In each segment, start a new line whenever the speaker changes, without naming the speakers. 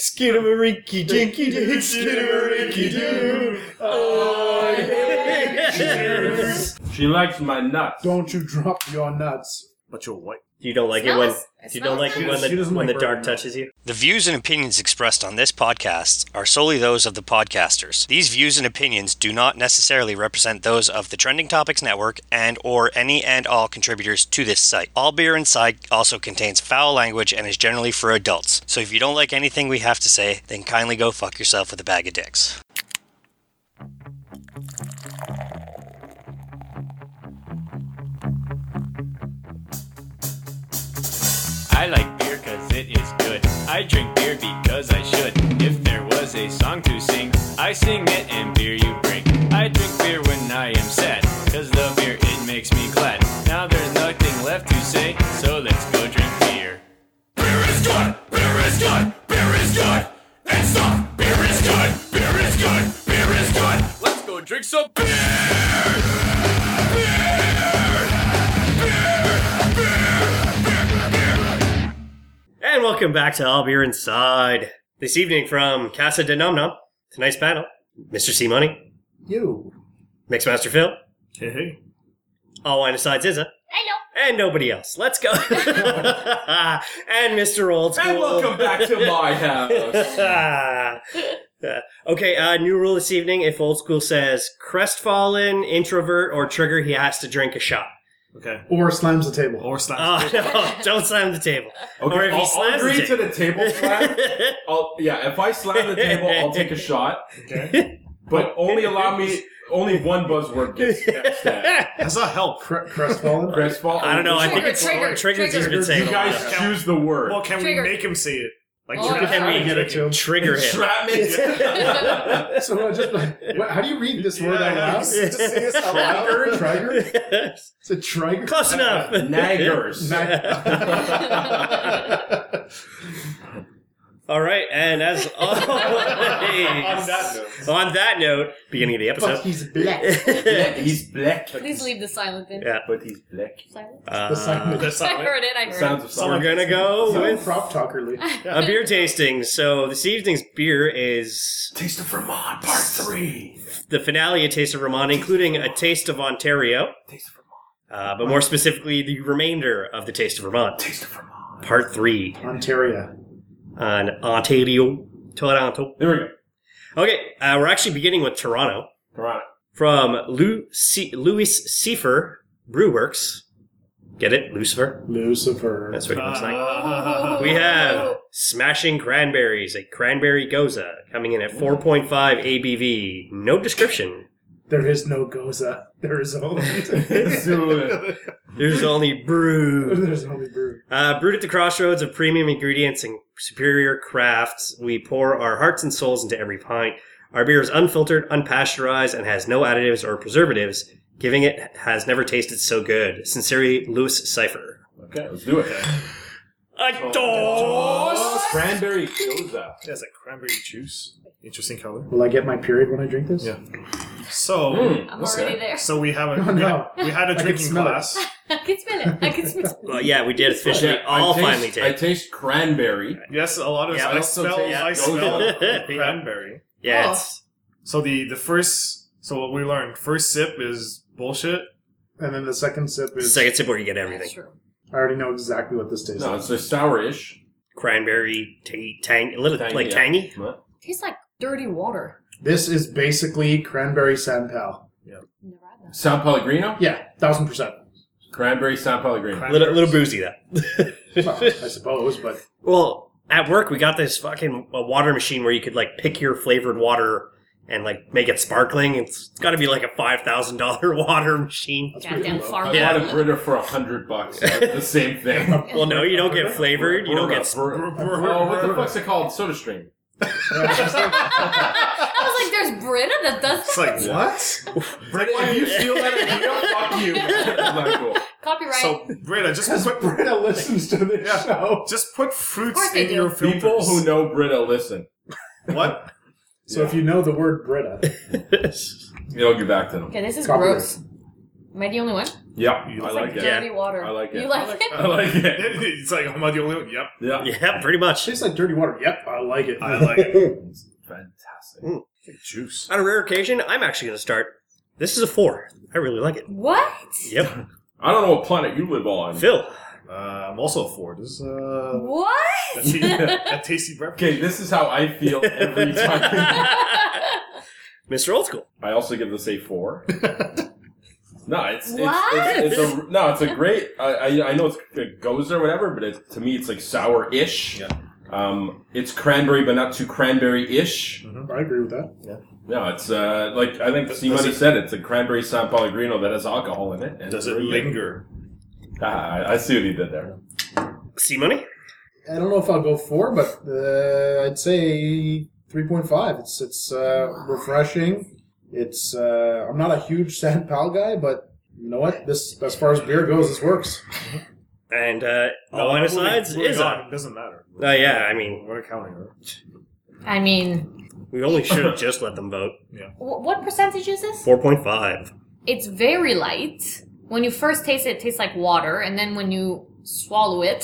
Skidamarinky dinky doo, skidamarinky doo. I hate you.
She likes my nuts.
Don't you drop your nuts.
But you're white.
You don't like it
Smells-
when
it
you don't
smells
like it when
nice.
She
the,
doesn't
when
like
the
burger,
dark
no.
touches you.
The views and opinions expressed on this podcast are solely those of the podcasters. These views and opinions do not necessarily represent those of the Trending Topics Network and or any and all contributors to this site. All beer inside also contains foul language and is generally for adults. So if you don't like anything we have to say, then kindly go fuck yourself with a bag of dicks.
I like beer cause it is good. I drink beer because I should. If there was a song to sing, I sing it and beer you bring. I drink beer when I am sad, cause the beer it makes me glad. Now there's nothing left to say, so let's go drink beer. Beer is good! Beer is good! Beer is good! And stop! Beer is good! Beer is good! Beer is good! Let's go drink some beer!
And welcome back to All Beer Inside. This evening from Casa de Nom Nom, tonight's panel, Mr. C Money,
You.
Mixmaster Phil,
Hey, hey.
All Wine Asides Izza,
Hello.
and nobody else. Let's go. and Mr. Old School.
And welcome back to my house.
Ah. okay, uh, new rule this evening. If Old School says crestfallen, introvert, or trigger, he has to drink a shot.
Okay.
Or slams the table.
Or slap.
Oh, no, don't slam the table.
Okay,
Or if he
I'll, I'll
slams the
agree
table.
to the table slap. I'll, yeah, if I slam the table, I'll take a shot.
Okay.
But only allow me only one buzzword gets stabbed.
That's not help.
Cre- crestfallen.
Crestfallen.
I don't know. I think
Trigger,
it's
trigger,
Trigger's
trigger.
been saying
you
a lot.
guys choose the word.
Well, can
Trigger.
we make him say it? Like,
Oh,
trigger.
Can we
get it to him?
trigger him.
Strap me.
So I just like, what, how do you read this
Yeah,
word out
yeah.
loud?
Just
say this out loud. Triger? It's a triger.
Close enough.
Naggers.
All right, and as always, on
that
note, beginning of the
Fuck,
episode.
he's black.
Black- He's black.
Please leave the silent in.
Yeah.
But he's black.
Silent.
The
Uh,
silent-
That's
I
not it.
heard it. I heard
Sounds of
we're
someone.
gonna go
Sound
with
prop talkerly.
a beer tasting. So this evening's beer is
Taste of Vermont, part three.
the finale of Taste of Vermont, including a taste of Ontario,
Taste of Vermont.
uh, but more specifically, the remainder of the Taste of Vermont,
Taste of Vermont.
Part Three
Ontario.
on Ontario, Toronto.
There we go.
Okay, uh, we're actually beginning with Toronto.
Toronto.
from Lou C- Louis Seifer Brewworks. Get it, Lucifer.
Lucifer.
That's what he looks like.
it.
We have Smashing Cranberries, a cranberry goza, coming in at 4.5 ABV. No description.
There is no Goza. There is only.
Zulu.
There's only brew.
There's only brew.
Uh, brewed at the crossroads of premium ingredients and superior crafts, we pour our hearts and souls into every pint. Our beer is unfiltered, unpasteurized, and has no additives or preservatives, giving it has never tasted so good. Sincerely, Louis Seifer.
Okay, let's do it.
A dose.
Cranberry goza.
It has like cranberry juice. Interesting color.
Will I get my period when I drink this?
Yeah.
Hmm,
So,
I'm already there.
so we have a
Mm. Oh,
we,
no.
had, we had a
can
drinking
smell it.
glass.
I can smell it. I can smell it.
Well, yeah, we did officially
Okay, I
all
taste-
finally
I
take.
taste cranberry.
Yes, a lot of
Yeah,
I,
I also
smell.
taste
I smell
goza.
cranberry.
yeah,
Oh,
it's,
So the the first so what we learned first sip is bullshit.
And then the second sip is.
it's like it's where you get
That's
everything.
true.
I already know exactly what this tastes
No,
like.
it's a sourish.
Cranberry, t- tang, a little
Tangy,
like
yeah.
tangy.
What?
Tastes like dirty water.
This is basically cranberry San Pal.
Never had that.
San Pellegrino?
Yeah, thousand percent.
Cranberry San Pellegrino.
Cran-
Little, little boozy though.
Well, I suppose, but
Well, at work we got this fucking uh, water machine where you could like pick your flavored water and like make it sparkling. It's got to be like a five thousand dollar water machine.
that's pretty
Goddamn
low.
farm.
I
Yeah.
bought a Brita for a hundred bucks. It's the same thing.
Well, no, you don't get flavored. You don't get. Sp-
Brita. Oh, what the fuck's it called? Soda Stream.
I was like, there's Brita that does
It's
that.
like what?
Brita, if you steal that idea, fuck you. That's not cool.
Copyright.
So Brita, just
Because
put
Britta listens to this
Yeah.
show.
just put
Of course
fruits
they
in
do.
your filters.
People who know Brita, listen.
what?
So if you know the word Britta,
It'll get back to them.
okay, this is
Copyright.
gross. Am I the only one?
Yep,
You
I
It's
like it.
dirty water.
I like it.
You like it?
I like it.
it's like, am I the only one? Yep.
Yeah.
Yeah, pretty much.
Tastes like dirty water. Yep, I like it.
I like it.
Fantastic.
Juice.
On a rare occasion, I'm actually going to start. This is a four. I really like it.
What?
Yep.
I don't know what planet you live on.
Phil.
Uh, I'm also a four. This is uh,
What?
a, ta- a tasty breakfast.
Okay, this is how I feel every time.
Mr. Old School.
I also give this a four. No, it's it's,
What?
it's, it's a no, it's a great. I, I, I know it's, it goes or whatever, but it, to me, it's like sour-ish.
Yeah.
Um, it's cranberry, but not too cranberry-ish.
I agree with that.
No, it's uh, like I think
Mm. Does
C Money
it-
said, it's a cranberry San Pellegrino that has alcohol in it. and
Does it
it's really good.
linger?
Ah, I, I see what he did there.
C Money.
I don't know if I'll go four, but uh, I'd say three point five. It's it's uh, refreshing. It's uh, I'm not a huge San Pal guy, but you know what? This as far as beer goes, this works.
And uh, no
Oh,
one
moving-
decides
moving
is
on.
on.
It doesn't matter.
Oh, yeah, I mean,
We're counting her.
I mean,
we only should have just let them vote.
wh- what percentage is this?
4.5.
It's very light. When you first taste it, it tastes like water, and then when you swallow it,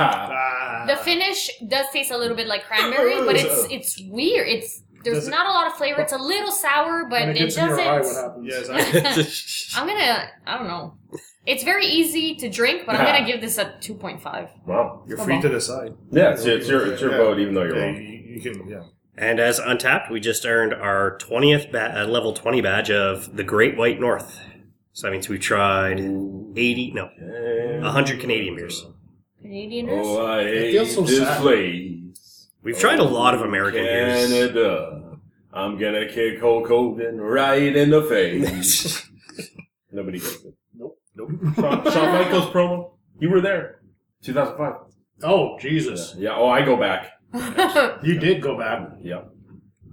Ah,
the finish does taste a little bit like cranberry, but it's it's weird. It's there's
Does it-
not a lot of flavor. It's a little sour, but
When
it,
it gets in your eye, what
doesn't.
happens?
yes, I,
That's
I'm gonna. I don't know. It's very easy to drink, but I'm gonna give this a 2.5.
wow.
you're free to decide.
Yeah, it's, it's your it's your
Yeah.
vote, even though you're
Yeah,
wrong.
you, you can. Yeah.
And as untapped, we just earned our 20th ba- uh, level 20 badge of the Great White North. So that means we've tried 80, no, 100 Canadian beers.
Canadianers.
Oh, I hate
feels so
this
sad.
place.
We've tried a lot of American beers.
Canada. I'm gonna kick Hulk Hogan right in the face. Nobody gets it.
Nope.
Nope. Shawn, Shawn Michaels promo. You were there. 2005.
Oh
Yeah.
Jesus!
yeah. Oh, I go back.
You did go back
Yeah.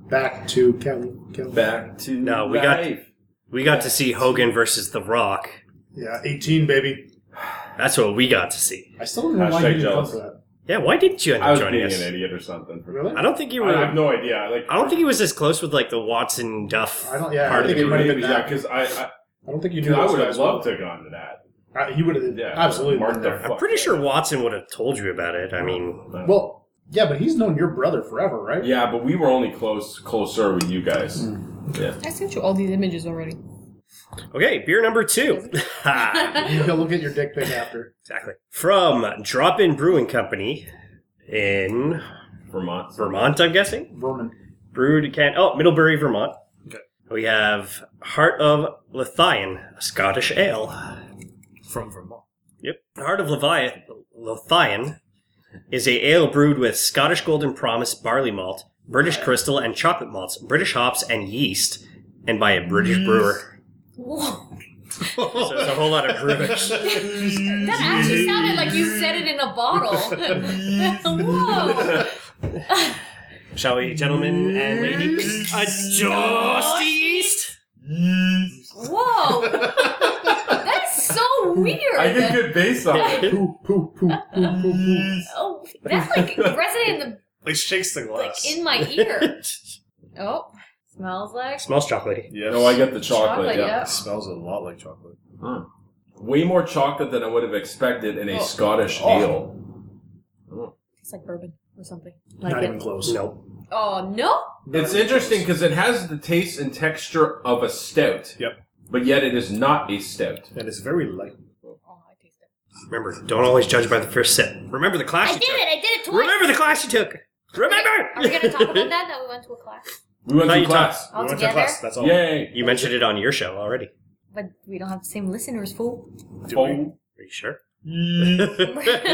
back to Kelly. Kelly.
Back to
No, we got-
life.
We got to see Hogan versus The Rock.
Yeah, eighteen, baby.
That's what we got to see.
I still don't know why you
Hashtag
didn't
jealous.
come for that.
Yeah, why didn't you end
I
up
was
joining
being
us?
an idiot or something. for-
Really?
I don't think you were.
I have no idea. Like
I don't think he was as close with like the Watson Duff
I don't- yeah, I
part of
think
the
it might
group.
have been
yeah,
that.
because I, I,
I don't think you
'cause
knew.
I
those
would have
guys
loved to have gone to that.
well. Uh, he would have.
Yeah,
absolutely.
Mark
been
the
there.
fuck.
I'm pretty sure Watson would have told you about it. I mean,
Well, yeah, but he's known your brother forever, right?
Yeah, but we were only close closer with you guys.
I sent you all these images already.
okay, beer number two.
He'll look at your dick pic after.
exactly. From Drop In Brewing Company in
Vermont.
Vermont, I'm guessing.
Vermin.
Brewed in Can oh Middlebury, Vermont.
Okay.
We have Heart of Lithian, a Scottish ale.
From Vermont.
Yep. Heart of Leviathan, Lothian is a ale brewed with Scottish Golden Promise barley malt, British crystal and chocolate malts, British hops and yeast, and by a British brewer.
Whoa.
So there's a whole lot of brewing.
That actually sounded like you said it in a bottle. Whoa.
Shall we, gentlemen and ladies? Adjust yeast.
Whoa. That is so weird.
I get good bass on it.
Poo, poo, poo, poo, poo, poo.
Oh, that's like resonating the,
Like shakes the
like
glass.
in my ear. Oh, smells like
Smells chocolatey.
yes.
No, I get the chocolate.
chocolate.
yeah.
Yeah.
It smells a lot like chocolate.
way more chocolate than I would have expected in a
Oh.
Scottish
Oh.
ale.
Tastes like bourbon or something. Like
Not
it.
even close.
No.
Oh no.
Not
It's
even
interesting
close.
because it has the taste and texture of a stout.
Yep.
But yet it is not a stout.
And it's very light.
Oh, I taste it.
Remember, don't always judge by the first sip. Remember the class
I
you
did
took.
it. I did it twice.
Remember the class you took. Remember.
Are we gonna talk about that? That we went to a class
We went
Now
to
you
class.
all
We went to
together,
class, That's all.
Yay.
you mentioned it on your show already.
but we don't have the same listeners, fool.
Do we?
Oh,
Are you sure?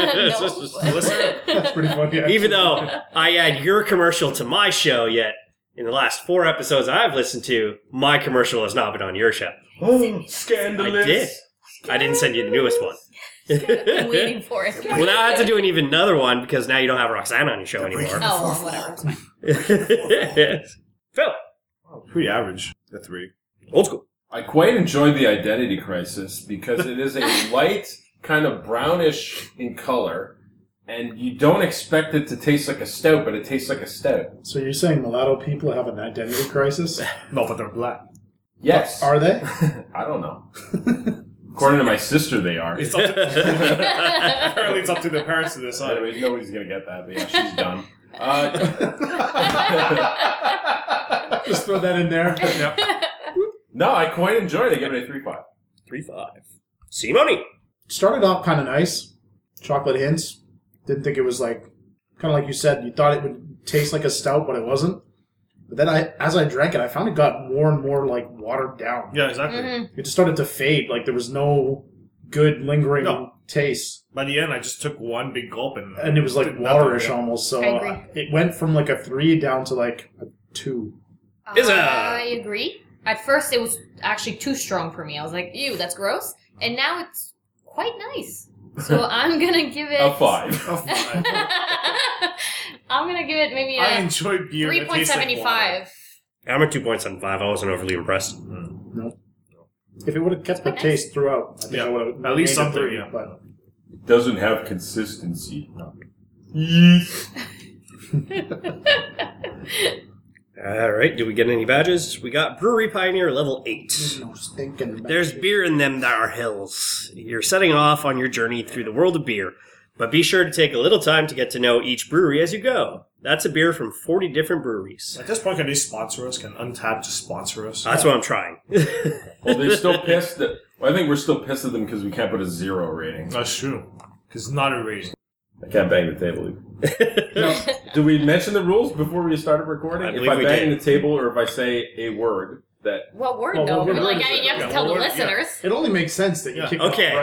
That's pretty funny. actually.
Even though I add your commercial to my show, yet in the last four episodes I've listened to, my commercial has not been on your show.
oh,
I did.
scandalous.
I didn't send you the newest one.
I'm waiting for it.
Well, now I have to do an even another one because now you don't have Roxanne on your show anymore.
Oh, well, whatever. it's fine.
Oh.
Phil,
Pretty average. A three.
old school.
I quite enjoyed the identity crisis because it is a light, kind of brownish in color, and you don't expect it to taste like a stout, but it tastes like a stout.
So you're saying mulatto people have an identity crisis?
No, but they're black.
Yes.
Are they?
I don't know. According to my sister, they are.
It's up to, apparently, it's up to the parents to decide.
Anyways, nobody's gonna get that. But yeah, she's done. Uh,
Just throw that in there.
no, I quite enjoyed it. I give it a three five.
Three five. Simone.
Started off kind of nice, chocolate hints. Didn't think it was like, kind of like you said, you thought it would taste like a stout, but it wasn't. But then I, as I drank it, I found it got more and more like watered down.
Yeah, exactly.
Mhm.
It just started to fade. Like there was no good lingering
No.
taste,
By the end, I just took one big gulp and
and it was like
did nothing.
waterish almost. So
I agree.
it went from like a three down to like a two.
Bizza.
I agree. At first, it was actually too strong for me. I was like, "Ew, that's gross," and now it's quite nice. So I'm gonna give it
A five.
Oh, fine.
I'm gonna give it maybe
I
a
enjoy beer.
three
that
point
tastes like
seventy
water.
five.
I'm at two points on five. I wasn't overly impressed.
If it would have kept the
Okay.
taste throughout, I think
Yeah.
I would have
At
made
least
it
something,
three,
yeah.
But
Doesn't have consistency.
All right. Do we get any badges? We got Brewery Pioneer level eight.
no stinking.
There's
magic.
beer in them that are hills. You're setting off on your journey through the world of beer, but be sure to take a little time to get to know each brewery as you go. That's a beer from 40 different breweries.
At this point, can they sponsor us? Can Untapped just sponsor us?
That's what I'm trying.
Well, they're still pissed. That, well, I think we're still pissed at them because we can't put a zero rating.
That's true. Because not a rating.
I can't bang the table. no, did we mention the rules before we started recording?
I
if
believe
I
we
bang
did.
the table or if I say a word that
What word
Well,
though?
what word
Like,
is
I mean,
it?
you have to
Yeah,
tell the
what word? Yeah.
listeners.
It only makes sense that you
Yeah.
kick
Okay.
it off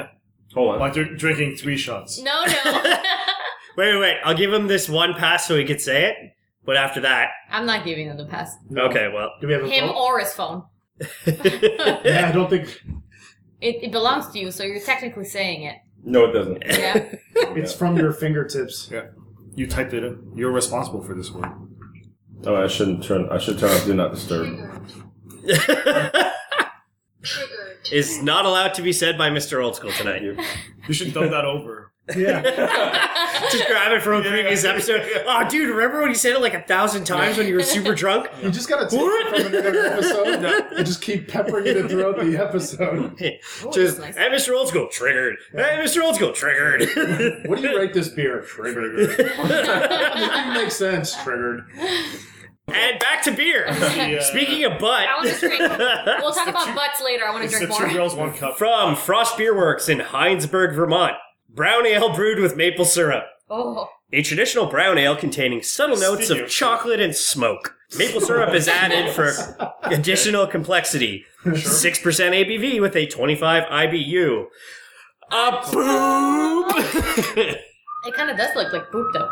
right.
hold on.
Like they're drinking three shots.
No, no,
wait, wait, wait. I'll give him this one pass so he could say it, but after that,
I'm not giving them the pass.
okay, well.
Do we have a
Him
vote?
or his phone.
Yeah, I don't think
It, it belongs to you, so you're technically saying it.
No, it doesn't.
Yeah.
it's from your fingertips.
You typed it in. You're responsible for this word.
Oh, I shouldn't turn. I should turn off Do Not Disturb.
Is not allowed to be said by Mr. Old School tonight.
You should dump that over.
Yeah.
Just grab it from a previous episode. Oh, dude, remember when you said it like a thousand times when you were super drunk?
You just gotta take it from another episode and just keep peppering it in throughout the episode.
Just,
that's nice.
hey, Mr. Old School, triggered. Hey, Mr. Old School, triggered.
What do you rate this beer? Triggered. Nothing makes sense. Triggered.
and back to beer.
Yeah.
Speaking of
I want to drink.
butt,
We'll talk about butts later. I want to
It's the
drink
two
more.
girls, one cup.
from Frost Beer Works in Hinesburg, Vermont, brown ale brewed with maple syrup.
Oh,
A traditional brown ale containing subtle notes
Speaking
of
of-
chocolate and smoke. Maple syrup is added for additional complexity. 6% ABV with a 25 IBU. A boop!
it kind of does look like poop though.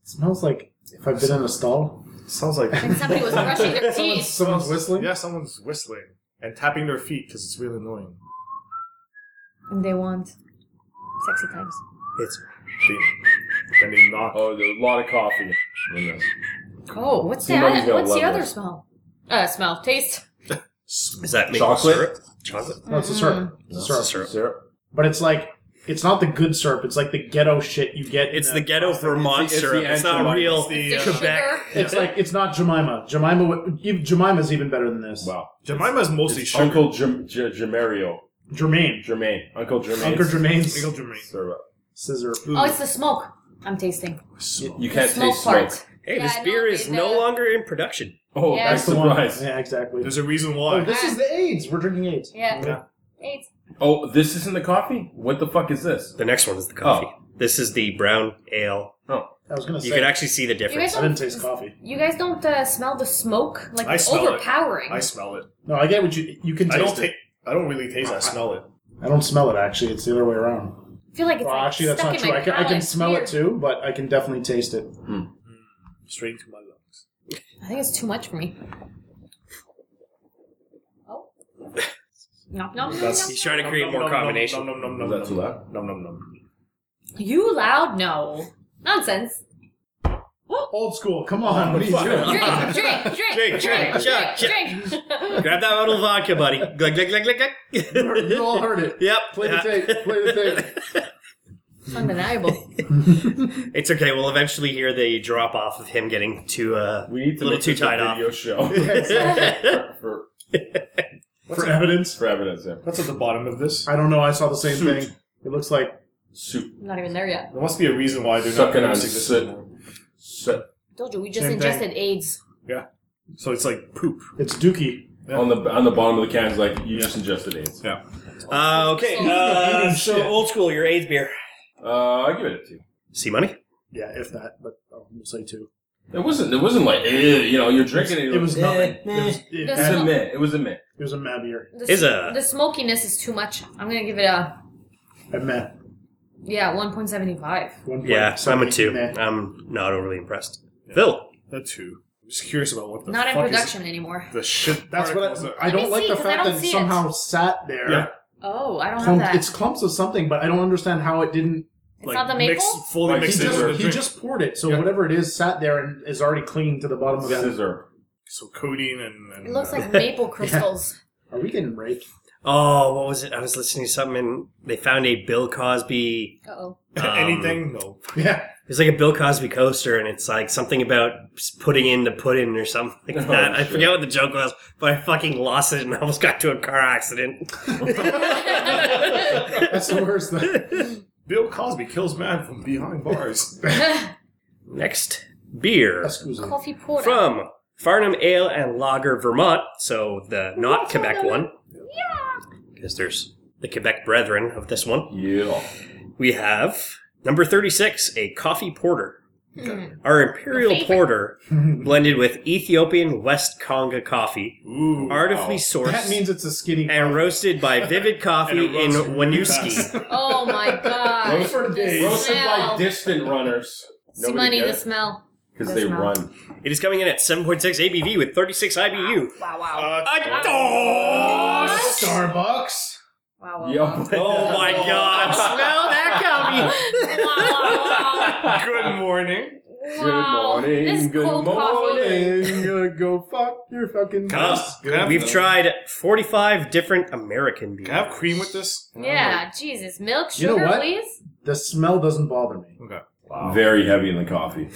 It smells like if I've been in a stall.
Sounds like.
Like somebody was brushing their teeth.
Someone's whistling.
Yeah, someone's whistling and tapping their feet because it's really annoying.
And they want sexy times.
it's
And they knock.
Oh, there's a lot of coffee. in this.
Oh, what's the
Somebody's
other,
gonna
what's the
love
other
this.
smell? Uh, smell, taste.
Is that maple
Chocolate?
syrup? Chocolate?
No, it's a syrup. It's a syrup.
Mm. Syrup.
Syrup.
But it's like it's not the good syrup. It's like the ghetto shit you get. in
It's
a-
the ghetto Vermont
it's the
syrup. It's not
actual-
real
it's the,
It's
uh,
the
Quebec.
sugar.
It's like it's not Jemima. Jemima. would- even- Jemima's even better than this.
Wow.
Jemima's mostly
It's
sugar.
Uncle Jim, J- Jimario.
Jermaine.
Jermaine. Uncle Jermaine.
Uncle Jermaine's
Uncle Jermaine.
Syrup.
scissor.
Oh, it's the smoke. I'm tasting.
You can't
Smoke
taste
part.
smoke.
Hey,
Yeah,
this
I know,
beer is
it's,
no
uh,
longer in production.
Oh,
Yeah.
that's
That's
the
surprise.
One. Yeah, exactly.
There's a reason
Oh,
why.
this is the AIDS. We're drinking AIDS.
Yeah.
Yeah.
Eight.
Oh, this isn't the coffee? What the fuck is this?
The next one is the coffee. This is the brown ale.
Oh,
I was gonna say.
You can actually see the
You guys
difference.
I
don't,
didn't taste coffee.
you guys don't uh, smell the smoke? Like
I
it's
smell it.
overpowering.
I smell it.
No, I get what you. You can taste
I don't
it.
taste. I don't really taste. it, I smell it.
I don't smell it. Actually, it's the other way around.
I feel like it's
Well,
like,
actually, that's
stuck
not
in
true.
my
I can, I
palate.
can
It's
smell
weird.
it too, but I can definitely taste it.
Straight into my lungs.
I think it's too much for me. Oh. Nom, nom, nom, nom.
He's trying to create more combination.
Nom, nom, nom,
Was
nom,
that
nom,
too loud?
Nom, nom, nom.
You loud? No. Nonsense.
Old school. Come
Oh,
on. what are you doing?
Drink, drink, drink,
Drink,
drink,
drink,
drink,
chug,
drink. drink.
Grab that bottle of vodka, buddy. Glug, glug, glug, glug, glug.
You all heard it.
Yep.
Play the tape. Play the tape.
Undeniable.
It's okay. We'll eventually hear the drop off of him getting too uh,
We need to
little
make
too
this a
tied off.
video show.
Yeah, exactly.
for
for evidence.
For evidence, yeah.
That's at the bottom of this.
I don't know. I saw the same
Suit.
thing. It looks like
Soup.
I'm not even there yet.
There must be a reason why they're
Sucking
not
on
using this
soot.
anymore.
Set
Told you, we just
Same thing.
ingested AIDS.
So it's like poop.
it's Dookie.
Yeah.
On the on the bottom of the can is like you just ingested AIDS.
Yeah.
Uh, okay, uh, so old school, your AIDS beer.
Uh, I give it a two.
See money?
Yeah, if that, but oh, we'll say two.
It wasn't. It wasn't like eh, you know you're drinking it.
It was nothing.
Eh,
It was, it,
It was
had,
a meh. It was a meh.
it was a meh beer.
The,
Is a-
the smokiness is too much. I'm gonna give it a
A meh.
yeah 1.75.
One point.
Yeah, I'm a
Something
two. Uh,
meh.
I'm not overly impressed. Phil,
A two. I'm just curious about what the
Not in
fuck is
production anymore.
the shit. uh,
That's
particles
what
are.
I, I
Let me
don't like
see,
the
'cause I
fact
don't
that
see
it
it.
somehow sat there.
Yeah.
Oh, I don't have
Clump-
that.
it's
It's,
clumps of something, but I don't understand how it didn't.
not the maple.
Mix, fully
Like,
mixed
he
Scissor
into a
just, he
drink.
just poured it, so
Yeah.
whatever it is sat there and is already clinging to the bottom of it.
Scissor.
so codeine and, and
it looks
uh,
like maple crystals.
Are we getting raped?
oh, what was it? I was listening to something and they found a Bill Cosby.
Uh oh.
um,
anything. No,
Yeah.
It's like a Bill Cosby coaster, and it's like something about putting in the pudding or something like
Oh,
that. I
shit.
forget what the joke was, but I fucking lost it and almost got to a car accident.
That's the worst thing.
Bill Cosby kills man from behind bars.
Next beer
Excuse me.
Coffee porter.
from Farnham Ale and Lager, Vermont. So the not Quebec one, because there's the Quebec brethren of this one.
Yeah.
We have number 36, a coffee porter.
Mm.
Our imperial
Favorite.
porter blended with Ethiopian West Conga coffee,
Ooh,
artificially sourced
That means it's a skinny.
and roasted by Vivid Coffee
And it
in
roasts really
Winooski.
Oh my god.
Roast for
days.
Roasted by
Smell.
distant runners.
See money, the smell.
Because
the
they
smell.
run.
It is coming in at 7.6 ABV with 36 IBU.
Wow, wow.
Uh,
Adore!
Starbucks.
wow, wow, wow.
Yo.
Oh my god, smell that coffee!
wow,
good morning.
wow, wow. Wow.
morning,
This is
good
cold coffee.
morning.
gonna go fuck your fucking.
Come on.
Good afternoon.
We've tried 45 different American
Can I have
beers.
cream with this?
Yeah, Jesus. Milk,
Oh. You know
sugar,
what?
please?
The smell doesn't bother me.
Okay.
Very heavy in the coffee.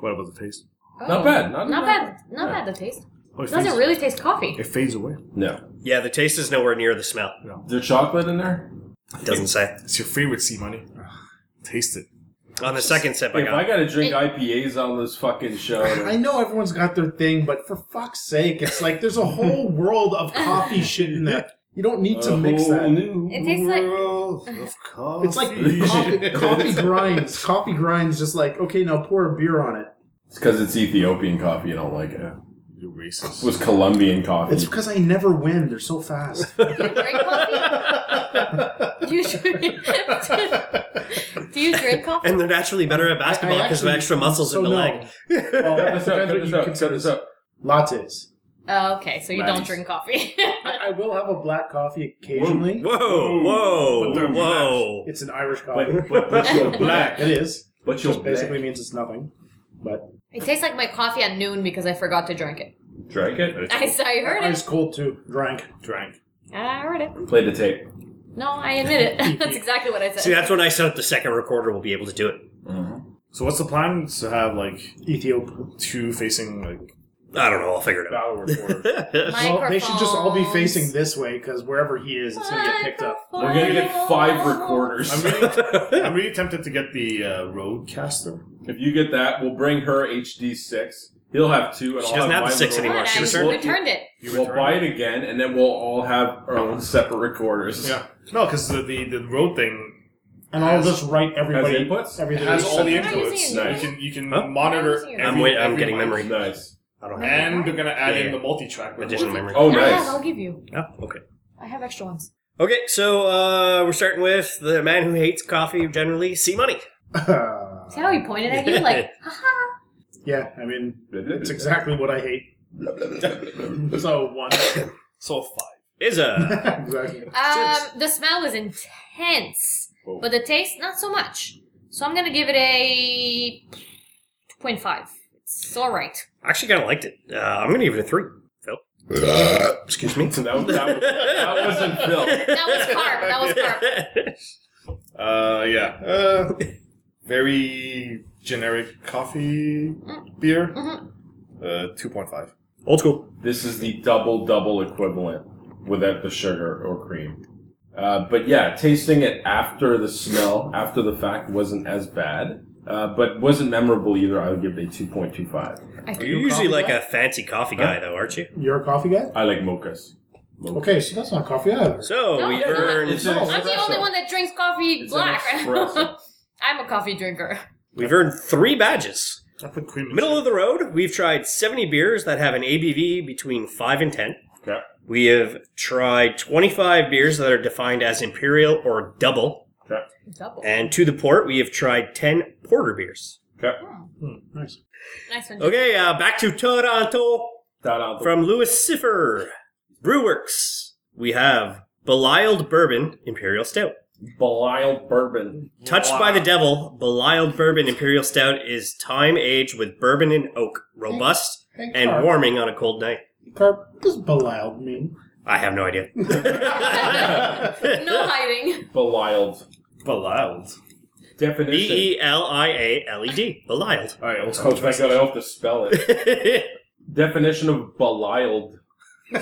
What about the taste?
Oh.
Not bad. Not,
Not bad. Not bad, the taste.
Oh, it
doesn't
fades-
really taste coffee.
It fades away.
No.
Yeah, the taste is nowhere near the smell.
Is there chocolate in there?
Doesn't say.
It's your favorite sea money. Taste it.
On the second sip, I
If I
got.
gotta drink
It-
IPAs on this fucking show,
I know everyone's got their thing, but for fuck's sake, it's like there's a whole world of coffee shit in there. You don't need to mix
A whole
that.
new
It tastes like-
World of coffee.
It's like coffee, coffee grinds. Coffee grinds just like, okay, now pour a beer on it.
It's because it's Ethiopian coffee. I don't like it.
You're
It
racist.
was Colombian coffee.
It's because I never win. They're so fast.
Do you drink coffee? Do you drink, do you drink coffee?
And they're naturally better at basketball
I
because of
actually-
extra muscles in
so
the
no.
leg.
Well, that
Cut
depends
this out, cut
what
this
you
out, cut
consider
this out.
lattes.
Oh, okay, so you don't
Nice.
drink coffee.
I, I will have a black coffee occasionally.
Whoa, whoa,
But they're
whoa.
It's an Irish coffee.
But, but, but you're black.
it is.
But you're
Just basically
basically
means it's nothing. But
it tastes like my coffee at noon because I forgot to drink it.
drank it.
I, saw you heard
ice
it.
cold too. Drank.
drank.
I heard it.
Played the tape.
No, I admit it. That's exactly what I said.
See, that's when I set up the second recorder, we'll be able to do it.
So what's the plan? To have like
Ethiopia.
two facing like
I don't know, I'll figure it out.
battle recorder.
Well, they should just all be facing
Microphones.
this way because wherever he is, it's gonna get picked up.
We're gonna get five recorders.
I'm really, I'm really tempted to get the uh, Rodecaster.
if you get that, we'll bring her HD6. He'll have two. And
She
I'll
doesn't have the
mine with-
six
Come
anymore.
on,
She
I
returned
it.
returned it.
You
We'll
return
buy
it?
it again, and then we'll all have our own separate recorders.
Yeah. No, because the, the the road thing
And I'll just write everybody.
Has inputs?
Everything.
has all the
Am I
inputs.
using
it?
You can you can
Huh?
monitor.
Am I using it?
every-
I'm wait- I'm
every
getting
mic.
memory.
Nice.
I don't have
And they're gonna add
Yeah,
in
yeah.
the multi-track. recorder.
additional memory.
Oh,
I have, I'll
nice.
give you.
Oh, okay.
I have extra ones.
Okay, so uh, we're starting with the man who hates coffee generally, C Money.
See how he pointed at you? Like, haha.
yeah, I mean, it's exactly what I hate. So one.
So five.
Is a
exactly.
Um, the smell is intense,
Whoa.
but the taste not so much. So I'm gonna give it a two point five. It's all right.
I actually kind of liked it. Uh, I'm gonna give it a three. Phil, excuse me.
That, was, that, was, that wasn't Phil.
That was carb. That was carb.
Uh, yeah. Uh, very generic coffee beer.
Mhm.
Uh, two point five.
Old school.
This is the double double equivalent. without the sugar or cream. Uh, but yeah, tasting it after the smell, after the fact, wasn't as bad, uh, but wasn't memorable either. I would give it a 2.25.
I
You're usually like a fancy coffee guy, though, aren't you?
You're a coffee guy?
I like mochas. Mocha.
Okay, so that's not coffee either.
So
No,
we
it's not.
earned
It's an
No,
I'm the only
espresso.
one that drinks coffee
It's an
black.
espresso.
I'm a coffee drinker.
we've earned three badges.
I put cream. in
Middle of the road, we've tried 70 beers that have an ABV between 5 and 10.
Okay.
We have tried 25 beers that are defined as imperial or double.
Double.
And to the port, we have tried 10 porter beers.
Okay.
Nice.
Oh, Nice one.
Okay, uh, back to Toronto
Ta-da.
from Louis Siffer. Brewworks. We have Belialed Bourbon Imperial Stout.
Belial bourbon.
Touched by the Devil, Belialed Bourbon Imperial Stout is time aged with bourbon and oak, robust
Hey,
and
Carp.
warming on a cold night.
Carp, what does belial mean?
I have no idea.
No hiding.
Belialed.
Belialed.
Definition.
B E L I A L E D. Belialed.
All right, old
Oh
school.
my god, I have to spell it. Definition of belialed.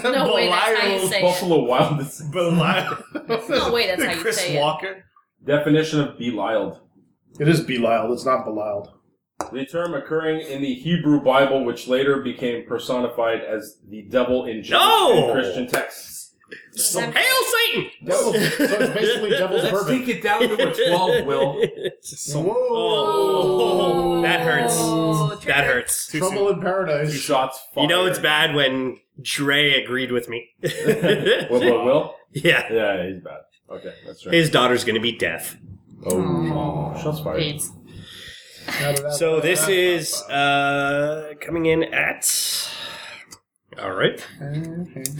No way that's how you say it.
Buffalo Wild.
Belialed.
No way that's how you
Chris
say it.
Walker.
Definition of belialed.
It is belial. It's not belialed.
The term occurring in the Hebrew Bible, which later became personified as the devil in Jewish and
No!
Christian texts.
Some-
Hail Satan!
Devil, so it's basically devil's
Let's
bourbon.
take it down to a 12, Will.
Oh, that hurts.
Oh,
That hurts.
Too
Trouble
soon.
in
Two
paradise.
shots
You
fired.
know it's bad when Dre agreed with me.
What, what, Will?
yeah.
Yeah, he's bad. Okay, that's right.
His daughter's gonna be deaf.
oh, shots fired.
Pains.
So this is uh coming in at Alright.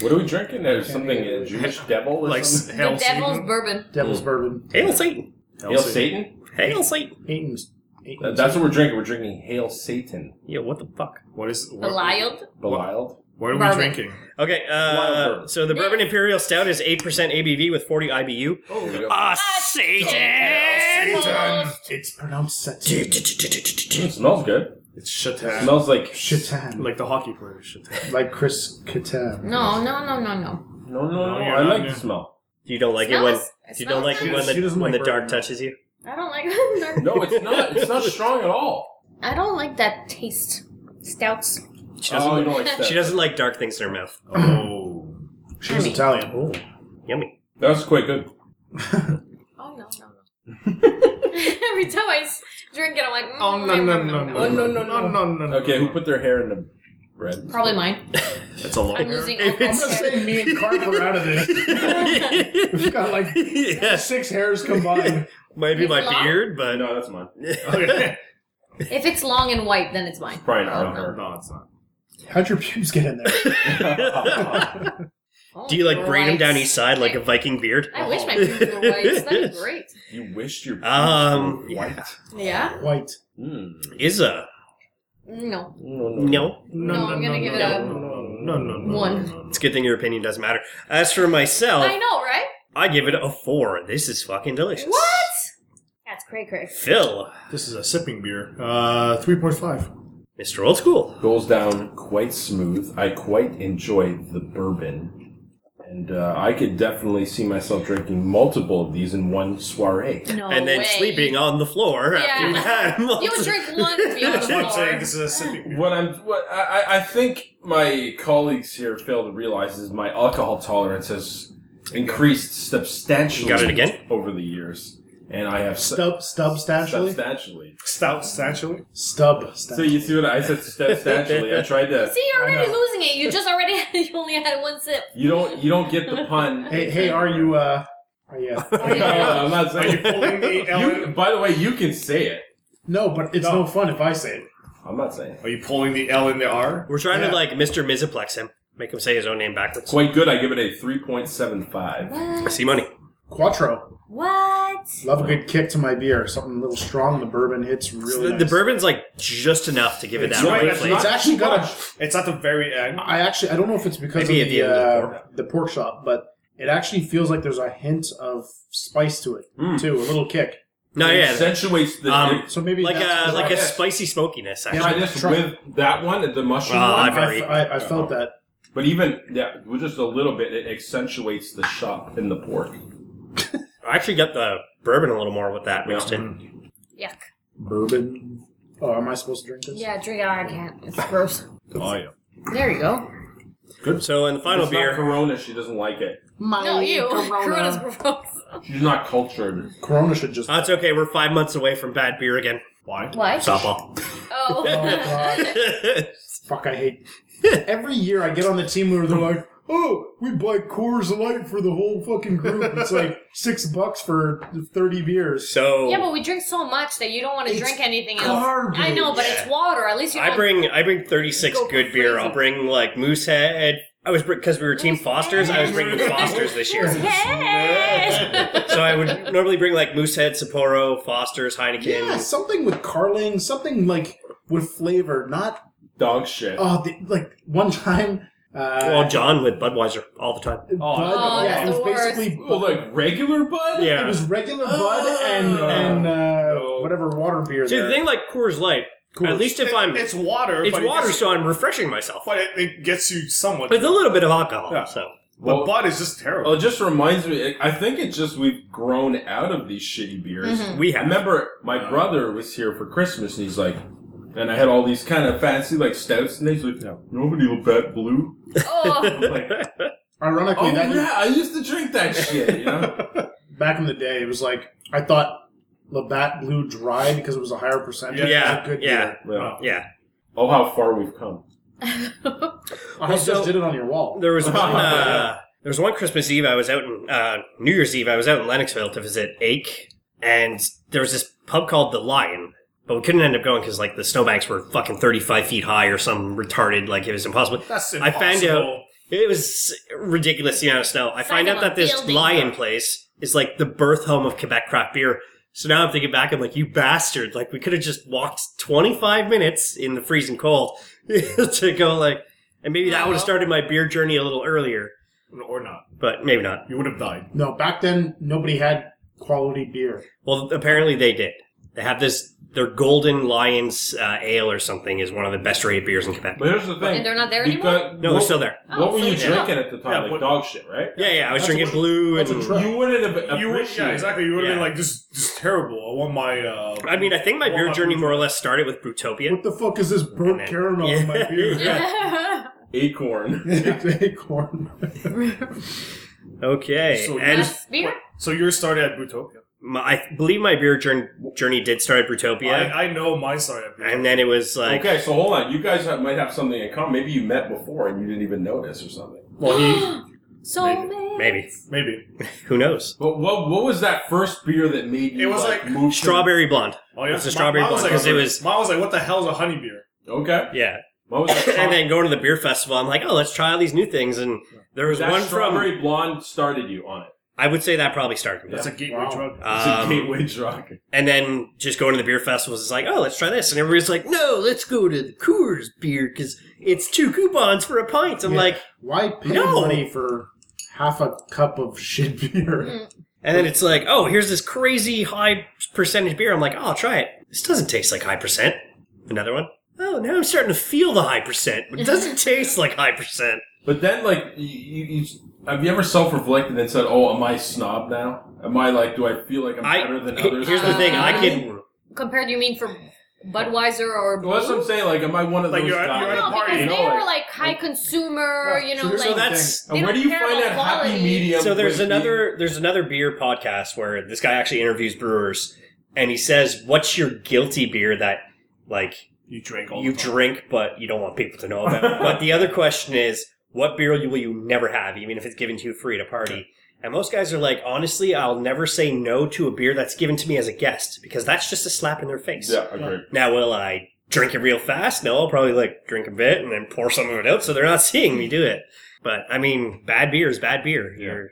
What are we drinking? There's something a Jewish devil or
Like
something?
The
Hail
devil's
Satan.
bourbon.
Devil's bourbon.
Hail Satan.
Hail Satan?
Hail Satan.
Hayden's. Hayden's-
That- That's what we're drinking. We're drinking Hail Satan.
Yeah, what the fuck?
What is what,
Belialed.
Belialed.
What are we
Bourbon.
drinking?
Okay,
Wild
uh,
bourbon.
so the Bourbon Imperial Stout is 8% ABV with 40 IBU.
Oh, there we go.
Ah, Satan!
It's pronounced Satan.
It
It's
smells good.
It's
It
Shatan.
smells like
Shatan. Like,
Like the hockey player Shatan.
like Chris Katan.
No, no, no, no, no.
no, no, no.
No, yeah,
I like
no,
the
yeah.
smell.
You don't like it when
Smells- it
you don't
smells
like it when
nice.
the,
She
when
doesn't like
the dark
bourbon.
touches you.
I don't like
No, it's not. It's not strong at all.
I don't like that taste. Stouts.
She doesn't.
oh, you don't like that.
she doesn't like dark things in her mouth.
Oh.
She's Italian. Oh.
Yummy.
That's quite good.
Oh no, no, no. Every time I s- drink it, I'm like, mm,
Oh no no no
mm,
no
mm, mm.
no no no no no.
Okay, who put their hair in the bread?
Probably mine.
That's a
I'm
long.
losing.
If
alcohol
it's-
here.
Say me and Carp are out of this. We've got like
yes,
six hairs combined.
might be my
It's long.
beard,
Uh,
but
No, that's mine.
Okay.
If it's long and white, then it's mine.
Probably not
Oh,
on her.
No, it's not.
How'd your pubes get in there?
no.
do you like braid him down
Right.
each side like a Oh. Viking beard?
I wish my pubes were white. That'd be great.
you wished your
Um,
pubes were white.
Yeah.
White.
Mm.
Isa,
No.
No, no,
no.
No, I'm gonna give it a
No no no.
one.
It's a good thing your opinion doesn't matter. As for myself,
I know, right?
I give it a four. This is fucking delicious.
What? That's cray cray.
Phil,
This is a sipping beer. Uh, three point five.
Mr. Old School.
Goes down quite smooth. I quite enjoy the bourbon. And uh, I could definitely see myself drinking multiple of these in one soiree.
No
and then
way.
sleeping on the floor after
Yeah.
you've had
You would drink one to be on the
That's what I'm saying.
floor.
This is a sipping beer.
What I'm, what I, I- I think my colleagues here fail to realize is my alcohol tolerance has increased substantially.
Got it again?
over the years, and I have sub-
Stub, stub, statually?
substantially.
Stout satchel.
Stub,
So
statually.
you see what I said substantially. I tried to.
See, you're
I
already
know.
losing it. You just already you only had one sip.
You don't. You don't get the pun.
Hey, hey, are you, uh, are you,
No, I'm not
Are you
saying.
pulling the
You,
Ellen?
by the way, you can say it.
no, but it's no. fun if I say it.
I'm not saying. it.
Are you pulling the L in the R?
We're trying
Yeah.
to like Mr. Miziplex him, make him say his own name backwards.
Quite good. I give it a three point seven five.
I see money.
Quattro.
What?
Love a good kick to my beer. Something a little strong. The bourbon hits really
the,
nice.
the bourbon's like just enough to give it
It's
that
right,
right,
it's
flavor.
It's actually got a
It's at the very end.
I actually I don't know if it's because
Maybe
of
at
the,
the end of the
uh, the pork shop, but it actually feels like there's a hint of spice to it too, a little kick.
No,
It
yeah,
accentuates the.
Um,
So maybe
like
that's
a like a
Yes.
spicy smokiness. Actually.
try this
Try-
Uh,
with that one, the mushroom
Well,
one.
I've-
I, I, I felt that
But even yeah, with just a little bit, it accentuates the shop and the
Oh,
pork.
I actually got the bourbon a little more with that mixed in.
Yuck.
Bourbon. Oh, am I supposed to drink this?
Yeah, drink. I can't. It's gross.
Oh yeah.
There you go.
So in the final
it's
beer,
Not Corona, she doesn't like it.
My
No, you. Corona's
Corona.
gross.
She's not cultured.
Corona should just.
oh, it's okay. We're five months away from bad beer again.
Why?
What?
Softball.
Oh.
God. Fuck, I hate. Every year I get on the team where they're like, "Oh, we buy Coors Light for the whole fucking group." It's like six bucks for thirty beers.
so
yeah, but we drink so much that you don't want to drink anything else.
garbage.
I know, but it's water. At least you
I
don't-
bring I bring thirty six
Go
good beer.
crazy.
I'll bring like Moosehead. I was because we were Team Fosters. I was bringing Fosters this year,
Hey!
so I would normally bring like Moosehead, Sapporo, Fosters, Heineken.
Yeah, something with Carling, something like with flavor, not
Dog shit.
oh, the, like one time. Uh,
Well, John with Budweiser all the time.
Bud, yeah,
Oh,
it
that's
was
the worst.
basically
Oh, like regular bud?
Yeah. Oh.
it was regular Bud and and uh, whatever water beer.
See,
there.
the thing like Coors Light, at least if I'm it's,
it's water. but it
water,
gets-
so I'm refreshing myself.
but it, it gets you somewhat.
But it's a little bit of alcohol,
Yeah.
so
but
Well-
Bud is just terrible.
Oh, it just reminds me. I think it's just we've grown out of these shitty beers.
Mm-hmm.
we
I
have.
remember my brother was here for Christmas, and he's like, and I had all these kind of fancy like stouts, and he's like, no, nobody will bet blue.
oh.
I'm like,
Ironically,
oh
that
yeah, I used to drink that shit. You know,
back in the day, it was like I thought Labatt Blue dried because it was a higher percentage.
Yeah,
It was a good
yeah.
beer.
Yeah.
yeah,
Oh, how far we've come.
I
Also-
just did it on your wall.
there was one. Uh, there was one Christmas Eve. I was out in uh, New Year's Eve. I was out in Lennoxville to visit Ake, and there was this pub called the Lion. But we couldn't end up going because like the snowbanks were fucking thirty five feet high or some retarded like it was impossible.
That's
I found out
impossible.
it was ridiculous the amount of snow. I
Size
find
of
out
a
that this
building.
lion place is like the birth home of Quebec craft beer. So now I'm thinking back, I'm like, you bastard! Like we could have just walked 25 minutes in the freezing cold to go like, and maybe that would have started my beer journey a little earlier,
or not.
but maybe not.
You would have died.
No, back then nobody had quality beer.
Well, apparently they did. They have this their Golden Lions uh, Ale or something is one of the best rated beers in Quebec.
But here's the thing.
And they're not there anymore?
because-
No, they're
what-
still there.
Oh,
what were
so
you
it's not-
drinking at the time?
Yeah,
like
what-
dog shit, right?
Yeah, yeah. I was
That's
drinking
what-
blue
that's a
and.
trip.
You wouldn't have appreciated.
You would, yeah, exactly. You would have
Yeah.
been like, this, this is terrible. I want my. Uh,
I mean, I think my
want
beer
my
journey
blue-
more or less started with Brutopia.
What the fuck is this burnt
then-
caramel in my beer?
Acorn.
Acorn.
Okay,
So
and
That's beer?
So yours started at Brutopia.
my, I believe my beer journey, journey did start at Brutopia,
I, I know mine started at Brutopia.
and then it was like,
okay, so hold on. You guys have, might have something in common. Maybe you met before and you didn't even notice or something.
well, he
So man.
maybe
Maybe.
who knows?
But what what was that first beer that made you?
It was like
move to-
Strawberry blonde.
Oh, yeah.
It's a
Mine-
strawberry
mine
blonde, 'cause it was-
Mine was like, what the hell is a honey beer?
okay.
Yeah,
What was that?
and then going to the beer festival, I'm like, oh, let's try all these new things, and there was
that
one from.
strawberry blonde started you on it.
I would say that probably started. me.
That's a gateway
Wow.
drug.
It's
Um,
a gateway drug.
And then just going to the beer festivals is like, oh, let's try this. And everybody's like, no, let's go to the Coors beer because it's two coupons for a pint. I'm
Yeah.
like,
Why pay
No.
money for half a cup of shit beer?
And then it's like, oh, here's this crazy high percentage beer. I'm like, oh, I'll try it. This doesn't taste like high percent. Another one. Oh, now I'm starting to feel the high percent, but it doesn't taste like high percent.
But then, like, you, you, you have you ever self-reflected and said, "Oh, am I a snob now? Am I like, do I feel like I'm
I
better than
he-
others?"
here's the thing. I
Uh,
can
Compared, you mean for Budweiser or
Well, that's what I'm saying. Like, am I one of
Like,
those
you're at-
guys?
you're at a
No,
party,
because
you know,
they were like high consumer, you know,
here's
like
the thing.
that's-
they
and where
don't
do you
care
find
about
that happy
quality.
medium?
so there's
with the-
another there's another beer podcast where this guy actually interviews brewers and he says, "What's your guilty beer that like
You drink all
you
the time.
drink but you don't want people to know about?" but the other question is, what beer will you never have, even if it's given to you free at a party? And most guys are like, honestly, I'll never say no to a beer that's given to me as a guest because that's just a slap in their face.
Yeah, agree.
Now, will I drink it real fast? No, I'll probably like drink a bit and then pour some of it out so they're not seeing me do it. But I mean, bad beer is bad beer. You're,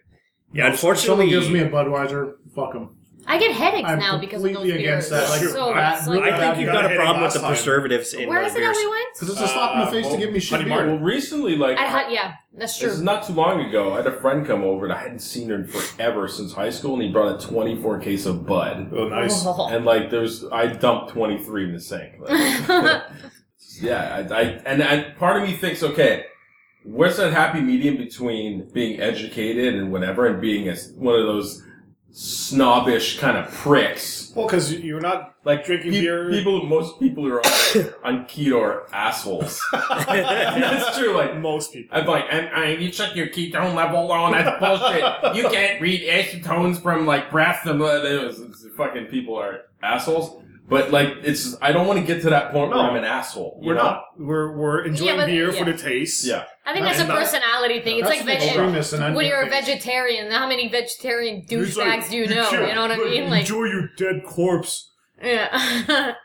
yeah,
Someone
unfortunately,
gives me a Budweiser. Fuck them.
I get headaches
I'm
now because of those
completely against
beers.
that. Like,
It's so
that-
it's like-
I think
You
you've
gotta
got a
hit it
problem with
last
the
time.
preservatives in
where
my
is it that
beers.
we went?
Because it's a slap in the
Uh,
face
well,
to give me shit
Honey
beer.
Mart.
Well, recently, like,
At Hut, yeah, that's
This is
true.
not too long ago. I had a friend come over and I hadn't seen her in forever since high school, and he brought a 24 case of Bud.
Oh, nice.
And like, there's I dumped 23 in the sink. Like, yeah, I, I and I, part of me thinks, okay, where's that happy medium between being educated and whatever and being a, one of those snobbish kind of pricks?
Well, because you're not
Like
Drinking
peop-
beer.
People, most people who are on, on keto are assholes. That's true. Like
most people.
I'm like, and, and you check your ketone level on that's bullshit. you can't read acetones from like breath and blah, blah, blah. It's- it's- fucking people are assholes. But like, it's I don't want to get to that point where
No.
I'm an asshole. you
We're
know?
not. We're we're enjoying
but-
beer
yeah.
for the taste.
Yeah.
I think
Right.
that's a
And that-
personality thing. It's
That's
like
the
veg-
extremists and
when you're a
onion things.
vegetarian, how many vegetarian
It's like,
douchebags do you know?
can't-
You know what I mean? Like,
enjoy your dead corpse.
yeah.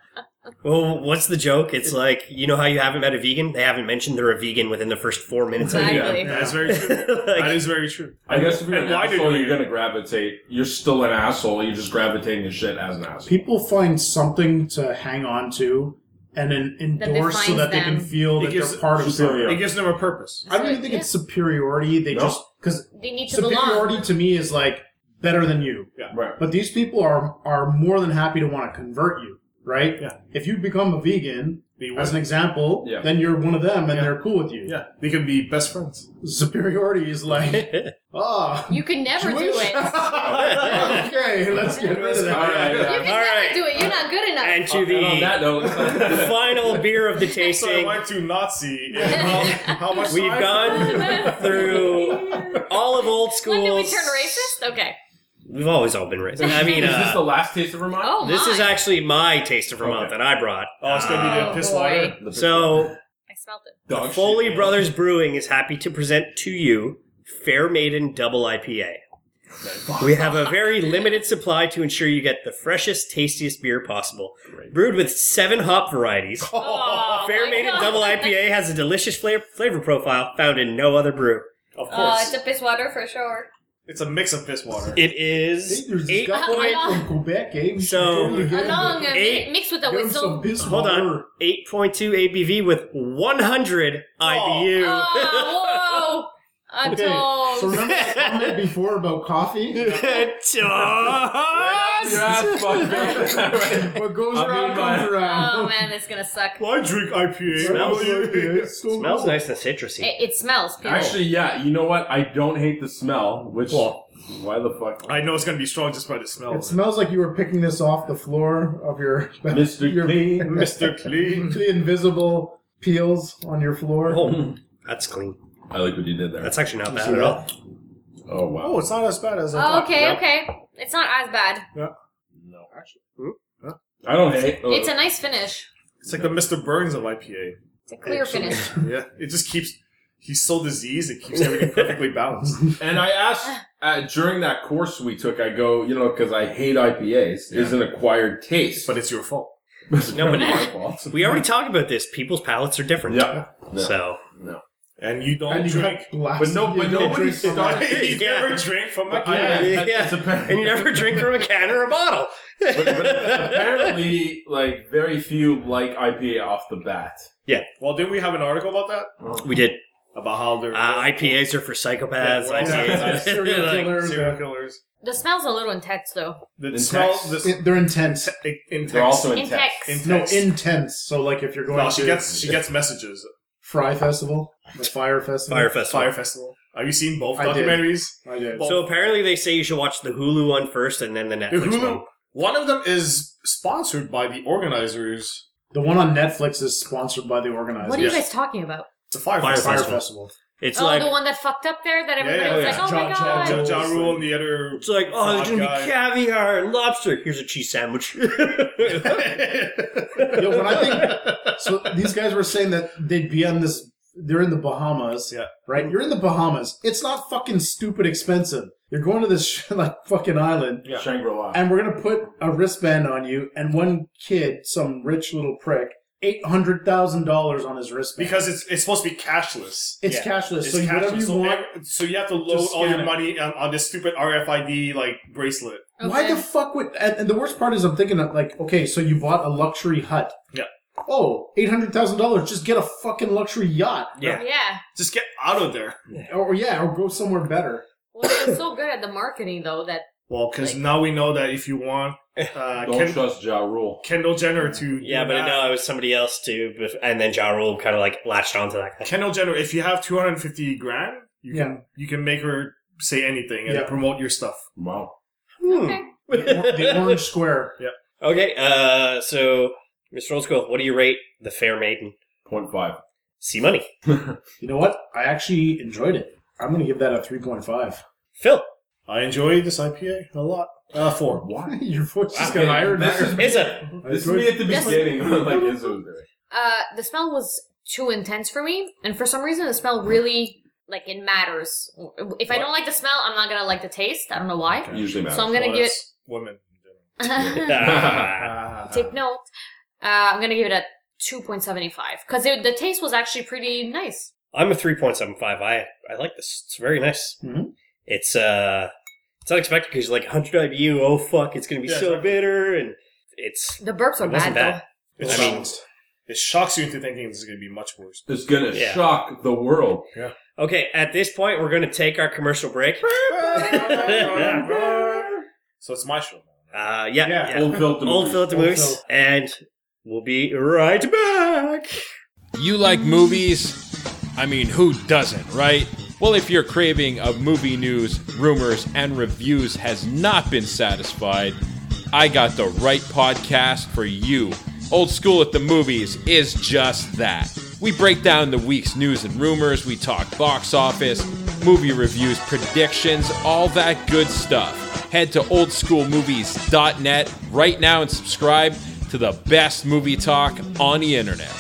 Well, what's the joke? It's like you know how you haven't met a vegan. They haven't mentioned they're a vegan within the first four minutes. of
Exactly.
the
Yeah.
That's very true.
show.
that
like,
is very true.
I guess if you're
And
an
why did
asshole,
we-
you're gonna gravitate. You're still an asshole. You're just gravitating to shit as an asshole.
People find something to hang on to and then endorse so
defines
that they
them.
can feel
It
that
gives
they're part of
superior.
something.
It gives them a purpose.
I don't even think it's superiority. They
No.
just because
they need to
superiority
belong.
to me is like better than you.
Right.
But these people are are more than happy to want to convert you, right?
Yeah.
If you become a vegan,
They
as an example,
Yeah.
then you're one of them and
Yeah.
they're cool with you.
yeah, they can be best friends.
Superiority is like, ah,
You can never do
Jewish?
it. You
okay, let's get rid of
All
that.
right.
can
yeah.
never
right.
do it. You're not good enough.
and to
Oh, And on that
the, the
note,
final beer of the
So I
tasting.
went to Nazi. And how, how much
We've
time-
gone through all of old school.
when did we turn racist? Okay.
We've always all been racist. I mean,
is this the
uh,
last taste of Vermont?
Oh,
this is
my.
actually my taste of Vermont
Okay.
that I brought.
Oh, it's gonna be
Uh,
the piss
Oh, boy.
water.
The
so
I smelled it.
dog Oh, shit
Foley
ale.
Brothers Brewing is happy to present to you Fair Maiden Double IPA. We have a very limited supply to ensure you get the freshest, tastiest beer possible. Brewed with seven hop varieties,
Oh,
Fair
my
Maiden
God.
Double IPA has a delicious flavor, flavor profile found in no other brew.
Of
Uh,
course,
it's a piss water for sure.
it's a mix of piss water.
It is
There's this
eight
guy
point
from Quebec, eh? We should
So-
totally get him
Along
to-
uh,
Eight.
mi- mixed with a
get him some
whistle.
Bismarck.
Hold on. 8.2 ABV with 100 IBU.
Oh, uh, whoa! A
Okay,
dog.
so remember that comment before about coffee?
Toss!
Your ass fucked.
what goes
I'll be
around
mine.
comes around.
oh man, this is gonna suck. It,
Well, I drink IPA.
Smells-
It's so
Smells
good.
nice and citrusy.
it smells. People.
Actually, yeah, you know what? I don't hate the smell, which
Well.
why the fuck
I know it's gonna be strong just by the smell.
It smells like you were picking this off the floor of your
Mr.
your-
Clean.
Mr. Clean.
the invisible peels on your floor.
Oh, that's clean.
I like what you did there.
That's actually not
You see
bad at
that?
all.
oh wow.
Oh, it's not as bad as I
Oh,
thought.
okay,
Yeah.
okay. It's not as bad.
no, actually.
Hmm?
I don't hate. oh,
It's a nice finish.
It's like the Mr. Burns of IPA.
It's a clear finish.
Yeah, it just keeps. He's so diseased. It keeps everything perfectly balanced.
and I asked uh, during that course we took. I go, you know, because I hate IPAs. Is an acquired taste,
But it's your fault.
it's
No, but-
my fault.
We already talked about this. People's palates are different.
Yeah. No.
So,
And you don't
and you
drink.
got blasted.
But no, but
You didn't
nobody
drink from that.
started.
you
Yeah.
never drink from a
Yeah,
can.
that-
Yeah.
that's apparent.
and you never drink from a can or a bottle.
but, but apparently, like very few like IPA off the bat.
Well, didn't we have an article about that?
We did.
About how they're
Uh, IPAs are for psychopaths.
Yeah,
IPAs are
serial
like-
killers.
serial killers.
The smell's a little intense though.
The
In
smell.
text.
This,
It- they're intense.
in, in
They're
text.
also in
Intense.
text.
in
No,
text.
intense. So like if you're going
No,
to
she gets she gets messages.
Fry Festival, the Fire Festival. Oh,
Fire Festival.
Fire Festival. Have you seen both
I did.
documentaries?
I did.
Well,
So apparently they say you should watch the Hulu one first and then the
The
Netflix
Hulu.
one.
One of them is sponsored by the organizers.
The one on Netflix is sponsored by the organizer.
What are you
yes.
guys talking about?
It's a fire,
Fire
festival.
Fire
Festival.
Festival.
It's
oh,
like
the one that fucked up there that everybody
yeah,
was
yeah.
like, "Oh
John-
my
John-
god!"
Ja,
John-
ja Rule and the other.
It's like, oh, there's gonna
Hot guy.
be caviar and lobster. Here's a cheese sandwich.
Yo, when I think so, these guys were saying that they'd be on this. They're in the Bahamas,
Yeah.
right? You're in the Bahamas. It's not fucking stupid expensive. You're going to this sh- like fucking island,
Yeah.
Shangri La.
and we're gonna put a wristband on you. And one kid, some rich little prick, eight hundred thousand dollars on his wristband
because it's it's supposed to be cashless.
it's
yeah,
cashless.
It's
so
cashless.
whatever you
so,
want.
ev- so you have to load all
scan
your
it.
money on, on this stupid RFID like bracelet.
Why
Okay.
the fuck would? And, and the worst part is, I'm thinking of like, okay, so you bought a luxury hut.
Yeah.
Oh, eight hundred thousand dollars. Just get a fucking luxury yacht,
yeah.
Yeah.
Just get out of there.
or, or yeah, or go somewhere better.
Well, they're so good at the marketing though that
Well, because
Like-
now we know that if you want uh,
Don't
Ken-
trust Ja Rule.
Kendall Jenner to
Yeah,
do
but
that.
no, it was somebody else too. bef- And then Ja Rule kind of like latched onto that guy.
Kendall Jenner, if you have 250 grand, you
Yeah.
can you can make her say anything and
Yeah.
promote your stuff.
Wow.
Hmm.
Okay.
the orange square.
Okay, uh, so Mr. Old School, what do you rate The Fair Maiden?
Point five.
See money.
You know what? I actually enjoyed it. I'm going to give that a 3.5.
Phil,
I enjoy this IPA a lot. Uh, four.
Why?
Your voice just
Okay,
got higher and
this
higher.
is a
I
This
enjoyed
would be at the
Yes.
beginning. like, this was there.
Uh, the smell was too intense for me, and for some reason, the smell really like it matters. If I don't like the smell, I'm not gonna like the taste. I don't know why.
Usually matters.
So I'm gonna give
Plus women.
it.
Ah.
take note. Uh, I'm gonna give it a 2.75 because the taste was actually pretty nice.
I'm a three point seven five. I I like this. It's very nice.
Mhm.
It's uh, it's unexpected because like hundred IBU. Oh fuck, it's gonna be
Yeah,
so
exactly.
bitter, and it's
The burps are
it wasn't
bad,
bad.
It
I mean-
shocks. it shocks you into thinking this is gonna be much worse.
It's gonna
Yeah.
shock the world.
Okay, at this point, we're gonna take our commercial break.
so it's my show. now.
Uh, yeah,
Yeah.
yeah.
Old filter.
old filter
Old
moose,
Phil.
and we'll be right back.
You like movies? I mean, who doesn't, right? Well, if your craving of movie news, rumors, and reviews has not been satisfied, I got the right podcast for you. Old School at the Movies is just that. We break down the week's news and rumors, we talk box office, movie reviews, predictions, all that good stuff. Head to oldschoolmovies.net right now and subscribe to the best movie talk on the internet.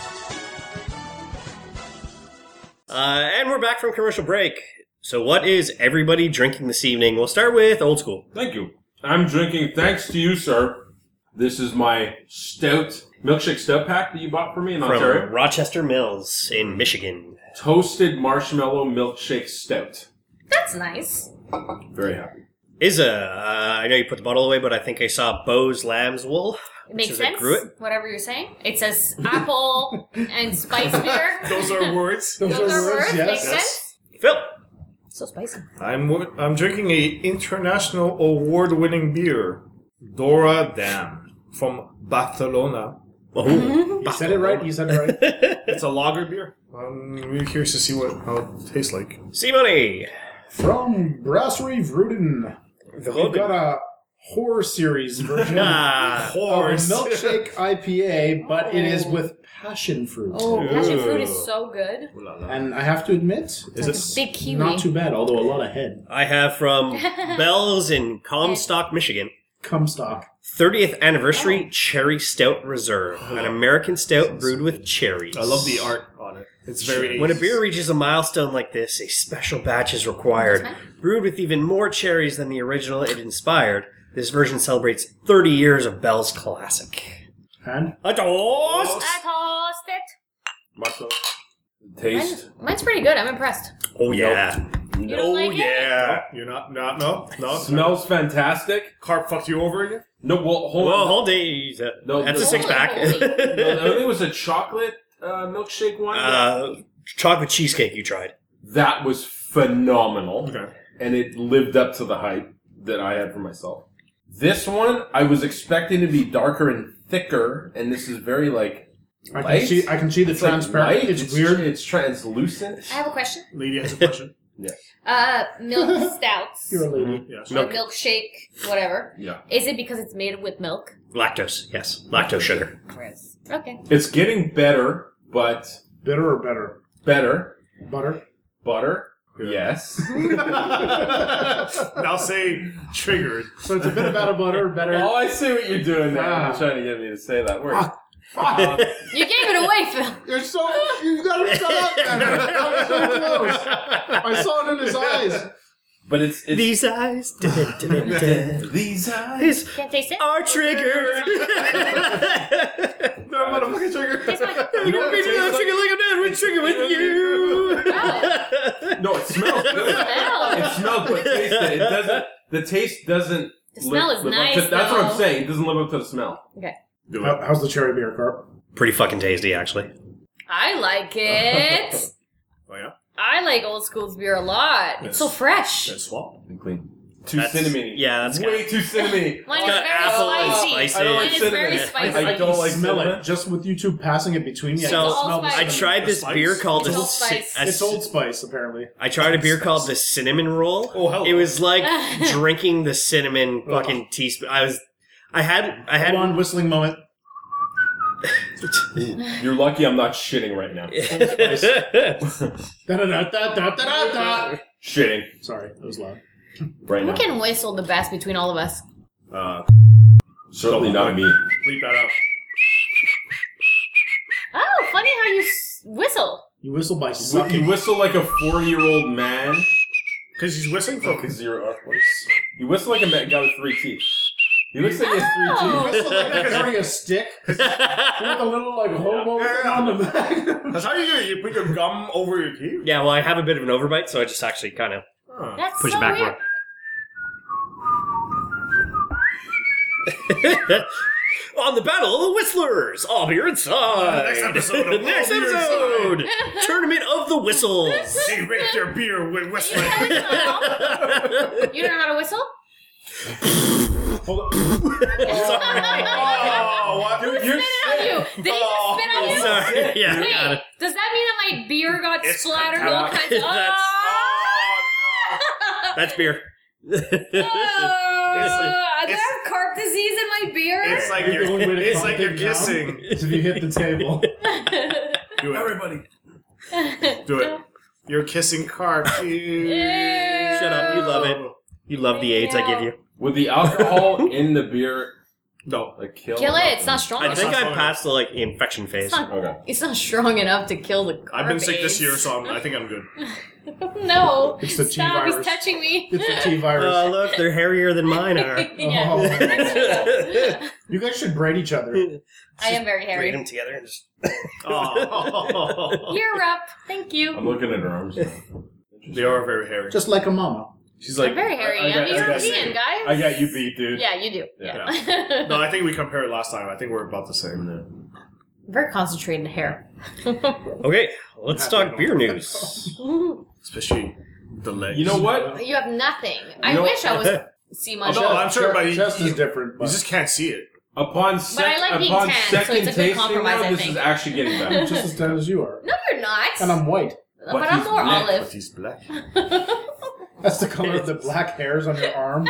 Uh, and we're back from commercial break. So, what is everybody drinking this evening? We'll start with old school.
Thank you. I'm drinking, thanks to you, sir. This is my stout, milkshake stout pack that you bought for me in
From
Ontario.
Rochester Mills
Hmm.
in Michigan.
Toasted marshmallow milkshake stout.
though. That's nice.
Very happy.
Izza, uh, I know you put the bottle away, but I think I saw Bo's Lamb's Wool.
It makes
is a
sense.
gruit?
Whatever you're saying, it says apple and spice beer.
Those are words.
Those are words. Makes sense.
Phil,
So spicy.
I'm wo- I'm drinking a international award-winning beer, Dora Dam from Barcelona.
You said it right. You said it right.
It's a lager beer. I'm really curious to see what how it tastes like.
see money.
From Brasserie Vruden, we've got a horror series
Mm-hmm.
version of
Ah,
a milkshake IPA, but it is with passion fruit.
Oh, passion fruit is so good.
And I have to admit, it's
Big kiwi.
not too bad, although a lot of head.
I have from Bell's in Comstock, Michigan.
Cumstock.
30th anniversary cherry stout reserve, an
Oh.
American stout brewed with cherries.
I love the art on it. It's very
When a beer reaches a milestone like this, a special batch is required. Brewed with even more cherries than the original it inspired, this version celebrates 30 years of Bell's classic.
And
A toast!
I tossed it.
Marshmallow. Taste.
Mine- mine's pretty good. I'm impressed.
Oh, yeah.
You don't like it?
Oh, Yeah.
You're not not no no.
Smells fantastic.
Carp fucked you over again.
No, well, hold
Well,
on.
hold days.
No,
That's a
no.
six pack.
I think it was a chocolate uh, milkshake one.
uh, chocolate cheesecake you tried.
that was phenomenal.
Okay.
and it lived up to the hype that I had for myself. This one I was expecting to be darker and thicker, and this is very like
I can
Light?
see, I can see the
it's like
transparent.
light,
it's, weird.
It's translucent.
I have a question.
Lady has a question.
Uh, milk stouts.
You're a lady.
yeah. sure.
or milkshake, whatever.
Yeah,
Is it because it's made with milk?
Lactose, yes. Lactose sugar.
Gross. Okay.
it's getting better, but
Bitter or better?
better
Butter.
butter. Yes,
Now say triggered.
So it's a bit about a butter, better.
oh, I see what you're doing there.
Ah.
You're trying to get me to say that word. Uh,
Ah. Fuck.
You gave it away, Phil.
You're so you gotta shut up, man. That was so close. I saw it in his eyes.
But it's, it's
These eyes da- da- da- da- da-
these eyes.
is-
Can't taste it.
are triggered.
No motherfucking trigger.
Taste mine.
You don't mean to not trigger like a dad would trigger with you.
Oh,
No, it smells good.
smell.
it smells but taste it. it doesn't. The taste doesn't.
The smell
live-
is
live up to-
nice,
that's what I'm
though.
saying. It doesn't live up to the smell.
Okay.
How, how's the cherry beer, Carp?
Pretty fucking tasty, actually.
I like it.
Oh yeah.
I like old school's beer a lot. It's so fresh.
That's swap.
and clean. Too
That's-
cinnamony.
yeah, that's
way too cinnamony.
Mine
It's
is
got
very
apple and
spicy.
spicy.
I don't
Mine
like
is
cinnamon.
very
I-
spicy.
I don't like
smell
cinnamon.
it just with you two passing it between you. I
So,
can
It's
all
smell the
spice.
I
cinnamon.
tried this
spice?
beer called
It's all
the ci-
spice.
a
It's Old Spice, apparently.
I tried a beer called the cinnamon roll.
Oh, hell
It
no.
was like drinking the cinnamon fucking teaspoon. I was, I had, I had.
Hold on, whistling moment.
You're lucky I'm not shitting right now.
Da da da da da da da.
shitting
Sorry, that was loud.
right
Who
now.
can whistle the best between all of us?
Uh,
Certainly not me.
leave that out.
Oh, funny how you s- whistle.
You whistle by
Wh- You
sucking.
whistle like a 40 year old man.
Because he's whistling for
Fucking zero up voice. You whistle like a man guy with three teeth. He looks like he has three teeth.
You
Oh.
whistle like you're carrying a stick with a little like hobo on the back.
That's how you do it. You put your gum over your teeth.
yeah, well, I have a bit of an overbite, so I just actually kind of
Huh.
That's
push
so
back
weird.
more. On the Battle of the Whistlers, I'll be your inside.
Next episode of
Next
I'll Be Your
episode, Tournament of the Whistles.
You make your beer with
You
whistling.
don't know how to whistle? You don't know how to whistle?
Hold on.
oh, what?
Dude, you're
spit on you. Did he just spit on you?
Sorry, yeah,
Wait,
got it.
does that mean that my beer got
It's
splattered
not-
all kinds of?
That's-
Oh,
That's beer.
Oh, do I
it's-
have carp disease in my beer?
It's like
The only way
you're,
to
it's
calm
like you're
things down
kissing.
is if you hit the table.
Do it. Everybody. Do it. You're kissing car.
Ew.
Shut up, you love it. You love the AIDS I give you.
Oh,
Would the alcohol in the beer
No.
like kill?
Kill it. It's not strong.
I
enough.
think I passed the like infection phase.
It's not,
Okay.
it's not strong enough to kill the carp.
I've been sick this
AIDS.
year, so I'm, I think I'm good.
no.
It's the
Stop, he's
T-virus.
touching me.
It's the T virus.
Oh, look, they're hairier than mine are.
yeah.
Braid
you guys should braid each other.
I am very hairy.
them together and just.
Oh.
You're up. Thank
I'm
you.
looking at her arms. now.
they are very hairy.
Just like a mama.
She's like
I'm very hairy.
I, I
I'm
got, I got-
European, guys.
I got you beat, dude.
Yeah, you do.
Yeah.
Yeah.
No, I think we compared last time. I think we're about the same.
Very concentrated hair.
Okay, let's talk beer news.
Especially the legs.
You know what?
You have nothing. I
You know-
wish I was see much.
No, I'm sure, but you,
Chest
you,
is different.
you
But
just can't see it.
Upon, sec-
like being
upon
tan, so it's
second
a good
tasting,
compromise,
now,
I
this
think.
is actually getting better.
just as tan as you are,
No, you're not.
and I'm white.
but,
But
I'm
he's
more
black,
olive.
he's black.
That's the color of the black hairs on your arm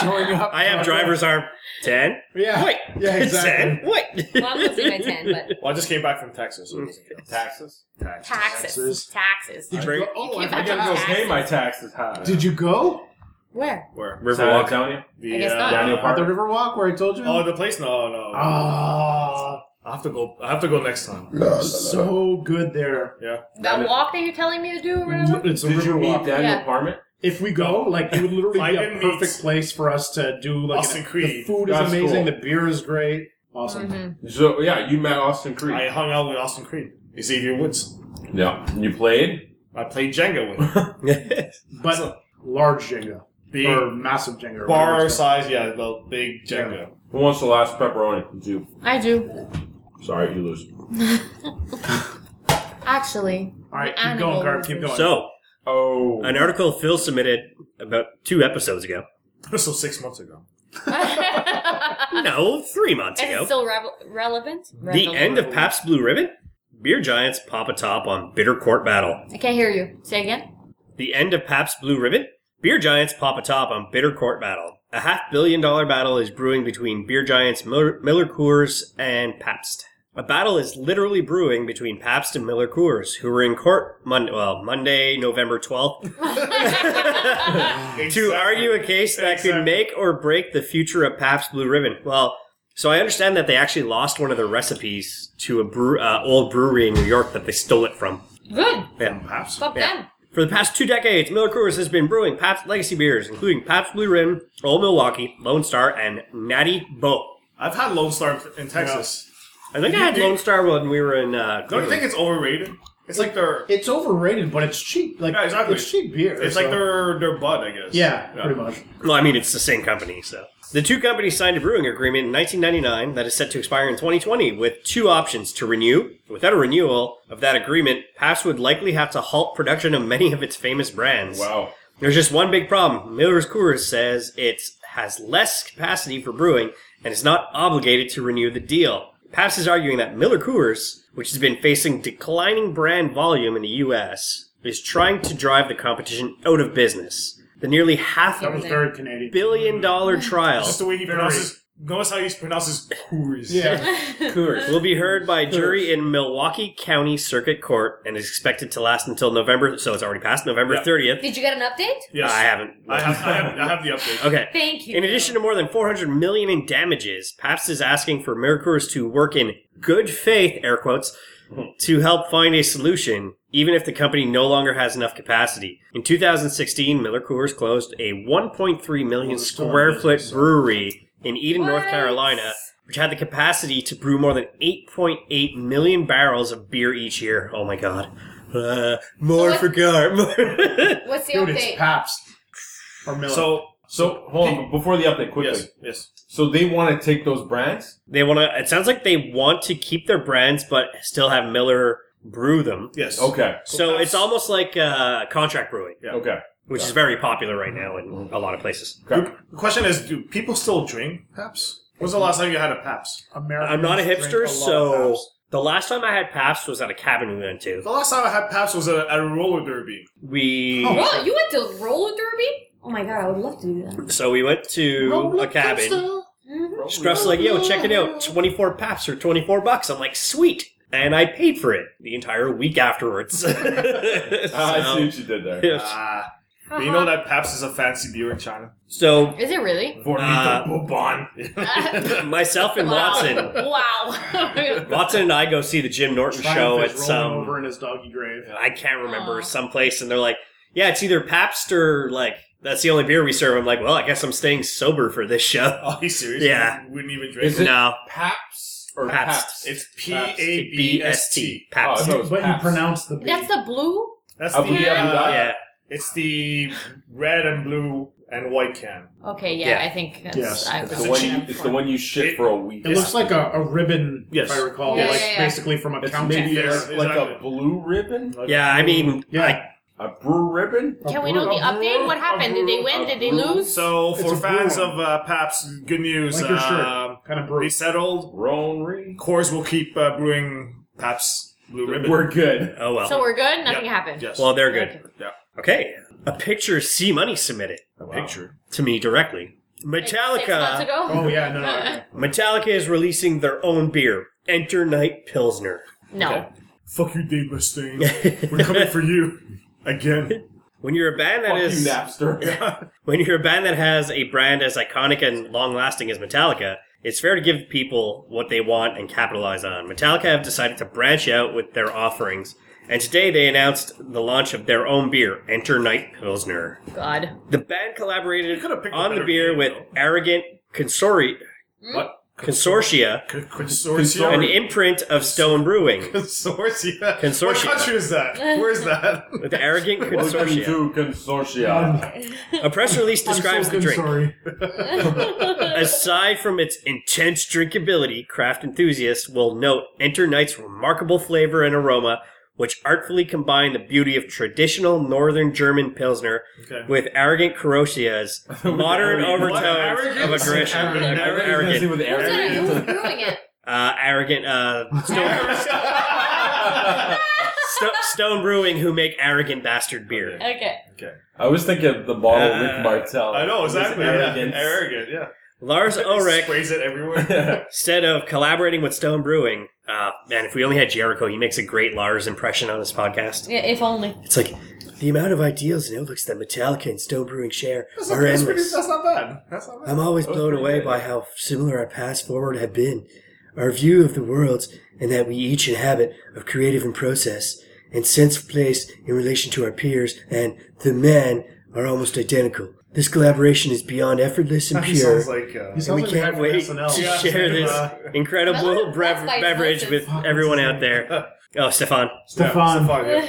showing up.
I have driver's arm 10.
Yeah.
Wait.
Yeah, exactly.
10. Wait.
well, I'm losing my tan, but
Well, I just came back from Texas. So it doesn't count.
taxes.
Tax.
taxes. Taxes.
Did you
Drink.
go? Oh,
You
I
can't-
I
forgot.
gotta go pay my taxes. Hi.
Did you go?
Where?
Where?
Riverwalk.
County?
The,
I guess not.
Daniel
At
Park.
the Riverwalk where I told you?
Oh, the place? No, no.
Ah,
I have to go. I have to go next time.
so good there.
Yeah.
That walk that you're telling me to do or whatever?
It's a
Did you meet
Riverwalk.
Daniel
Yeah.
Parment?
If we go, like, it would literally
I
be a
didn't
perfect
meet-
place for us to do. Like,
Austin
an- the
Creed.
food is
That's
amazing.
cool.
The beer is great. Awesome.
Mhm.
So yeah, you met Austin Creed.
I hung out with Austin Creed, Xavier Woods.
yeah, you played.
I played Jenga with him.
But large Jenga
Big
or massive Jenga. or whatever
bar
it's
size, yeah, the big Jenga.
Who wants the last pepperoni? It's You.
I do.
Sorry, you lose.
Actually.
called. All right,
The
keep going,
animal
Garb. Keep going.
So,
Oh,
an article Phil submitted about two episodes ago.
so six months ago.
Is
No, three months
it
ago.
still revel- relevant?
The
Relevant.
end of Pabst Blue Ribbon? Beer giants pop a top on bitter court battle.
I can't hear you. Say again.
The end of Pabst Blue Ribbon? Beer giants pop a top on bitter court battle. A half billion dollar battle is brewing between beer giants Miller, Miller Coors and Pabst. A battle is literally brewing between Pabst and Miller Coors, who were in court Mon- well, Monday, November 12th, to argue a case that could make or break the future of Pabst Blue Ribbon. Well, so I understand that they actually lost one of their recipes to a brew- uh, old brewery in New York that they stole it from.
Good.
Yeah.
Perhaps.
Fuck
Yeah.
them.
For the past two decades, Miller Coors has been brewing Pabst legacy beers, including Pabst Blue Ribbon, Old Milwaukee, Lone Star, and Natty Bo.
I've had Lone Star in Texas.
I think I had
You-
Lone Star when we were in. Uh,
Don't you think it's overrated? It's like their,
It's overrated, but it's cheap. Like
Yeah, exactly.
it's cheap beer.
it's
so-
like their their bud, I guess.
yeah, pretty much.
well, I mean, it's the same company, so. The two companies signed a brewing agreement in 1999 that is set to expire in 2020 with two options to renew. Without a renewal of that agreement, Pabst would likely have to halt production of many of its famous brands.
wow.
There's just one big problem. Miller's Coors says it has less capacity for brewing and is not obligated to renew the deal. Pabst is arguing that Miller Coors, which has been facing declining brand volume in the U.S., is trying to drive the competition out of business. The nearly half
That
a
was
Very Canadian.
billion dollar trial
Just the way he pronounces. Notice how he pronounces Coors.
Yeah.
will be heard by jury in Milwaukee County Circuit Court and is expected to last until November. So it's already past November
Yeah.
30th.
Did you get an update?
Yes.
I haven't.
I have, I have. I have the update.
Okay.
Thank you.
In addition to more than 400 million in damages, Pabst is asking for Mercours to work in good faith, air quotes, to help find a solution, even if the company no longer has enough capacity. In 2016, Miller Coors closed a 1.3 million square foot brewery in Eden, North
What?
Carolina, which had the capacity to brew more than 8.8 million barrels of beer each year. Oh my god. Uh, more
what-
for Gar.
What's the
Dude,
update?
it's Pabst. Or Miller.
So
So hold on before the update quickly.
yes, yes.
So they want to take those brands.
They want to. It sounds like they want to keep their brands, but still have Miller brew them.
Yes.
Okay.
So it's almost like uh, contract brewing,
Yeah.
Okay.
which is very popular right now in a lot of places.
Okay.
The question is, do people still drink Paps? When's the last time you had a Paps?
Americans
I'm not a
drink
hipster,
lot of
so
Pabst.
the last time I had Pabst was at a cabin we went to.
The last time I had Paps was at a, at a roller derby.
We
Well, you went to roller derby? Oh my god, I would love to do that.
so we went to a cabin.
Mhm.
Scruff's like, yo, check it out. 24 Pabst or 24 bucks. I'm like, sweet. And I paid for it the entire week afterwards.
Ah, I see
so,
what you did there.
Ah, but you know that Paps is a fancy beer in China.
so
Is it really?
For
Uh,
me, the Bourbon.
myself and
Wow.
Watson
Wow.
Watson and I go see the Jim Norton
Triumph
show um,
is
at
rolling
some
over in his doggy grave.
I can't remember
Aw.
someplace, and they're like, "Yeah, it's either Pabst or like that's the only beer we serve." I'm like, "Well, I guess I'm staying sober for this show."
Are you serious?
Yeah.
You wouldn't even drink
Is
it.
it-
no,
Paps or
Pabst.
Paps?
It's P A B S T.
Oh, I
Pabst.
thought it was
But you
Pabst.
pronounce the B.
That's the blue?
That's
Abu
the
Dhabi
uh,
Dye?
yeah,
It's the red and blue and white can.
Okay, yeah,
Yeah.
I think that's.
Yes.
I
It's
was
the one. You,
thinking
it's
of
the one you shit for a week.
it looks like a, a ribbon,
Yes.
if I recall,
Yeah,
like
yeah, yeah.
basically from a
It's
county
maybe
fair.
a, like a blue ribbon,
yeah. I mean, I,
Yeah.
a brew ribbon.
Can we know the update? What happened? Did they win? Did they lose?
So
It's
for
a
fans
brew.
of uh, Paps, good news.
Like your shirt.
um,
kind of
we
brew.
settled.
Ronery.
Coors will keep uh, brewing Paps Blue Ribbon.
We're good.
oh well.
so we're good? Nothing
Yep.
happened?
Yes.
well, they're good.
Okay.
Okay, a picture C Money submitted
A picture.
to me directly.
Like Six months
Metallica.
ago?
Oh yeah, no, no, no.
Metallica is releasing their own beer, Enter Night Pilsner.
No.
Fuck you, Dave Mustaine. We're coming for you again.
When you're a band that
Fuck
is
you, Napster.
when you're a band that has a brand as iconic and long lasting as Metallica, it's fair to give people what they want and capitalize on. Metallica have decided to branch out with their offerings, and today they announced the launch of their own beer, Enter Night Pilsner.
God.
The band collaborated
could've picked a
on the
better
beer
name,
with
though. Hmm?
Arrogant Consori-
What?
Consortia, an
Consortium.
imprint of Stone Brewing.
Consortia. What
Consortia.
country is that? Where is that?
With Arrogant
Welcome
Consortia.
to Consortia.
A press release describes
I'm so
the
good,
drink.
Sorry.
Aside from its intense drinkability, craft enthusiasts will note Enter Night's remarkable flavor and aroma, which artfully combine the beauty of traditional northern German Pilsner
Okay.
with arrogant Carosia's modern
arrogant-
overtones of aggression.
Arrogant.
Arrogant.
With
Who's in it? Who's
arrogant.
brewing it?
Uh, arrogant. Uh, Stone, Sto- Stone Brewing, who make arrogant bastard beer.
Okay.
I was thinking of the bottle Rick
Uh,
Martel.
I know,
It was
exactly.
arrogance.
Arrogant. Yeah. Arrogant, yeah.
Lars Ulrich
Sprays it everywhere.
said of collaborating with Stone Brewing, uh, man, if we only had Jericho, he makes a great Lars impression on this podcast.
Yeah, if only.
It's like the amount of ideals and outlooks that Metallica and Stone Brewing share
That's not-
are
that's pretty-
endless.
that's not bad. That's not bad.
I'm always blown
pretty
away
good.
by how similar our paths forward have been, our view of the world, and that we each inhabit of creative and process, and sense of place in relation to our peers and the men are almost identical. This collaboration is beyond effortless and
He
pure.
sounds like uh,
He
and
sounds
we
like
can't
a guy
wait
from
to
SNL. Yeah,
share
same,
this
uh,
incredible
That's
brev-
like
beverage with
delicious.
Fuck,
everyone
what's his
out there. Oh, Stefan.
Stefan.
Stefan, yeah.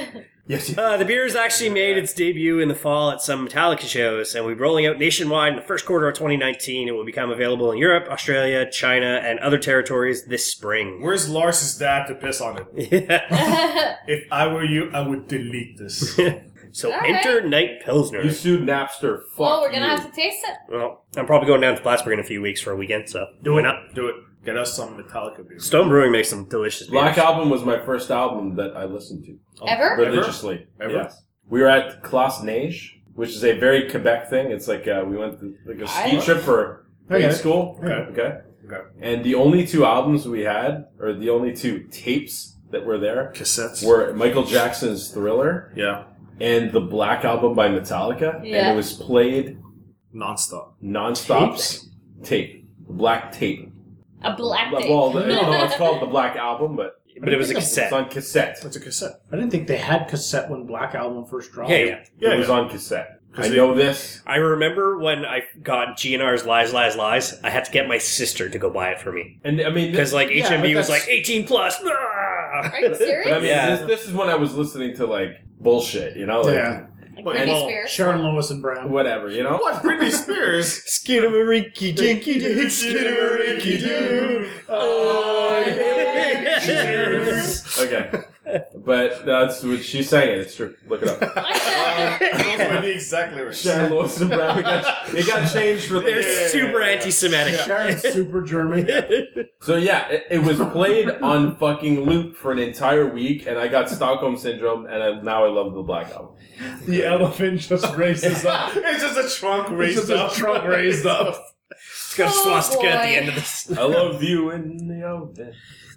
Yes,
Uh, the beer has actually made its debut in the fall at some Metallica shows, and we're rolling out nationwide in the first quarter of 2019. It will become available in Europe, Australia, China, and other territories this spring.
Where's Lars's dad to piss on it?
Yeah.
If I were you, I would delete this.
So
All right.
enter Night Pilsner.
You sued Napster. Fuck
well, we're gonna
you.
have to taste it.
Well, I'm probably going down to Plattsburgh in a few weeks for a weekend, so doing up.
Do it. Get us some Metallica beer.
Stone Brewing makes some delicious beers.
Black Album was my first album that I listened to
Ever?
religiously.
Ever?
Yes. We were at Class Neige, which is a very Quebec thing. It's like uh, we went to, like a ski
I-
trip for grade
Okay.
school.
Okay.
Okay.
Okay.
And the only two albums we had, or the only two tapes that were there,
Cassettes.
were Michael Jackson's Thriller
Yeah.
and the Black Album by Metallica, and
Yeah.
it was played
Nonstop.
nonstop. Tape, black tape.
A black date.
Well, the- no, no, it's called the Black Album, but
but it was a
it's
cassette.
on cassette.
That's a cassette.
I didn't think they had cassette when Black Album first dropped.
Yeah, yeah.
Yeah.
it was
yeah.
on cassette. I know this.
I remember when I got GNR's Lies, Lies, Lies, I had to get my sister to go buy it for me.
And I mean,
Because,
this,
like,
Yeah,
HMV
but
was
that's-
like, 18 plus! Are
Are you
but I
serious?
mean,
Yeah.
this, this is when I was listening to like bullshit, you know, like
Yeah.
Like
Well,
Britney
well,
Spears?
Sharon Lewis and Brown.
whatever, you know.
What? Britney Spears?
Skidamarinky dinky doo,
skidamarinky doo.
Oh,
Okay, but that's what she's saying. It's true. Look it up.
Those were the exact lyrics.
Sharon Lewis and Brown. It got, it got changed for
They're
the.
super anti-Semitic.
Sharon's super German.
So yeah, it, it was played on fucking loop for an entire week, and I got Stockholm syndrome, and I, now I love the Black Album.
the elephant just raises up.
It's just a trunk raised
just a
up.
trunk raised up.
It's got a
Oh,
swastika at the
boy.
end of this.
I love you in the oven.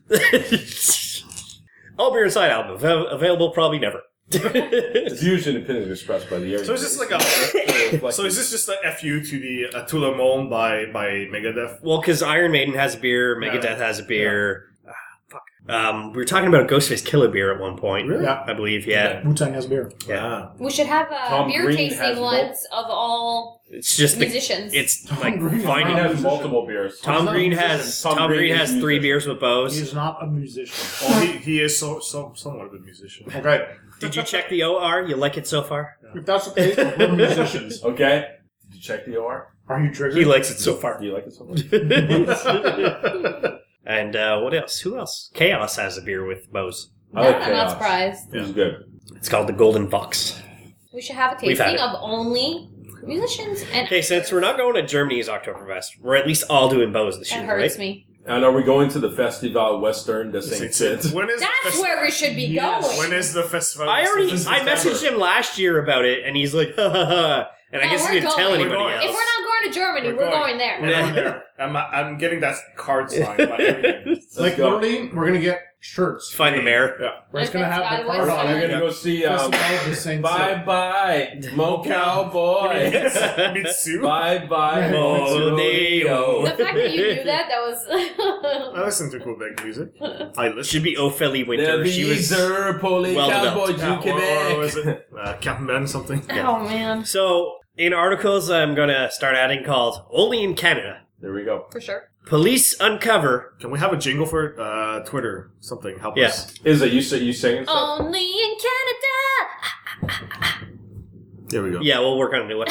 All Beer Inside album. Av- available probably never.
It's usually an opinion expressed by the area.
So is this like a? So is this just a fu to the uh, to the moon by by Megadeth?
well, because Iron Maiden has a beer, Megadeth
Yeah.
has a beer. Ah, fuck. Um, we were talking about a Ghostface Killer beer at one point.
Really?
Yeah.
I believe, yeah.
Wu Tang has beer.
Yeah.
We should have a
Tom
beer
Green has
tasting
both.
once of all
It's just the,
musicians.
it's
Tom
like
Green.
He
finding
Wow.
out.
has multiple beers.
Tom
He's not a
Green
musician.
has
Tom
Tom,
Green
Green
is
has
a
three
musician.
beers with bows.
He is not a musician.
Oh, he, he is so, so somewhat of a musician. Okay.
Did you check the OR? You like it so far?
If that's the case, we're musicians.
Okay. Did you check the OR?
Are you triggered?
He likes it so far.
Do you like it so much?
and uh, what else? Who else? Chaos has a beer with bows.
I like
I'm not
chaos.
surprised.
It was good.
It's called the Golden Fox.
We should have a
We've had
tasting
it.
of only musicians and
Okay, since we're not going to Germany's Oktoberfest, we're at least all doing bows this
That
year, right?
hurts me.
And are we going to the Festival Western de Saint Sid?
When is the
That's
fest-
where we should be
Yes.
going.
When is the festival?
I already
This is
I
December.
messaged him last year about it, and he's like, ha ha ha. And I
No,
guess he
we're
didn't tell
going.
anybody
We're
else.
if we're not going to Germany,
We're
we're,
going.
going. there.
We're going there. I'm, I'm getting that card signed by everything.
like
go.
literally, we're gonna get shirts.
Find the mayor.
We're just
Like
gonna have the
that's
card
why I
on
was
We're
it.
gonna go see um,
Festival of the Saints.
Bye Bye Mo Cowboy.
Mitsu.
bye Bye
Oh,
Mo
Deo.
The fact that you knew that, that
I
was.
listen to Quebec music. I listen.
Should be Ophelia Winter.
The
She was.
Beezer Police
well
Cowboy
developed.
du
or, or
Québec.
was it uh, Captain Ben something?
oh man,
So in articles, I'm gonna start adding called only in Canada.
There we go.
for sure.
Police uncover.
Can we have a jingle for uh, Twitter? Something help us.
Is it you? Say you singing? stuff?
Only in Canada.
There we go.
Yeah, we'll work on a new one.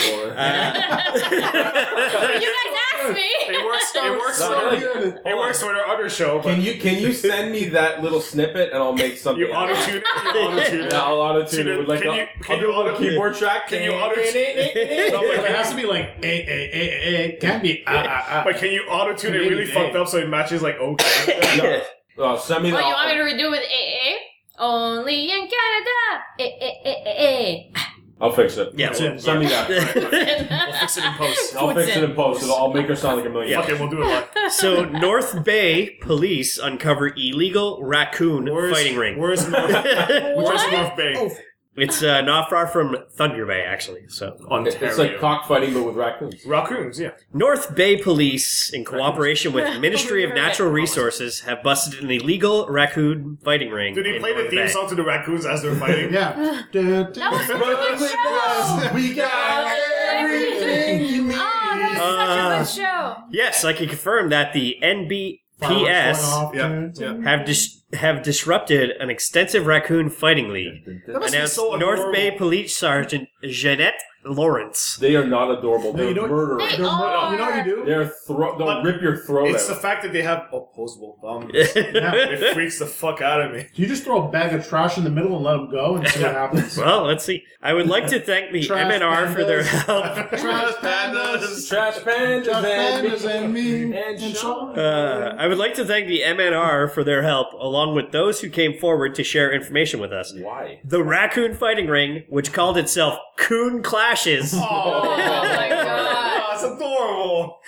Uh,
You guys asked me.
It works. It works.
No,
for-
really.
it works for their other show. But
Can you can you send me that little snippet and I'll make something.
You auto tune it. You auto tune it.
Yeah, I'll auto tune it with like
Can
a,
you- can
I'll do
you
a little
auto-
keyboard track.
can you auto-
No,
It
wait,
has to be like a a a a. It can't be ah ah ah.
Uh, But can you auto tune it
Maybe
really
they-
fucked up so it matches like okay?
no. Oh, send me
What
the.
do you want me to redo with AA? Only in Canada. Eh, eh, eh, eh,
I'll fix it.
yeah, we'll-
Send me that.
eh.
we'll fix it in post.
I'll
Puts
fix it in post. It'll, I'll make her sound like a million.
Yeah.
okay, we'll do it. Live.
So North Bay police uncover illegal raccoon fighting ring.
Where's North, where's
What?
North Bay?
It's uh, not far from Thunder Bay, actually. So
Ontario.
It's like cockfighting but with raccoons.
raccoons. Yeah.
North Bay Police, in cooperation with Ministry of Natural Resources, have busted an illegal raccoon fighting ring.
Did he
in
play the
North
theme
Bay.
song to the raccoons as they're fighting?
Yeah. Da- da-
was-
We got
everything
you
Oh, that was
Uh,
such a good show.
Yes, I can confirm that the
fireworks going
NBPS
off.
Yeah, yeah.
have dis- have disrupted an extensive raccoon fighting league.
That must be
Announced
so
North
adorable.
Bay Police Sergeant Jeanette Lawrence.
They are not adorable. They're
you know-
murderers.
They
They're mur- You know what you do?
They're thro- they'll
But
rip your throat
It's the
out.
fact that they have opposable thumbs. it freaks the fuck out of me.
You just throw a bag of trash in the middle and let them go and see what happens.
Well, let's see. I would like to thank the
Trash
MNR for their
pandas.
help.
Trash pandas.
Trash pandas
Trash
and me.
pandas and me
and
and
Sean.
Sean.
Uh, I would like to thank the MNR for their help, along with those who came forward to share information with us.
Why?
The Raccoon Fighting Ring, which called itself Coon Clashes,
Oh my god.
That's adorable.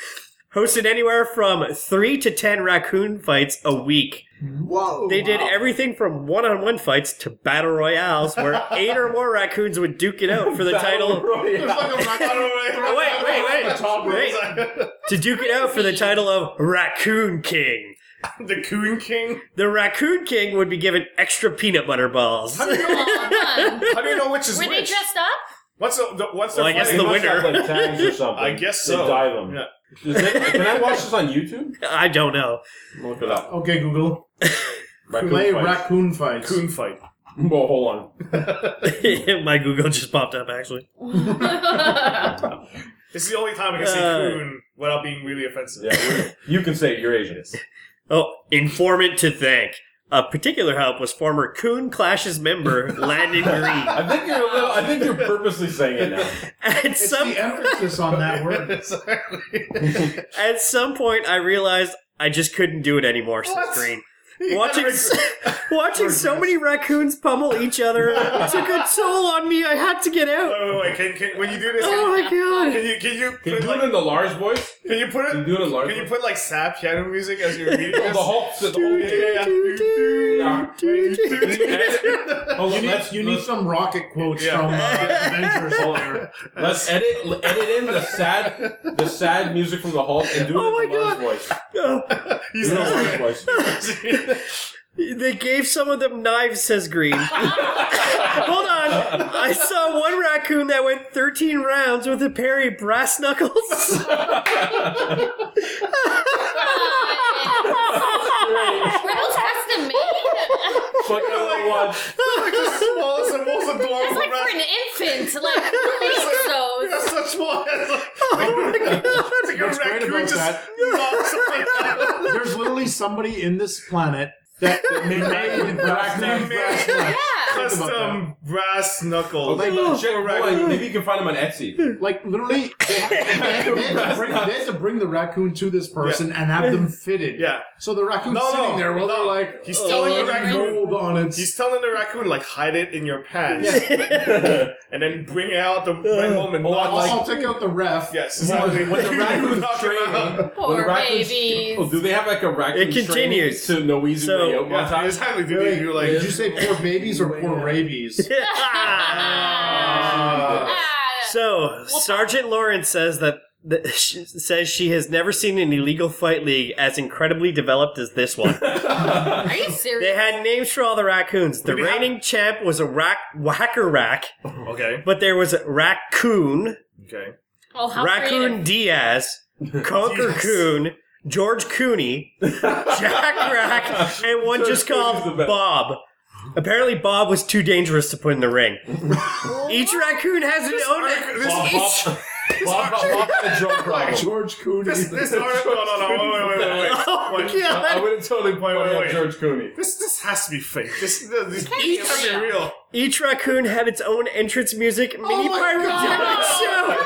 hosted anywhere from three to ten raccoon fights a week.
Whoa!
They did everything from one-on-one fights to battle royales, where eight or more raccoons would duke it out for the title. Oh, wait, wait, wait. To duke it out for the title of Raccoon King.
the Coon King.
The Raccoon King would be given extra peanut butter balls.
Come on.
How do you know which is
Were they
which?
dressed up?
What's the, the what's their
Well, I guess
fighting-
the
They must
winner.
have, like, tags or something.
I guess
They
so.
dye them.
Yeah.
Is it- can I watch this on YouTube?
I don't know.
Look it up.
Okay, Google.
Raccoon
Play
fights.
raccoon fights.
Coon fight.
Well, hold on.
My Google just popped up actually.
Oh,
This is the only time I can say
Uh.
coon without being really offensive.
Yeah, we're- you can say it. You're Asian.
Oh, informant to thank. A particular help was former Coon Clashes member Landon Green.
I think you're. A little, I think you're purposely saying it now.
At
It's
some
the emphasis on that word.
Exactly.
at some point, I realized I just couldn't do it anymore. Says
What?
Green.
You
Watching
gotta
s- watching so many raccoons pummel each other took a toll on me. I had to get out.
Wait, wait, wait. Can, can, when you do this,
Oh my god.
can you can you
Can you
put
do it
like,
in the Lars voice?
can you put
Can you
it
do it in Lars?
can you
voice?
put like sad piano music as you're reading
Oh,
this?
the Hulk? The
Yeah,
Hulk.
yeah, yeah.
Hold on,
You need,
let's,
you need some rocket quotes
Yeah.
from uh, Avengers there.
Let's edit edit in the sad the sad music from the Hulk and do it
Oh
in
my
the Lars voice. Do
Oh,
it in the Lars voice.
they gave some of them knives. Says Green. Hold on. I saw one raccoon that went 13 rounds with a pair of brass knuckles.
Were those custom made?
Fuck, I wanna watch.
like the smallest and most
It's
adorable
like for
rat.
an infant. Like, who makes those?
That's so small. It's like, it's like a
Oh What's great
raccoon
about
just
that-
knocks something out.
There's literally somebody in this planet that made
Made
raccoon
brass
brass Think
Yeah.
about
Custom brass knuckles.
Like,
Check, hold on, maybe you can find him on Etsy.
Like literally, they had, they, had to bring, they had to bring the raccoon to this person and have them fitted.
Yeah.
So the raccoon's
No,
sitting
no,
there while they're
no.
like,
He's
"Oh,
telling
the
it's
raccoon-
gold on it.
He's telling the raccoon like hide it in your pants, and then bring it out the bring home and knock.
I'll, I'll take out the ref.
yes,
When
exactly.
the raccoon's
Knock him out.
training, when the
Poor
raccoon's-
babies.
Oh, do they have like a raccoon?
It continues.
training to no easy
So-
way out
Yeah,
montage.
exactly. Dude,
Wait,
you're like,
did you say poor babies or poor rabies?
Ah.
Ah.
so Sergeant Lawrence says that, that she says she has never seen an illegal fight league as incredibly developed as this one.
Are you
they
serious?
had names for all the raccoons. The
Did they have-
reigning champ was a rack whacker rack,
okay,
but there was raccoon,
okay.
Oh, how
raccoon
creative.
Diaz, conker coon. George Cooney, Jack Rack, and one
George
just
Cooney's the
called
best.
Bob. Apparently, Bob was too dangerous to put in the ring. Each raccoon has an own.
This,
Bob, Bob, Bob, Bob, had a drug problem.
George Cooney.
this, this article. No, no, no. Wait, wait, wait, wait.
Oh,
Wait,
God.
I would have totally played
Wait, wait,
with
wait.
George Cooney.
This this has to be fake. This this, this
can't
can't
be
be
real.
real.
Each raccoon had its own entrance music,
Oh
mini pyrotechnic show,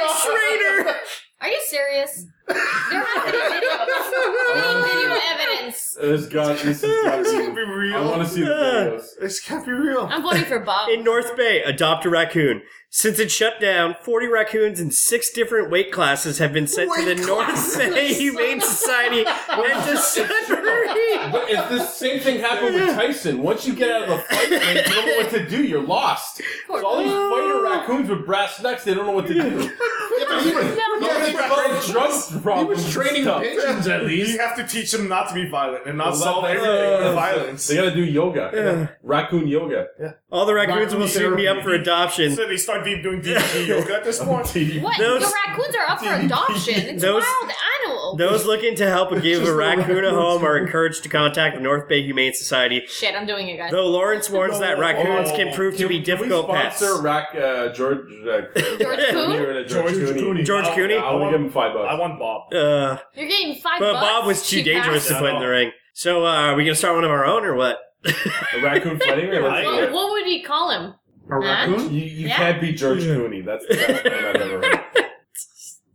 and trainer.
Are you serious? There has to be video, video evidence.
This got this is
This
gotta
can't
be-
be real.
I want to see the videos.
This can't be real.
I'm voting for Bob.
In North Bay, adopt a raccoon. Since it shut down, 40 raccoons in six different weight classes have been sent to the North Bay Humane Society and to Sudbury.
But if this same thing happened with Tyson, once you get out of the fight, man, you don't know what to do. You're lost. So all these fighter raccoons with brass necks, they don't know what to do.
Yeah, but he,
No,
yeah,
think about drug
He
problems.
was training
stuff.
pigeons at
You
least.
have to teach them not to be violent and not
Let
solve
them-
everything with
Uh,
violence.
They gotta do yoga.
Yeah.
Raccoon yoga.
All the raccoons
Raccoon
will soon be
therapy.
up for adoption.
So they start deep doing DDT yoga at this point.
What?
Those-
the raccoons are up for adoption. It's
Those-
wild animals.
Those looking to help give
Just
a
the
raccoon a
raccoons.
home are encouraged to contact the North Bay Humane Society.
Shit, I'm doing it, guys.
Though Lawrence warns that raccoons
Oh.
can prove to
Can
be
we
difficult pets.
Sponsor rac- uh, George. Uh,
George Coon?
George,
George
Cooney.
Cooney.
George
I-
Cooney?
I want to give him five bucks.
Uh, I want Bob.
Uh,
You're getting five
but
bucks.
Bob was too
cheap
dangerous
ass.
to put in the ring. So uh, are we gonna start one of our own or what?
a raccoon fighting ring. Let's do
Well,
it.
what would he call him?
A raccoon?
You, you
Yeah.
can't beat George Cooney. That's the best name I've ever heard.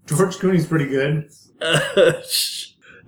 George Cooney's pretty good.
Uh,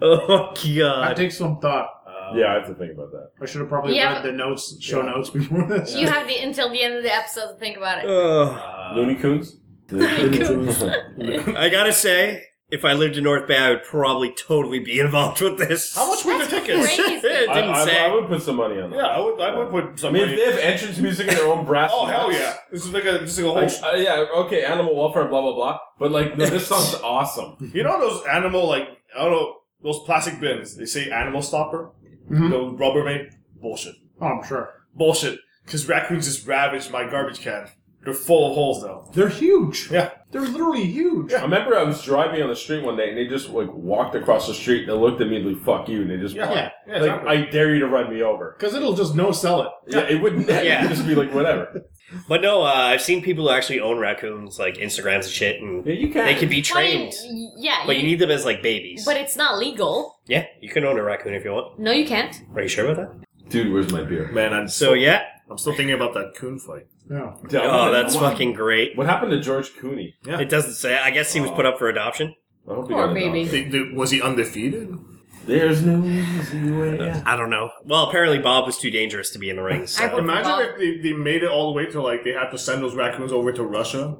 oh
That
god!
takes some thought. Uh,
Yeah, I have to think about that.
I should have probably
Yeah,
read
but-
the notes, show
Yeah.
notes before this.
You have the, until the end of the episode to think about it.
Oh.
Looney Coons?
I gotta say, if I lived in North Bay, I would probably totally be involved with this.
How much were the tickets?
Crazy.
it didn't
I, I,
say.
I would put some money on that.
Yeah, I would, I would put
I
some
mean,
money.
if they have entrance music in their own brass.
oh, hell
bands,
yeah. This is like a, this is like a whole.
Like, uh, yeah, okay, animal welfare, blah blah blah. But like, no, this sounds awesome.
You know those animal, like, I don't know, those plastic bins. They say animal stopper.
Mm-hmm.
Mhm.
The Rubbermaid. Bullshit.
Oh, I'm sure.
Bullshit. Because raccoons just ravaged my garbage can. They're full of holes, though.
They're huge.
Yeah.
They're literally huge.
I remember I was driving on the street one day, and they just like walked across the street. and They looked at me like, "Fuck you," and they just
Yeah.
walked.
Yeah.
Yeah,
Like, I dare you to run me over.
Because it'll just no sell it.
Yeah, it wouldn't.
Yeah.
It'd just be like whatever.
But no, uh, I've seen people who actually own raccoons, like Instagrams and shit, and
Yeah, you can.
they can be
Well, I mean,
trained.
yeah,
But you need them as like babies.
but it's not legal.
yeah, you can own a raccoon if you want.
No, you can't.
Are you sure about
Dude, where's my beer?
Man, I'm
that? So yeah.
I'm still thinking about that coon fight.
Yeah.
Oh, that's fucking great.
What happened to George Cooney?
It doesn't say. I guess he was put up for adoption.
I hope he
Poor
got adopted.
baby.
They- they- was he undefeated?
There's no easy way. out.
I don't know. Well, apparently Bob was too dangerous to be in the ring. So.
I would-
Imagine
Bob.
if they, they made it all the way to like they had to send those raccoons over to Russia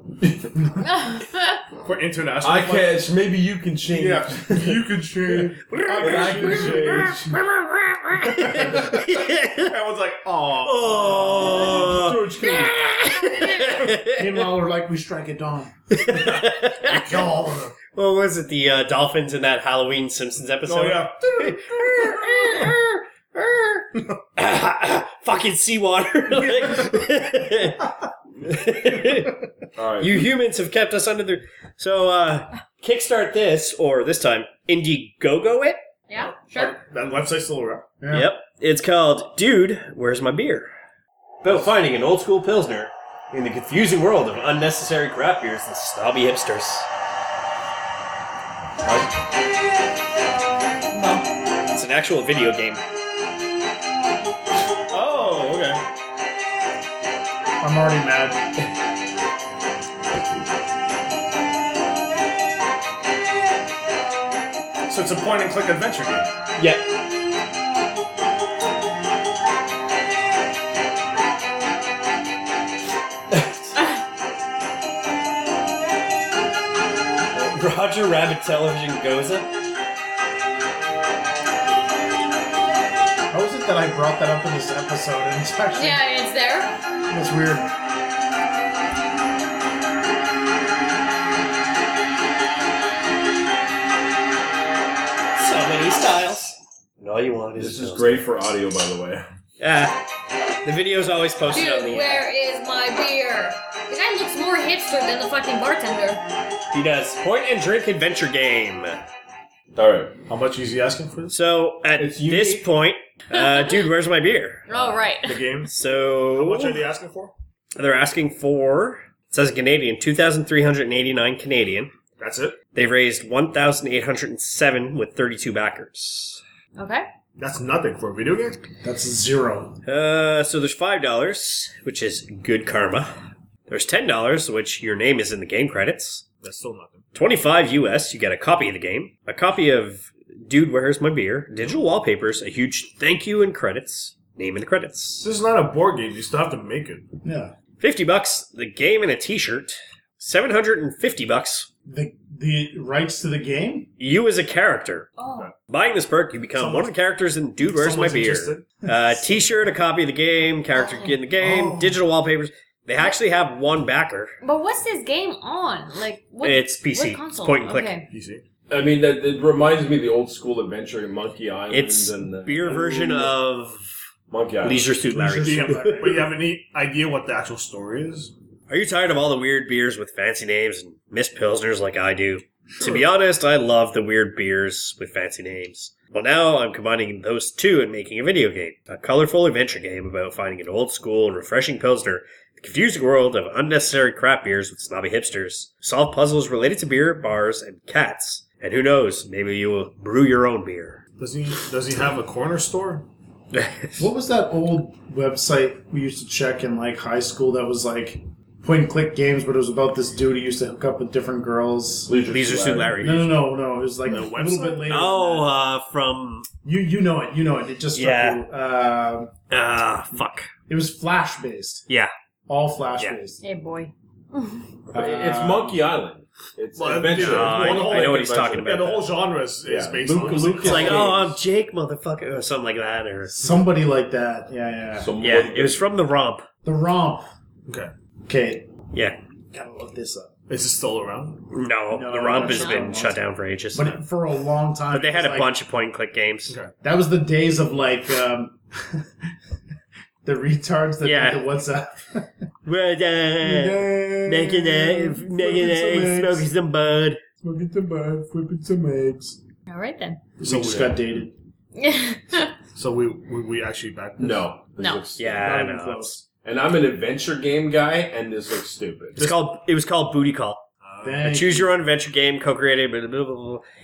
for international.
I
flight.
catch. Maybe you can change.
Yeah, you could change.
And I can change.
I was like, oh,
oh.
George Cooney.
Meanwhile, we're like, we strike it down. We kill all of them.
what was it? The uh, dolphins in that Halloween Simpsons
oh
episode?
yeah.
fucking seawater. Like-
All right.
you humans have kept us under the. So, uh, kickstart this, or this time, Indiegogo it?
yeah, sure.
That website's still around.
Yeah.
Yep. It's called Dude, Where's My Beer? About finding an old school Pilsner in the confusing world of unnecessary craft beers and snobby hipsters. It's an actual video game.
Oh, okay.
I'm already mad.
So it's a point and click adventure game.
Yeah. Roger Rabbit Television Goza.
How is it that I brought that up in this episode? And it's actually
Yeah, it's there.
it's weird.
So many styles. And all you want is
This is
Pilsner.
great for audio, by the way.
Yeah. The video's always posted on
Dude,
the
where is my beer? The guy looks more hipster than the fucking bartender.
He does. Point and drink adventure game.
All right.
How much is he asking for this?
So at
It's
this
unique.
point, uh, dude, where's my beer?
Oh, right.
The games.
So
How much are they asking for?
They're asking for it says Canadian, two thousand three hundred and eighty nine Canadian.
That's it.
They've raised one thousand eight hundred and seven with thirty two backers.
Okay.
That's nothing for a video game.
That's zero.
Uh, so there's five dollars, which is good karma. There's ten dollars, which your name is in the game credits.
That's still nothing.
25 US, you get a copy of the game, a copy of Dude Where's My Beer, digital wallpapers, a huge thank you and credits, name in the credits.
This is not a board game. You still have to make it.
Yeah.
50 bucks, the game and a t-shirt. 750 bucks,
The the rights to the game?
you as a character.
Oh.
Buying this perk, you become one of the characters in Dude Where's My
Someone's
Beer.
interested.
Uh, t-shirt, a copy of the game, character in the game, digital wallpapers. They actually have one backer.
But what's this game on? Like, what?
It's PC.
What console?
It's point and click.
Okay.
PC.
I mean, that it reminds me of the old school adventure in Monkey Island.
It's
and the,
beer version of
Monkey Island.
Leisure Suit
Do
Larry.
you have, but you have any idea what the actual story is?
Are you tired of all the weird beers with fancy names and missed pilsners like I do? To be honest, I love the weird beers with fancy names. Well, now I'm combining those two and making a video game, a colorful adventure game about finding an old school and refreshing pilsner, the confusing world of unnecessary crap beers with snobby hipsters, solve puzzles related to beer, bars, and cats, and who knows, maybe you will brew your own beer.
Does he does he have a corner store?
What was that old website we used to check in like high school that was like point and click games, but it was about this dude who used to hook up with different girls?
Leisure Suit Larry.
No, no, no, no. It was like a little
website?
bit later.
Oh, uh, from
you you know it, you know it. It just struck
Yeah.
you. Uh,
uh, fuck.
it was flash based,
Yeah,
all flash based.
Hey, boy.
It's Monkey Island. It's
Well,
adventure.
yeah,
It's
I
one
know-
whole
I
know what he's
adventure.
talking
Yeah,
about.
the whole genre is, is
Yeah.
based
Luke-
on
Luke-
It's like,
Yeah.
oh, I'm Jake, motherfucker, or something like that, or
Somebody like that. Yeah, yeah.
Some
yeah,
little-
it was from the romp.
the romp.
Okay,
Okay,
Yeah,
gotta look this up.
is it still around?
no,
No,
the romp
that's
has
not
been
a
shut down for ages.
But
But,
it, for a long time,
they
it
had
was
a
like-
bunch of point and click games.
Okay.
That was the days of like um, the retards that
Yeah.
yeah. the WhatsApp.
Well, uh, making it, making it, smoking some bud.
Smoking some eggs, flipping some eggs.
All right then.
So we just got dated.
So we we, we actually back.
No. This
No.
looks-
Yeah,
Not
I
even
know.
close.
And I'm an adventure game guy, and this looks stupid.
It's called. It was called Booty Call. A
Thank
choose your own adventure game, co-created. Blah, blah, blah,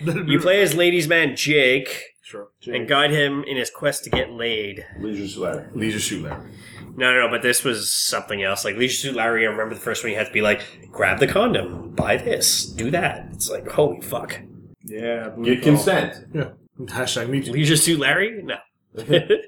blah.
Mm-hmm.
You play as ladies' man Jake
Sure.
you.
and guide him in his quest to get laid.
Leisure Suit Larry.
Leisure Shoe Larry.
No, no, no, but this was something else. Like Leisure Suit Larry, I remember the first one you had to be like, grab the condom, buy this, do that. It's like, holy fuck.
yeah, booty
Get
call.
consent.
Oh.
Yeah. Hashtag me too.
Leisure Suit Larry? No.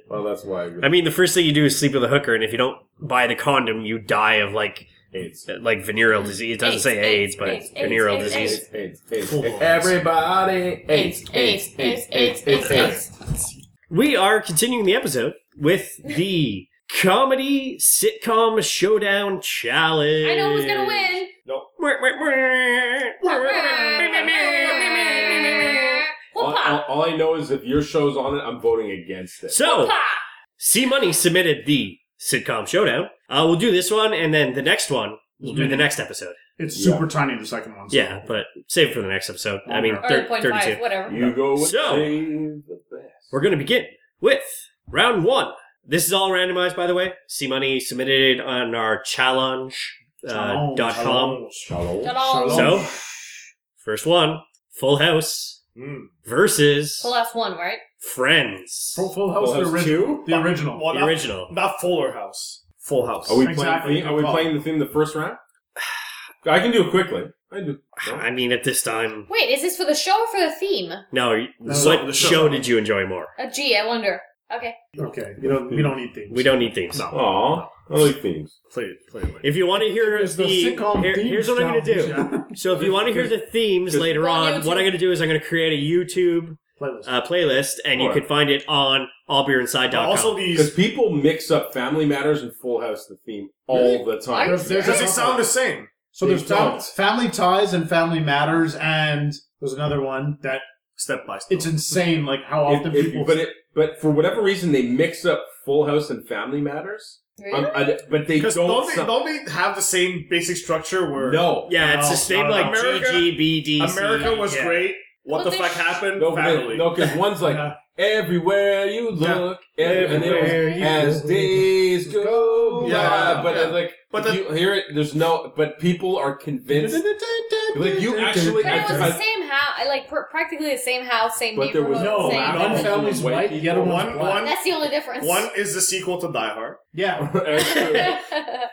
Well, that's why I
I mean, the first thing you do is sleep with a hooker, and if you don't buy the condom, you die of like
AIDS.
like venereal disease. It doesn't
AIDS,
say AIDS,
AIDS,
but
AIDS,
it's venereal
AIDS,
disease.
AIDS, AIDS, AIDS.
Full on.
Everybody, AIDS,
Ace, ace, ace, ace, ace, ace.
We are continuing the episode with the comedy sitcom showdown challenge.
I know who's gonna win.
All, all,
Whoop-ah.
all I know is if your show's on it, I'm voting against it.
So,
Whoop-ah.
C Money submitted the sitcom showdown. Uh, we'll do this one, and then the next one. We'll do the next episode.
It's
Yeah.
super tiny, the second one. so-
Yeah, but save it for the next episode. I mean,
Or
thir-
the point
32.
five, whatever.
you go with
So-
save the best.
We're going to begin with round one. This is all randomized, by the way. C Money submitted it on our challenge uh,
Challenge.
dot com.
Shalom.
Shalom.
So, first one, Full House
Hmm.
Mm.
versus
Well, that's one, right?
Friends,
Full, full House,
Full
the,
House
ori-
two?
the original.
Well,
the
not-
original.
Not Fuller House. Full House.
Are we
Exactly.
playing? Are we playing the theme the first round? I can do it quickly. I can do.
I mean, at this time,
Wait, is this for the show or for the theme?
no.
No,
what
the
show.
show.
did you enjoy more?
Oh, gee, I wonder. Okay.
Okay, we don't, we don't need things.
We don't need themes.
No.
Aw, I like themes.
Play it. Play it.
If you want to hear
It's the sitcom
here-
theme
here's what I'm going to do.
challenge, yeah.
So if you want to hear the themes later
On
on,
YouTube.
what I'm going to do is I'm going to create a YouTube
Playlist.
uh, playlist, and you
Alright.
can find it on allbeerinside.com.
Also,
Because
these
people mix up Family Matters and Full House the theme all the time.
There's- there's
does
a-
it sound the same?
so there's
they
fam-
don't.
Family Ties and Family Matters, and there's another one that
Step by step.
it's insane, like how
If-
often
if-
people.
but it, but for whatever reason, they mix up Full House and Family Matters. Um,
Really?
I- but they don't.
Because don't they,
sound-
don't they have the same basic structure where
no,
yeah, it's
No,
just named
no,
like
no. Oh, America-
GGBDC.
America was
yeah.
great? What
Well,
the
they-
fuck happened?
no,
Family.
because no, 'cause one's like
Yeah.
everywhere you look, ev- and it was,
Everywhere you
as
go.
days go
Yeah.
by. But
Yeah.
it's like,
But
if
the-
you hear it, there's no. But people are convinced. Like you actually,
But it was the
I,
same house, I like pr- practically the same house, same
But there
neighborhood,
was
No,
same.
Wow.
one family's
White
white, the other
people.
one's
One-
black.
one-
That's the only difference.
One is the sequel to Die Hard.
Yeah.
I,
Uh,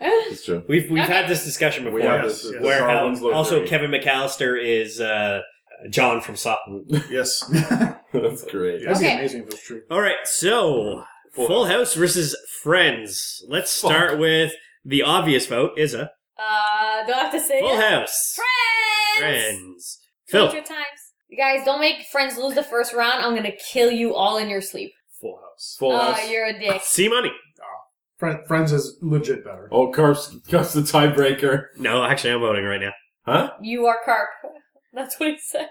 it's true.
We've we've had this discussion before.
We have
Yes,
this.
yes.
Where
Carl
Al-
Winslow
also
theory.
Kevin McAllister is uh, John from Saw.
Yes.
That's great.
That'd be
Okay.
amazing if it was true.
All right, so
Full
Full House versus Friends. Let's start with the obvious vote. Isa
uh, do I have to say
Full
it?
House.
Friends!
Friends.
Count
Phil.
your times. You guys, don't make friends lose the first round. I'm gonna kill you all in your sleep.
Full House.
Full
oh,
House.
you're a dick.
C Money.
Friend, Friends is legit better.
Oh, Karp's got the tiebreaker.
No, actually, I'm voting right now.
Huh?
You are carp. That's what he said.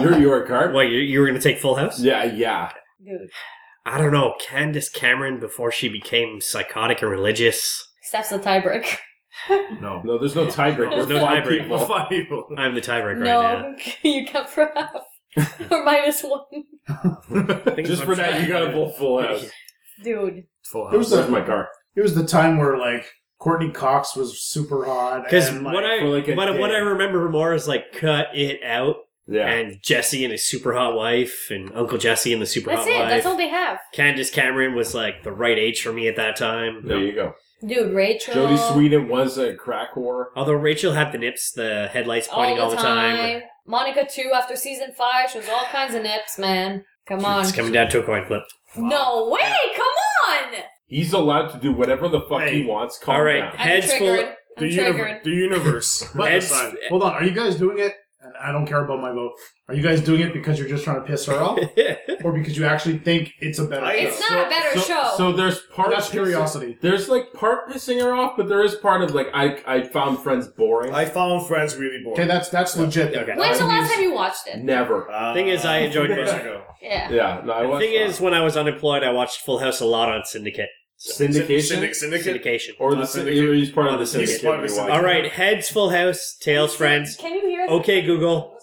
You're your Karp?
What, you, you were going to take Full House?
Yeah, yeah.
Dude.
I don't know. Candace Cameron, before she became psychotic and religious,
Steph's a tiebreaker.
No.
No, there's no tiebreaker. There's
There's no
no five
tiebreaker.
people.
Five people.
I'm the tiebreaker right now.
no, you cut for half. or minus one.
I think
Just
it's
for
on
that, you got a full full house.
Dude.
Full
There was
house.
a-
There's my car.
It was the time where like Courtney Cox was super hot.
Because
and, like,
what I
for like a
what, what
day.
I remember more is like cut it out
Yeah.
and Jesse and his super hot wife and Uncle Jesse and the super
That's
hot
it.
wife.
That's all they have.
Candace Cameron was like the right age for me at that time.
There you go.
Dude, Rachel.
Jody Sweden was a crack whore.
Although Rachel had the nips, the headlights
All
pointing
the, time. Monica, too, after season five, she was all kinds of nips, man. Come on.
It's coming down to a coin flip.
No way! Come on!
He's allowed to do whatever the fuck
Hey.
he wants. Calm
All right.
down.
I'm
Heads full-
triggered. I'm
The,
triggered.
univer- the universe. But
Ed's-
aside-
Hold on, are you guys doing it? And I don't care about my vote. Are you guys doing it because you're just trying to piss her off, or because you actually think it's a better?
I-
It's
show?
not a better
so,
show.
So there's part
That's
pissing-
curiosity.
There's like part pissing her off, but there is part of like I I found friends boring.
I found Friends really boring.
Okay, that's that's legit. then.
Okay.
When's the
I
last
use-
time you watched it?
Never.
Uh,
Thing is, I enjoyed
years
both.
ago.
Yeah.
Yeah. No. I
The
watched
thing
that.
is, when I was unemployed, I watched Full House a lot on Syndicate.
syndication
Syndic- syndicate.
Syndication.
or the
Uh,
syndicate.
syndicate.
He's part of the
He's part of
syndicate.
the
we
syndicate.
watched.
All right, heads Full House, tails Friends.
Can you hear us?
Okay, Google,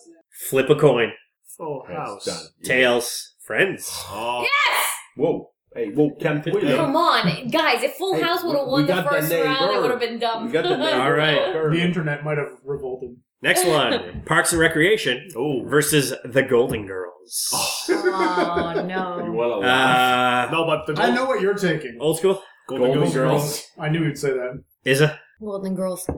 flip a coin.
Full
Okay, it's done.
house.
Tails Friends.
Oh,
Yes!
Whoa. Hey. Whoa. Can't we?
Come on, guys! If Full
Hey,
House would
we-
have
we
won the
got the
first
name
round, it
bird.
would have been dumb.
We got the name.
All right.
The internet might have revolted.
Next one Parks and Recreation
oh.
versus the Golden Girls.
oh
You
no!
want to laugh?
Uh,
No, but the
I
gold,
know what you're taking.
old school?
Golden,
Golden
Girls.
Girls.
I knew you'd say that.
Isa?
Golden Girls.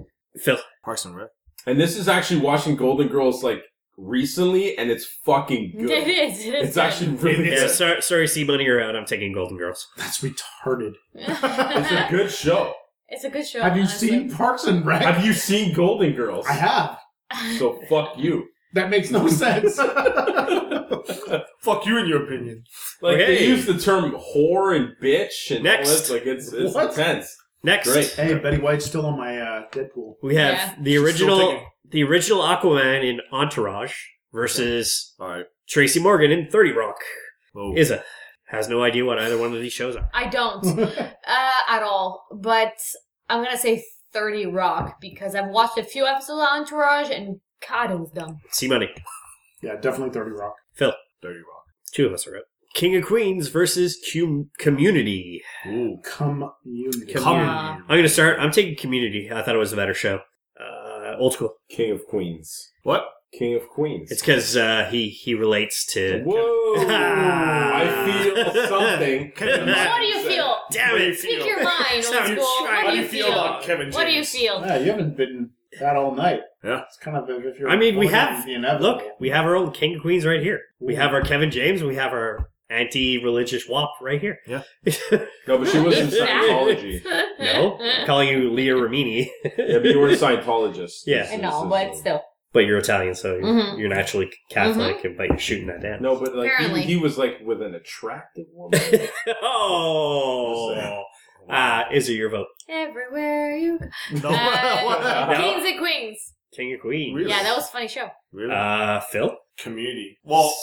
Phil?
Parks and Rec.
And this is actually watching Golden Girls like recently, and it's fucking good.
It is. It is.
It's actually really
Yeah,
good.
sorry, sorry, C Money, you're out. I'm taking Golden Girls.
That's retarded.
It's a good show.
It's a good show.
Have you
honestly.
seen Parks and Rec?
Have you seen Golden Girls?
I have.
So fuck you.
That makes no sense.
Fuck you in your opinion.
Like
Okay.
they use the term whore and bitch and
Next.
all this. Like it's it's
What?
intense.
Next,
Great.
hey, Betty White's still on my uh, Deadpool.
we have
Yeah.
the
She's still
original
taking-
the original Aquaman in Entourage versus
All right.
Tracy Morgan in 30 Rock.
Oh.
Isa has no idea what either one of these shows are.
I don't uh, at all. But I'm gonna say Thirty Rock because I've watched a few episodes of Entourage and God, it was dumb.
C Money.
Yeah, definitely Thirty Rock.
Phil.
Dirty Rock.
Two of us are out. King of Queens versus Cum- Community.
Ooh.
Come you.
Come
Yeah.
on.
I'm going to start. I'm taking Community. I thought it was a better show. Uh, old school.
King of Queens.
What?
King of Queens.
It's because uh, he he relates to.
Whoa! I feel something.
What do you feel?
Damn it!
Speak your mind,
Sounds
old school.
right.
What do you feel?
about Kevin James?
What do you feel?
Yeah, you haven't been that all night.
Yeah.
It's kind of if you're.
I mean, we
born
have-
in the inevitable.
Look, we have our own King of Queens right here. We have our Kevin James. We have our anti-religious WAP right here.
Yeah.
No, but she was in Scientology.
no, I'm calling you Leah Ramini,
Yeah, but you were a Scientologist.
Yeah.
This
I
is-
know,
this
but
is-
still.
but you're Italian, so you're,
Mhm.
you're naturally Catholic, but you're shooting that down.
No, but like
Apparently.
he, he was like with an attractive woman.
oh, ah, is it your vote?
Everywhere you go.
No.
Uh,
Wow.
Kings and Queens.
King of Queens.
Really?
Yeah, that was a funny show.
really?
Uh, Phil.
Community. Well,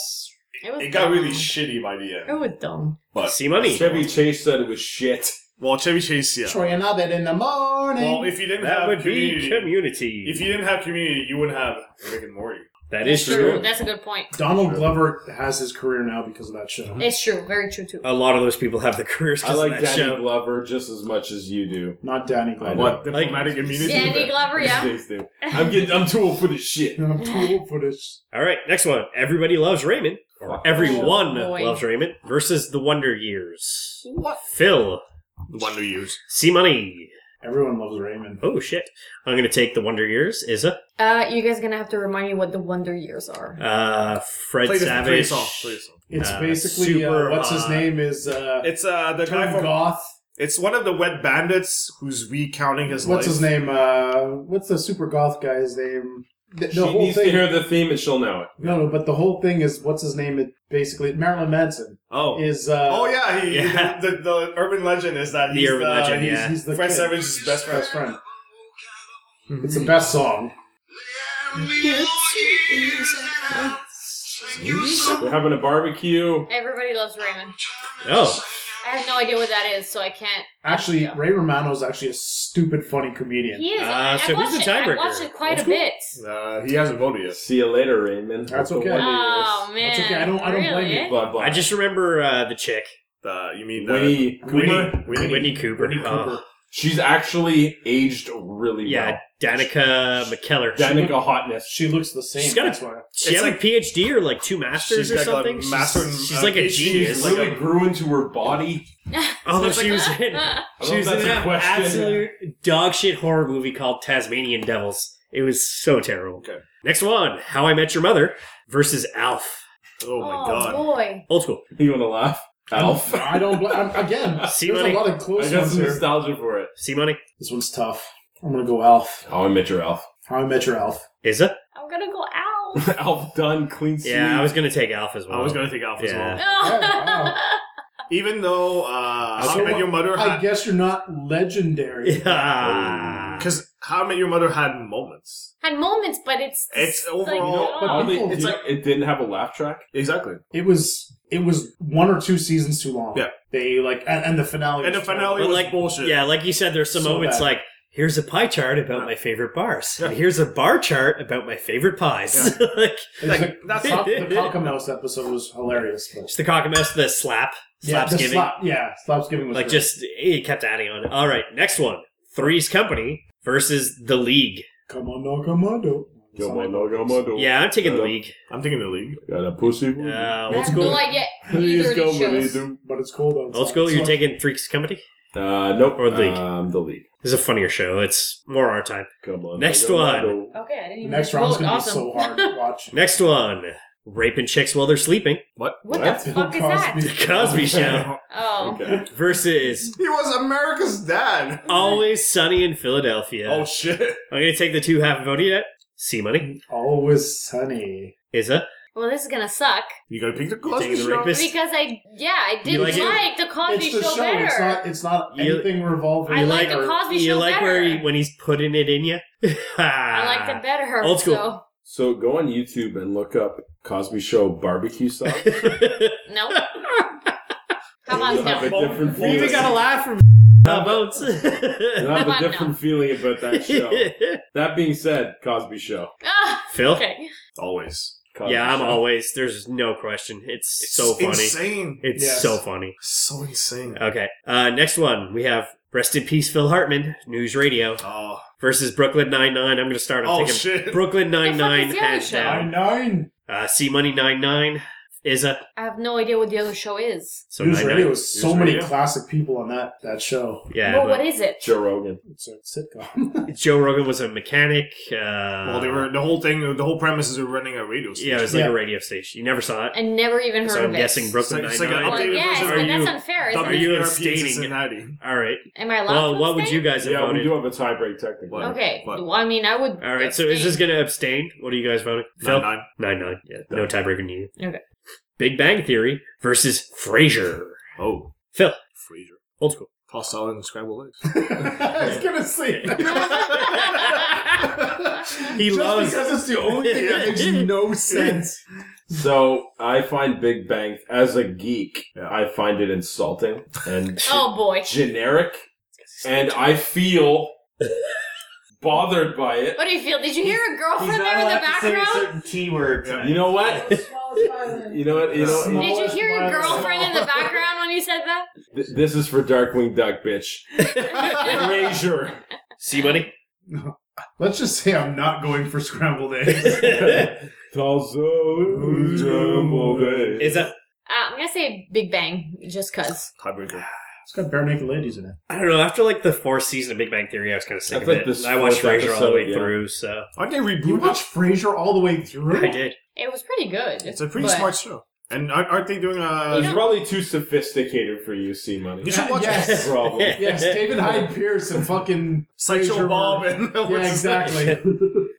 It was
it got
dumb.
really shitty by the
It
end.
was dumb.
But
C Money.
Chevy Chase said it was shit.
well, Chevy Chase, yeah.
Trying out that in the morning.
Well, if you didn't
That
have
would
community,
be community.
if you didn't have community, you wouldn't have Rick and Morty.
that is
It's
true.
That's a good point.
Donald Oh, Glover has his career now because of that show.
It's true. Very true too.
A lot of those people have the careers.
I
Just
like
that
Danny
show.
Glover just as much as you do.
Not Danny
I
Glover.
know.
What
Like-
diplomatic immunity?
Danny Glover, yeah.
These days do. I'm getting. I'm too old for this shit.
I'm too old for this.
All right, next one. Everybody loves Raymond.
Fuck.
Everyone
Oh, boy.
loves Raymond versus the Wonder Years. What? Phil,
One to use.
C Money.
Everyone loves Raymond.
Oh shit! I'm gonna take the Wonder Years. Isa,
Uh, you guys are gonna have to remind me what the Wonder Years are.
uh, Fred
Play the
Savage.
play a song. Play a song.
It's
Uh,
basically
super,
uh, what's his
uh,
name is uh,
It's uh the guy
Tom
from.
Goth.
It's one of the wet bandits who's recounting his
What's
life.
his name? Uh, what's the super goth guy's name? the, the
she
whole
needs
thing.
to hear the theme and she'll know it.
no, no, but the whole thing is what's his name? It basically Marilyn Manson
Oh,
is. Uh,
Oh yeah, he,
Yeah.
The, the, the urban legend is that
The
he's
urban
the,
legend,
he's
yeah.
He's the
Fred
kid.
Savage's best friend.
Best friend.
Mm-hmm.
It's the best song.
We're having a barbecue.
Everybody loves Raymond.
oh,
I have no idea what that is, so I can't.
Actually,
Yeah.
Ray Romano is actually a stupid funny comedian.
He is.
Uh,
I,
so
I
who's
watched it.
the
I
tiebreaker?
watched it quite a
Old
bit.
Uh, he hasn't voted yet.
See you later, Raymond.
That's
Hope the
okay.
wedding
Oh man.
That's okay, I don't- I don't blame
Really,
you.
eh?
Blah, blah.
I just remember uh, the chick,
Uh, you mean the
Winnie Cooper.
Winnie, Winnie,
Whitney Cooper.
Winnie
Oh.
Cooper.
She's actually aged really
Yeah, Danica McKellar.
well. Danica hotness.
She looks the same.
She's got a-
that's why.
she has
It's
like, PhD or like two masters
she's
or
got, like,
something. She's-
master and,
she's
uh,
like a
PhD.
genius.
She's
Like
like
it grew into her body.
Although
It's like-
Oh, she was in,
I
she
don't
was
know if
in
that's a
an
question.
absolute dog shit horror movie called Tasmanian Devils. It was so terrible.
Okay.
Next one, How I Met Your Mother versus Alf.
Oh my
oh
god.
boy.
Old school.
You want to laugh? Alf. I
I don't. Bl- I'm, again,
See
there's
money?
a lot of close
got
ones
some
here.
nostalgia for it.
See money?
This one's tough. I'm gonna go Alf.
How Oh, I Met Your Alf.
How I Met Your Alf.
Is it?
I'm gonna go out.
Alf done, clean sleeve.
Yeah, I was gonna take Alf as well.
I was gonna take Alf as
Yeah.
well.
wow.
Even though uh, How I
So
Met Your Mother
I
had
guess you're not legendary.
Yeah.
because How I Met Your Mother had moments.
Had moments, but it's
It's
like,
overall-
oh.
Oddly,
people-
it's like it didn't have a laugh track.
Exactly.
It was it was one or two seasons too long.
Yeah.
They like and, and the finale.
And the
was terrible.
finale
But
was
like-
bullshit.
Yeah, like you said, there's some
So
moments
bad.
like here's a pie chart about my favorite bars, and here's a bar chart about my favorite pies. like
It's
Like,
like,
that's
the, cock- the Cockamouse episode was hilarious. But,
just the cockamouse, the slap,
yeah,
slaps
the
giving,
slap, yeah, slaps giving was
like
great.
just it kept adding on. All right, next one: Three's Company versus The League.
come on, no, come on, no.
Yo, my dog, yo, my dog.
Yeah, I'm taking The
Uh,
League.
I'm thinking the league.
Got a pussy.
Uh,
Mm-hmm.
I
old
have
school,
no idea
Please
either
go
of these
with
shows.
it, dude.
But it's cold outside.
old school. You're
So-
taking Three's Company.
Uh, nope.
Or League.
Um, the league.
This is a funnier show. It's more our time.
Come on.
Next
come
one.
on,
Okay, I didn't
The
even.
next round's
vote.
gonna
awesome.
be so hard to watch.
Next one: raping chicks while they're sleeping.
What,
What?
the
Bill
fuck is that?
The Cosby Show
Oh,
Okay.
versus
He was America's dad.
Always Sunny in Philadelphia.
Oh shit.
I'm gonna take the two half vote yet. See money
Always sunny.
is a
well, this is gonna suck
You gotta pick the
taking
Cosby
the
Show.
rapist.
because I yeah I
You
did
like
like,
it?
the Cosby
it's the
Show,
show.
better.
It's not. It's not
You-
anything revolving.
I
You
like the Cosby
you
Show
like where he,
better.
when he's putting it in you.
I liked it better.
Old school.
So,
So go on YouTube and look up Cosby Show barbecue sauce.
better.
no. How
You'll have
about
a
no?
different
we
feeling.
even got a laugh from votes.
You'll have a
No.
different feeling about that show. that being said, Cosby Show.
Ah,
Phil.
okay.
Always.
Cosby
Yeah, I'm
Show.
always. There's no question. It's, so funny.
Insane.
It's
Yes.
so funny.
So insane.
Okay. Uh, next one we have rest in peace Phil Hartman, News Radio
Oh.
versus Brooklyn Nine Nine. I'm gonna start. I'm
Oh
taking
shit.
Brooklyn Nine Nine
is the other
hands
show?
down.
Nine nine.
Uh, C Money Nine Nine is a
I have no idea what the other show is.
so
News
99.
radio was so
News
many
Radio.
classic people on that that show.
Yeah,
well,
but
what is it?
Joe Rogan.
It's a sitcom.
Joe Rogan was a mechanic. Uh,
well, they were the whole thing. The whole premise is we're running a radio station.
Yeah, it was like
Yeah.
a radio station. You never saw it,
I never even heard
so I'm
of it.
guessing Brooklyn Nine
It's like-
Nine.
it's like an
Well,
updated
yes,
version.
but
Are
that's
you-
unfair. Isn't
Are
it?
you
WRP
abstaining?
Cincinnati.
All right.
Am I allowed
Well,
to
what would you
abstain?
guys have
Yeah, we
voted?
do have a tie break technically.
What?
Okay.
What?
Well, I mean, I would.
All right. So is this going to abstain? What are you guys voting? Phil?
Nine, nine.
nine nine. Yeah, no tiebreaker needed.
Okay.
Big Bang Theory versus Frasier.
Oh,
Phil,
Fraser.
old school.
Paul Salad and scrambled eggs.
I was gonna say
He
Just
loves.
because it's the only thing that makes no sense.
So I find Big Bang as a geek, I find it insulting and
Oh boy.
generic, and I feel bothered by it.
What do you feel? Did you hear a girlfriend there in the background?
certain T word.
You know what? You know what? You know.
Did you hear your
uh,
Smallest one.
girlfriend in the background when you said that?
Th- This is for Darkwing Duck, bitch. Erasure.
See money.
Let's just say I'm not going for scrambled eggs.
Is that?
Uh, I'm gonna say Big Bang, just cause.
Tiebreaker.
It's got bare naked ladies in it.
I don't know. After like the fourth season of Big Bang Theory, I was kind of sick
That's
of
like
it.
this
I watched
fourth
Frasier all the way
episode, yeah.
through, so
Aren't they
You
rebooted?
watch Frasier all the way through?
I did.
It was pretty good.
It's a pretty
but
smart show. And aren't, aren't they doing uh, a?
uh, It's probably too sophisticated for you, C Money.
You should watch
Yes.
it.
Probably.
Yes, David Hyde Pierce and fucking
Sideshow
Fraser
Bob
were-
and
Yeah, exactly.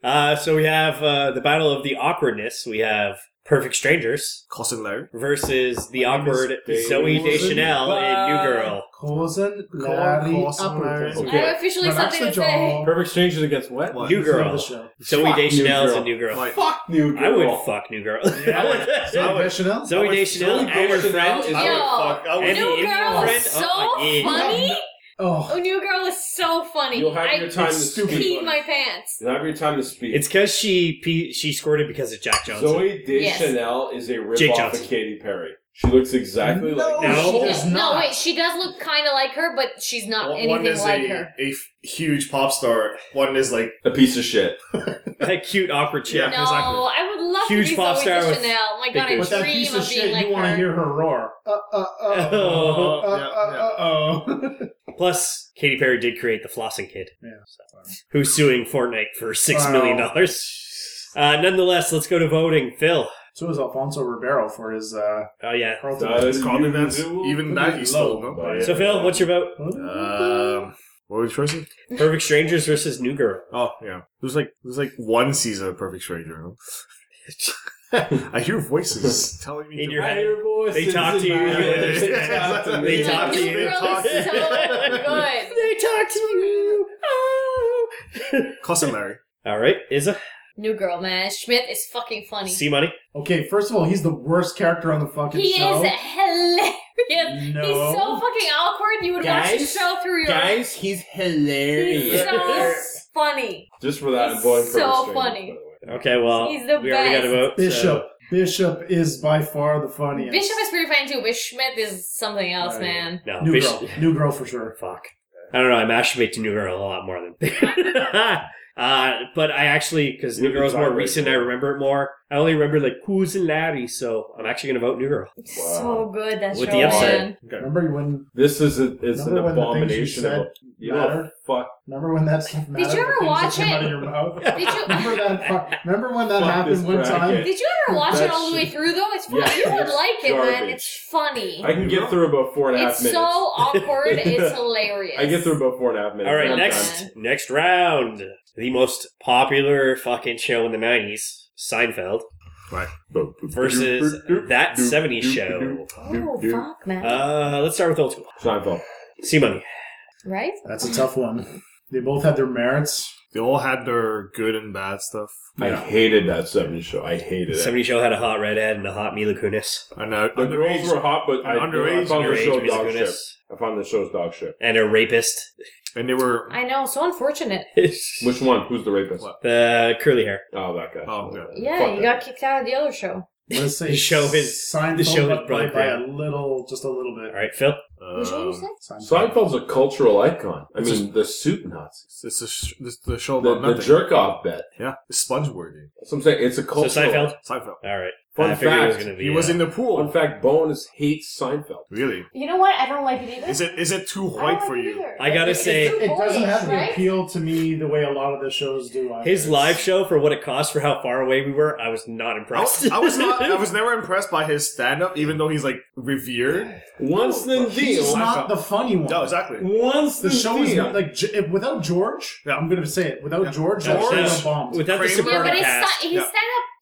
Uh, so we have uh, the battle of the awkwardness. We have Perfect Strangers
Cousin Larry.
versus the awkward
Dave
Zoe
Wilson.
Deschanel in New Girl.
Cousin
Call-
Larry
call some
Appleton.
Larry.
I have officially
Now that's
something
the
to say.
job.
Perfect Strangers against what?
What?
New
This is
Girl.
the show.
Zoe
Fuck New
Deschanel's
Girl.
in New Girl.
Like,
Fuck New Girl.
I would fuck New Girl.
Yeah.
I would-
Zoe Deschanel?
Zoe
would-
Deschanel and her
Deschanel
friend.
is-
Yo,
I would fuck- I would-
And the
New
Indian
Girl
friend?
is so
Oh, yeah.
funny.
Oh,
Oh, New Girl is so funny.
You'll have
I
your time to speak.
peed my pants.
You'll have your time to speak.
It's because she pe- she squirted because of Jack Johnson.
Zoe
Yes.
Deschanel is a
Jake
ripoff
Johnson.
of Katy Perry. She looks exactly like
No.
she
Oh,
does
no,
not.
wait, she does look kind of like her, but she's not
one
anything
is
like
a,
her.
a f- huge pop star. One is like
a piece of shit.
That cute awkward chick.
Yeah.
no, I would love
Huge
to be
pop
Zoe
star with
Deschanel. My God,
big
I dream
boobs.
But that piece
of,
of
being
shit,
like
you want
her.
to hear her roar. Uh, uh, uh,
Oh.
uh,
Yeah,
uh, uh, uh.
Plus, Katy Perry did create the Flossing Kid.
Yeah.
So, who's suing Fortnite for six
Wow.
million dollars? Uh, nonetheless, let's go to voting. Phil.
So was Alfonso Ribeiro for his uh,
Oh yeah.
Carlton.
That is
it's called events.
usual.
Even that he's
Low.
still no.
So Phil, what's your vote?
Um, what were we choosing?
Perfect Strangers versus New Girl.
Oh yeah, there's like there's like one season of Perfect Stranger. I hear voices telling me
In
to-
your
I
head.
hear voices
They talk to you.
in my
Yeah.
head. They talk to
They
me.
talk to
New
you.
Girl is so good.
They talk to you. Oh.
Cousin Larry.
All right, Isa.
New Girl, man. Schmidt is fucking funny.
See money.
Okay, first of all, he's the worst character on the fucking
he
show.
is hilarious.
No.
He's so fucking awkward. You would watch the
Guys,
show through your
he's
He's so funny.
Just for that,
He's
I'm voting for
so
the strangers,
funny.
by the way.
Okay, well,
He's the
we already got a
best.
vote. so-
Bishop. Bishop is by far the funniest.
Bishop is pretty fine too, but Schmidt is something else,
Right.
man.
No,
new
Bishop.
girl. New girl for sure.
Fuck. I don't know. I masturbate to New Girl a lot more than. uh, but I actually, because New
You're the
Girl's more
tiebreaker.
recent, I remember it more. I only remember like Coos and Larry, so I'm actually gonna vote New Girl.
It's
Wow.
So good that
With
show,
the upset.
man.
Remember when?
This is a, it's an
Remember when the things you
abomination of a,
said
you know,
mattered?
fuck.
Remember when that stuff mattered?
you
the
ever
things that
watch
came
it?
Out of your mouth?
Did you
remember that? fu- Remember when that
Fuck this
happened one time?
bracket.
did you ever watch it
That
all the way
shit-
through though? It's funny.
Yeah,
you would
it's
like it, man.
garbage.
It's funny.
I can get through about four and a half
it's
minutes.
so awkward. It's hilarious.
I get through about four and a half minutes.
All right,
and I'm
next
done.
next round. The most popular fucking show in the '90s, Seinfeld,
Right.
versus that '70s show.
Oh fuck, man.
Uh, let's start with old school.
Seinfeld.
See money.
right?
That's a tough one. They both had their merits.
They all had their good and bad stuff.
I hated that 70s show. I hated it.
'70s show had a hot redhead and a hot Mila Kunis.
And uh,
The girls
underage,
were hot, but I,
Underage,
I found the
underage
show
Mila
dog shit.
Kunis
I found the show's dog shit.
and a rapist.
and they were.
I know. So unfortunate.
Which one? Who's the rapist?
What?
the curly hair.
Oh, that guy.
Oh, yeah.
Yeah,
Fuck that.
you got kicked out of the other show.
Let's say
The show is-
Seinfeld,
the show is
but
Brian
by
Grant.
a little, just a little bit.
All right, Phil.
What show you
Um,
say?
Seinfeld.
Seinfeld's a cultural icon. I
It's
mean, the suit Nazis.
it's, a sh- it's the show
The,
about
the
nothing.
jerk off bet.
yeah, SpongeBob. dude.
That's what I'm saying. It's a cultural.
So Seinfeld.
Seinfeld.
All right.
Fun
I figured it was
fact,
gonna be.
He was
uh,
in the pool.
In fact, Bonus hates Seinfeld.
Really?
You know what? I don't like it either.
Is it is it
Oh, I
too
don't
white
like
for
it
you?
either.
I gotta
It's
say-
too
It doesn't
boyish,
have the
right?
appeal to me the way a lot of the shows do. either.
His live show for what it cost for how far away we were, I was not
I
impressed.
was, I was not. I was never impressed by his stand up, even though he's like revered.
Once the
He's just
deal.
not the funny one.
No, exactly.
Once
The show is
deal.
not, like J- if- without George.
Yeah.
I'm gonna say it. Without
Yeah.
George,
George-
that show bombed.
Without the
Kramer?
Yeah,
Sabrina
but his,
cast.
sti- his
Yeah.
stand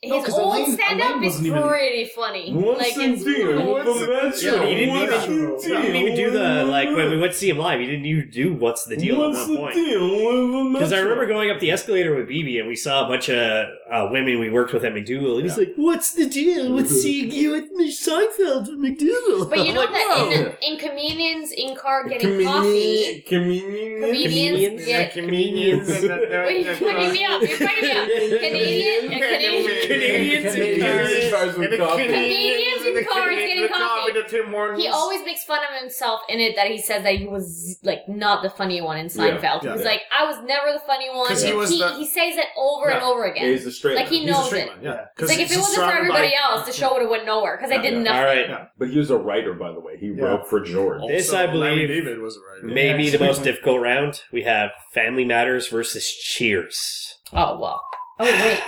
No,
up, his
'cause
old
Elaine-
stand
Elaine
up is
wasn't even-
pretty funny.
Once the
it's
deal with
Once
the
a-
Metro.
Yeah, but he didn't
Once the
even- You didn't
deal
even do the
with
like when we
Metro.
went to see him live. You didn't even do what's the deal
What's
at
the
one point.
deal with the
Because I
Metro?
remember going up the escalator with BB and we saw a bunch of uh, women we worked with at McDougal. And he's like, "What's the deal with seeing you at Miss Seinfeld with McDougal?"
But you
I'm
know
like,
that
"Whoa."
in, in comedians in car getting
Comedian-
coffee.
comedian-
Comedians get-
comedians.
Wait, you're fucking me up. You're fucking me up. Canadian, a Canadian.
Canadians in cars.
Canadians in cars getting coffee. He always makes fun of himself in it that he says that he was like not the funny one in Seinfeld.
yeah,
He's
yeah.
like, I was never the funny one.
'Cause he was the-
he says it over and
Yeah.
over again.
He's a straight
like he
man.
knows it.
Yeah,
It's like if it wasn't for everybody else, the show would have went nowhere because I
Yeah,
did
yeah.
nothing.
All right.
But he was a writer, by the way. He
Yeah.
wrote for George.
This, I believe,
David was a writer.
Maybe the most
Yeah.
difficult round. We have Family Matters versus Cheers.
Oh well. Oh wait.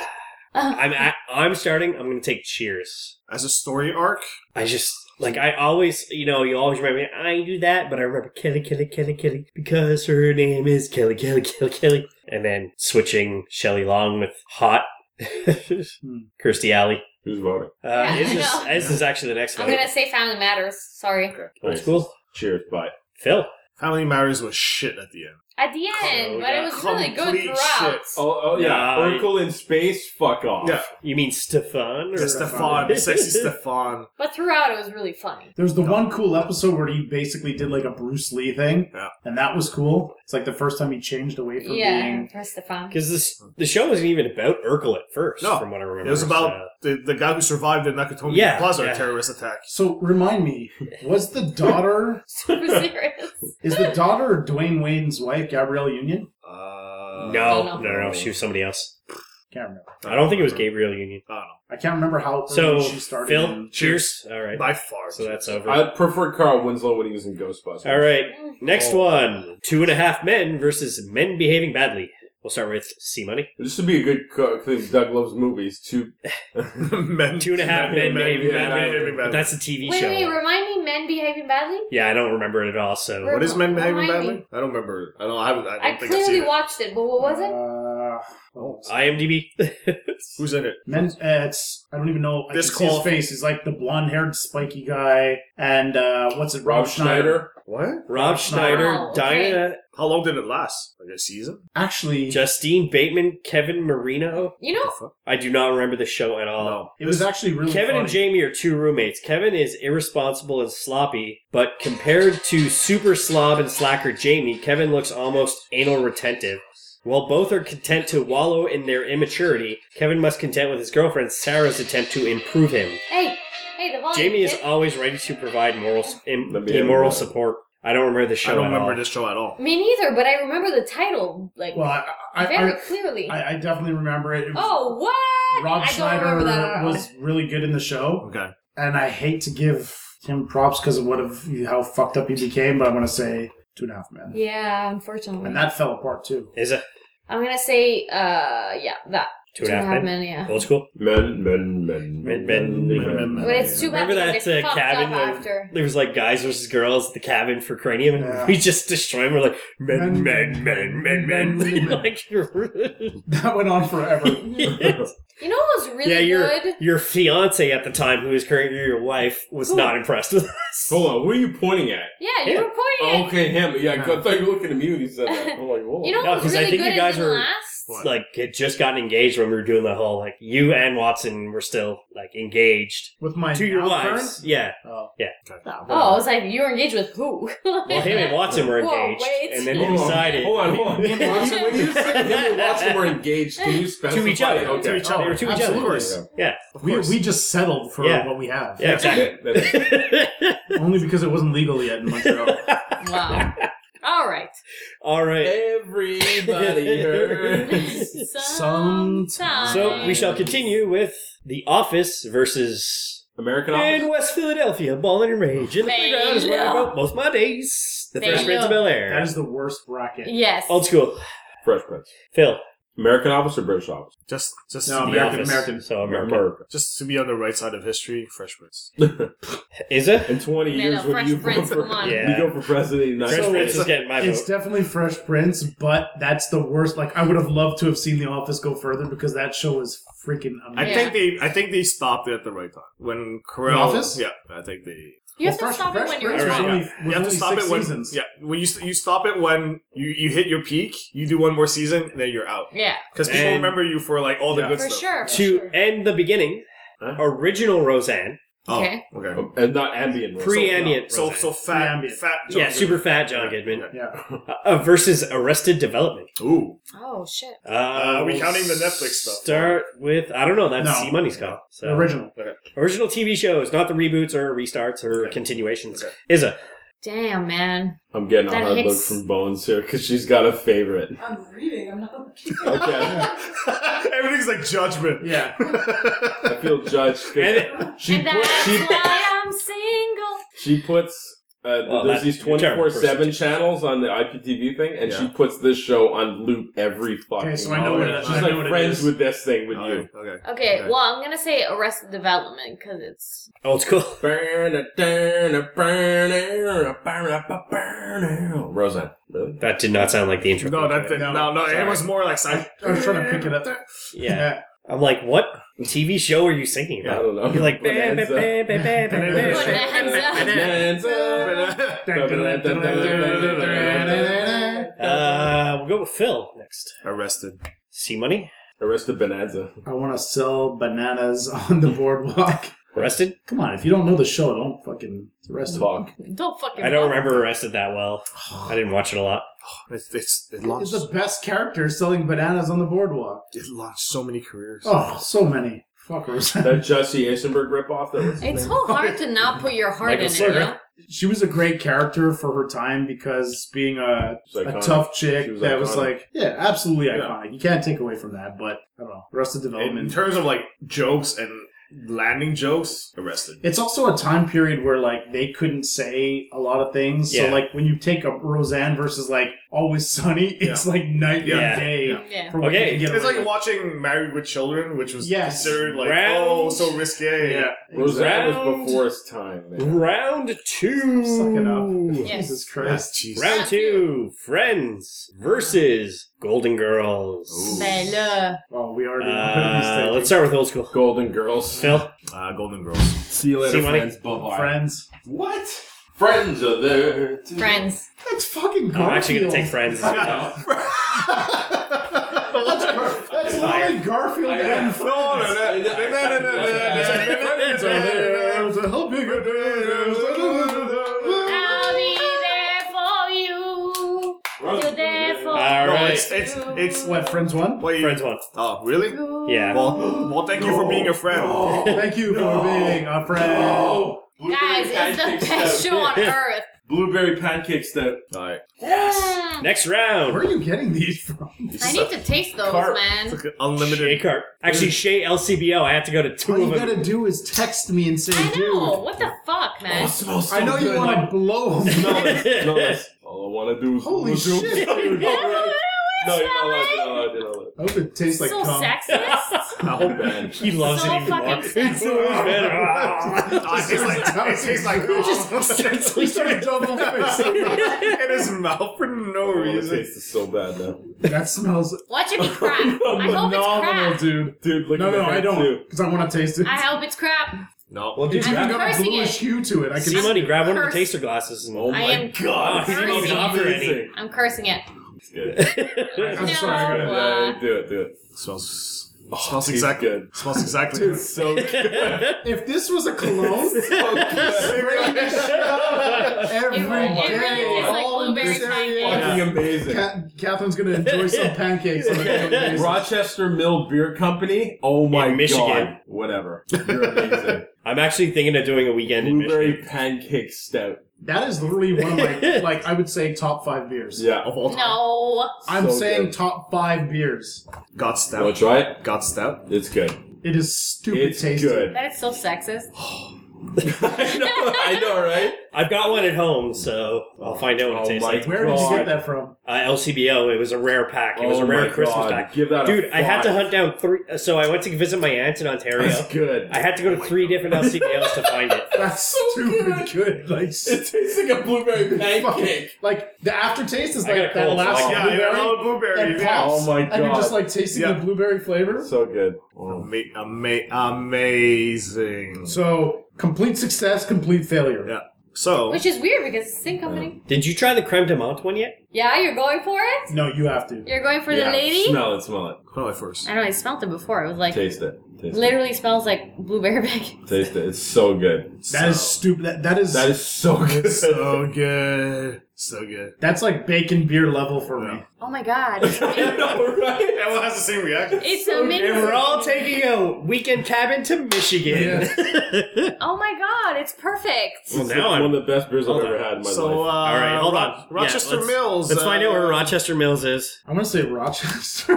I'm at, I'm starting. I'm gonna take Cheers.
As a story arc,
I just like I always, you know, you always remember me. I do that, but I remember Kelly, Kelly, Kelly, Kelly because her name is Kelly, Kelly, Kelly, Kelly, and then switching Shelley Long with Hot Kirstie Alley.
Who's voting?
Uh, it's
Yeah,
just,
I know.
this is actually the next
I'm
one.
gonna say Family Matters. Sorry.
Old school.
Cheers. Bye.
Phil.
Family Matters was shit at the end.
At the end, but it was really good
Complete
throughout.
shit.
Oh, oh yeah.
Yeah, I-
Urkel in space. Fuck off.
Yeah.
You mean Stefan?
Yeah, Stefan, sexy Stefan.
But throughout, it was really funny.
There's the one cool episode where he basically did like a Bruce Lee thing,
Yeah.
and that was cool. It's like the first time he changed away from
Yeah,
being.
for Stefan.
Because this the show wasn't even about Urkel at first,
No,
from what I
It
remember.
was
so-
about the, the guy who survived the Nakatomi
Yeah,
Plaza
yeah.
terrorist attack.
So remind me, was the daughter
Super serious.
is the daughter Dwayne Wade's wife Gabrielle Union?
no, no,
Uh,
no, no.
no, no, she was somebody else.
Can't remember.
I don't think it was Gabriel Union.
I don't
I can't remember how early
So
she started.
Phil,
in-
cheers. All right,
know. By far.
so that's over.
I prefer Carl Winslow when he was in Ghostbusters.
All right,
Mm.
next
Oh.
one: two and a half men versus men behaving badly. We'll start with C Money.
This would be a good co- because Doug loves movies. Two.
Men-
Two and a half men behaving
Mm, yeah,
badly.
behaving
But that's a TV
Wait,
show.
wait, remind me, men behaving badly?
yeah, I don't remember it at all. So
What is men behaving
Remind
badly?
me.
I don't remember. I don't. I haven't. I don't
I
think I've seen
clearly
it.
watched it, but what was it?
Uh, oh,
IMDb.
Who's in it?
men, uh, it's I don't even know. I
This
can see his
call-
face. He's like the blonde-haired, spiky guy, and uh, what's it? Rob, Schneider.
What?
Rob Schneider,
Wow, okay.
Dinah,
How long did it last? Like a season?
Actually,
Justine Bateman, Kevin Marino.
You know,
I do not remember the show at all.
no.
it was actually really
Kevin and
funny.
Jamie are two roommates. Kevin is irresponsible and sloppy, but compared to super slob and slacker Jamie, Kevin looks almost anal retentive. While both are content to wallow in their immaturity, Kevin must contend with his girlfriend Sarah's attempt to improve him.
hey, hey, the volume.
Jamie is
kid.
always ready to provide moral s- im-
Let me have
immoral
that.
support. I don't remember the show.
I don't
at
remember
all.
this show at all.
Me neither, but I remember the title like
Well, I I,
very
I,
clearly.
I, I definitely remember it. it was,
oh, what?
Rob
I don't
Schneider
remember that at all.
was really good in the show,
Okay.
and I hate to give him props because of what of how fucked up he became, but I'm gonna say two and a half men,
Yeah, unfortunately.
and that fell apart too.
Is it
I'm gonna say, uh, yeah, that.
two and a half men?
men, yeah.
Old school.
Men, men, men,
Men, men,
men, men,
But it's too bad
Remember
because
that
they
uh,
fucked
cabin?
up
where
after.
There was like guys versus girls at the cabin for cranium, and
Yeah.
we just destroy them. We're like men, men, men, men, men. like you're,
That went on forever.
You know what was really
yeah, your
good?
your fiance at the time, who is currently your wife, was
Who?
not impressed with us.
Hold on. What are you pointing at?
Yeah, you
Yeah.
were pointing.
Oh,
it.
okay, him. Yeah, I thought you were looking at me when you said that. I'm like, whoa.
You know
No,
what was
'cause I
really
think
good
you guys
and didn't
were-
last?
What?
Like had just gotten engaged when we were doing the whole like you and Watson were still like engaged
With my
to your
now
wives. Yeah,
current- Oh.
Oh, I was like, you were engaged with who?
well, him and Watson were
Whoa,
engaged,
wait.
and then
Hold
they
on,
decided
Hold on, hold on. Me and Watson, when you said him and Watson were engaged, can you specify?
to each other,
Okay.
to each other,
Oh,
or to each
absolutely.
other.
Of course.
Yeah,
We, we just settled for
Yeah.
what we have,
yeah,
Yeah.
exactly.
That is-
only because it wasn't legal yet in Montreal.
wow. All right.
All right.
Everybody hurts.
Sometimes.
So we shall continue with The Office versus
American
in
Office.
West Philadelphia, balling and rage. In the
They
playground is where I
know.
wrote most of my days. The
They
Fresh Prince of
know.
Bel
That
Air.
is the worst bracket.
Yes.
Old school.
Fresh Prince.
Phil.
American Office or British Office?
Just, just,
No,
to be
the
American,
Office.
American.
So American.
America.
just to be on the right side of history, Fresh Prince.
Is it?
In 20
No,
years,
no,
when
Fresh
you
Prince,
go for,
come on.
Yeah.
you go for president, not
Fresh
so
Prince is getting my
It's
vote.
definitely Fresh Prince, but that's the worst. Like, I would have loved to have seen The Office go further because that show was freaking
I
amazing.
Yeah.
think they, I think they stopped it at the right time when Carell.
The Office?
Yeah, I think they.
you have
Well,
to stop it when you're
Prince was
Alright,
drunk.
only, was
Yeah. You have to
only
stop
six
it when
seasons.
yeah. When you s- you stop it when you, you hit your peak, you do one more season, then you're out
Yeah,
because people
And-
remember you for like all the
Yeah.
good
for
stuff.
sure. For
To
sure.
end the beginning,
Huh?
original Roseanne,
Oh,
Okay.
Okay.
Oh, And not ambient.
pre-ambient
So
Roseanne.
so fat
Ambient.
fat. John
yeah,
Goodman.
super fat John
Yeah.
Goodman
Yeah.
uh, uh, versus Arrested Development.
Ooh.
Oh shit.
Uh,
are we
we'll
counting the Netflix stuff?
Start with I don't know. That's
No.
C Money's call. So.
The original.
Original TV shows, not the reboots or restarts or continuations.
Okay.
Is a
Damn, man.
I'm getting a
That
hard
hits-
look from Bones here because she's got a favorite.
I'm reading. I'm not looking.
Okay.
Everything's like judgment. Oh,
Yeah.
I feel judged. 'cause
and
she,
and
put-
that's
she,
why I'm single.
she puts Uh,
Well,
there's
that-
these
you're a terrible
24 7
person.
channels on the IPTV thing, and she
Yeah.
puts this show on loop every fucking
Okay, so I know
hour.
what it-
She's
I know
like
what it
friends
is. Oh,
with this thing with you.
Okay. okay.
Okay,
Okay.
well, I'm gonna say Arrested Development because it's
Old school.
Roseanne. Really?
That did not sound like the intro.
No, that no, no,
sorry.
it was more like I,
I was trying to pick it up.
Yeah. I'm like, what TV show are you singing
I
about?
don't know.
You're like, bam, bam,
uh,
Bonanza.
bam, bam, bam, bam, bam.
Bonanza.
Uh, we'll go with Phil next.
Arrested.
Sea Money,
Arrested Bonanza.
I want to sell bananas on the boardwalk.
Arrested.
Come on, if you don't know the show, don't fucking the rest of
Talk.
don't fucking.
I don't remember Arrested that well. I didn't watch it a lot.
It's, it's it
It's
launched
the best character selling bananas on the boardwalk.
it launched so many careers.
Oh, so many fuckers.
That Jesse Eisenberg ripoff. That was.
It's so hard to not put your heart
Michael
in it.
Cera.
You know?
she was a great character for her time because being a
It's iconic.
a tough
She
chick
was
that was
iconic.
like, yeah, absolutely
Yeah.
iconic. You can't take away from that, but I don't know. Arrested Development.
in terms of like jokes and landing jokes, arrested.
it's also a time period where like they couldn't say a lot of things.
Yeah.
So like when you take up Roseanne versus like Always Sunny, it's like night
Yeah.
and day.
Yeah.
Yeah.
for what
Okay.
they could get
It's
away
like
with.
watching Married with Children, which was
Yes.
considered like
Round-
oh so risque.
yeah.
Roseanne
Round-
was before its time, man.
Round two.
Suck it up.
Yes.
Jesus Christ.
Jesus.
Round two. Friends versus Golden Girls.
Bella.
Well, we already
Uh, let's start with old school.
Golden Girls.
Phil.
Uh, Golden Girls.
See you
See you, buddy.
Bye-bye.
friends.
What? Friends are there. to-
Friends.
That's fucking
I'm
Garfield.
actually going to take Friends.
that's, Gar- that's literally Garfield and Friends.
Friends are there.
I'll be there for you. You're there for
All
No,
right.
it's it's it's
What, Friends won?
wait,
Friends one.
Oh really?
Yeah.
Well, well, thank you for being a friend.
Oh, Thank you for being a friend.
Oh,
Guys, it's the best show on earth.
Blueberry pancake step.
All right.
Mm.
Next
Where
round.
are you getting these from?
I need to taste those, man.
It's like
Shay
unlimited.
Cart. Actually, Shay LCBO. I have to go to
Oh,
two
All
of
you
them.
gotta do is text me and say,
I know.
dude.
What the fuck,
Oh,
man?
it smells so
I know you
good.
want to blow them.
No, it's- no, it's- all I want to do is
Holy
do-
shit, dude.
I don't know what it
No,
was,
you're not
man.
allowed. You're not allowed. You're not allowed.
I hope it tastes like
so
cum.
sexist.
Oh man.
He loves
So
it even more.
fucking
It's so much better. Ah.
Ah, it tastes like it tastes like
We started double fisting.
in his mouth for no
I
Oh,
want to
reason.
taste this Oh, so bad now.
That smells
Watch it be crap. I hope it's
phenomenal,
crap.
dude.
Dude, look
No,
at
no,
that
I
Too.
don't, because I want to taste it.
I hope it's crap.
No.
Well, dude,
It's even
grab-
got a
cursing
bluish
it.
hue to it. I can
See money, grab one of the
Curse.
taster glasses and
Oh
I
my
am
god,
he didn't even
cursing.
offer any.
amazing.
I'm cursing it.
It's good.
I'm
no.
sorry.
Yeah,
Uh,
do it, do it.
smells
tastes
smells exactly
good.
smells exactly.
Dude.
So good.
If this was a cologne, every
It really- it really
day,
tastes like
all in this
blueberry
area.
pancakes.
Fucking amazing.
Ca- Catherine's gonna enjoy some pancakes. on a daily basis.
Rochester Mill Beer Company. Oh my
In Michigan.
god. Whatever. You're amazing.
I'm actually thinking of doing a weekend in Michigan.
Blueberry pancake stout.
That is literally one of my, like, I would say top five beers.
Yeah.
No.
I'm
So
saying
good.
top five beers.
You
Got
want
stout.
to try it?
Got stout.
It's good.
It is stupid
It's
tasty.
good.
That is so sexist.
I know, I know, right?
I've got one at home, so I'll find out what
Oh
it tastes
my
like.
Where did you
God.
get that from?
Uh, LCBO. It was a rare pack. It was
Oh
a rare
my
Christmas
God.
pack.
Give that a
Dude, I had to
five.
hunt down three. uh, So I went to visit my aunt in Ontario.
It's good.
I had to go to three different LCBOs to find it.
That's stupid good. Like,
it tastes like a blueberry pancake.
like the aftertaste is
I got
like
a
that
cold, so
last
I
Yeah,
Oh. blueberry.
yeah, all blueberries.
and
Yeah.
pops,
Oh my
And you're just
God.
like tasting
Yeah.
the blueberry flavor.
So good. Oh.
Ama- ama- amazing.
So complete success, complete failure.
Yeah. So
Which is weird because it's the same company.
Did you try the creme de menthe one yet?
Yeah, you're going for it?
No, you have to.
You're going for
Yeah,
the lady?
Smell it, smell it.
what do I first?
I don't know, I smelled it before. It was like,
Taste it. Taste
literally smells like blueberry pancake.
it. Taste it. It's so good.
That is stupid. That, that is
That is so good.
so good. So good.
that's like bacon beer level for me.
Oh my god. It's,
know, right?
Everyone has the same reaction.
it's
And we're
amazing.
all taking a weekend cabin to Michigan.
Oh my god, it's perfect.
Well,
It's
now
one of
I'm-
the best beers I've
Hold
ever
on.
had in my
So uh,
life.
All right, hold on.
Ro-
Yeah,
Rochester
let's-
Mills.
Let's find out where
uh,
Rochester Mills is.
I'm gonna say Rochester.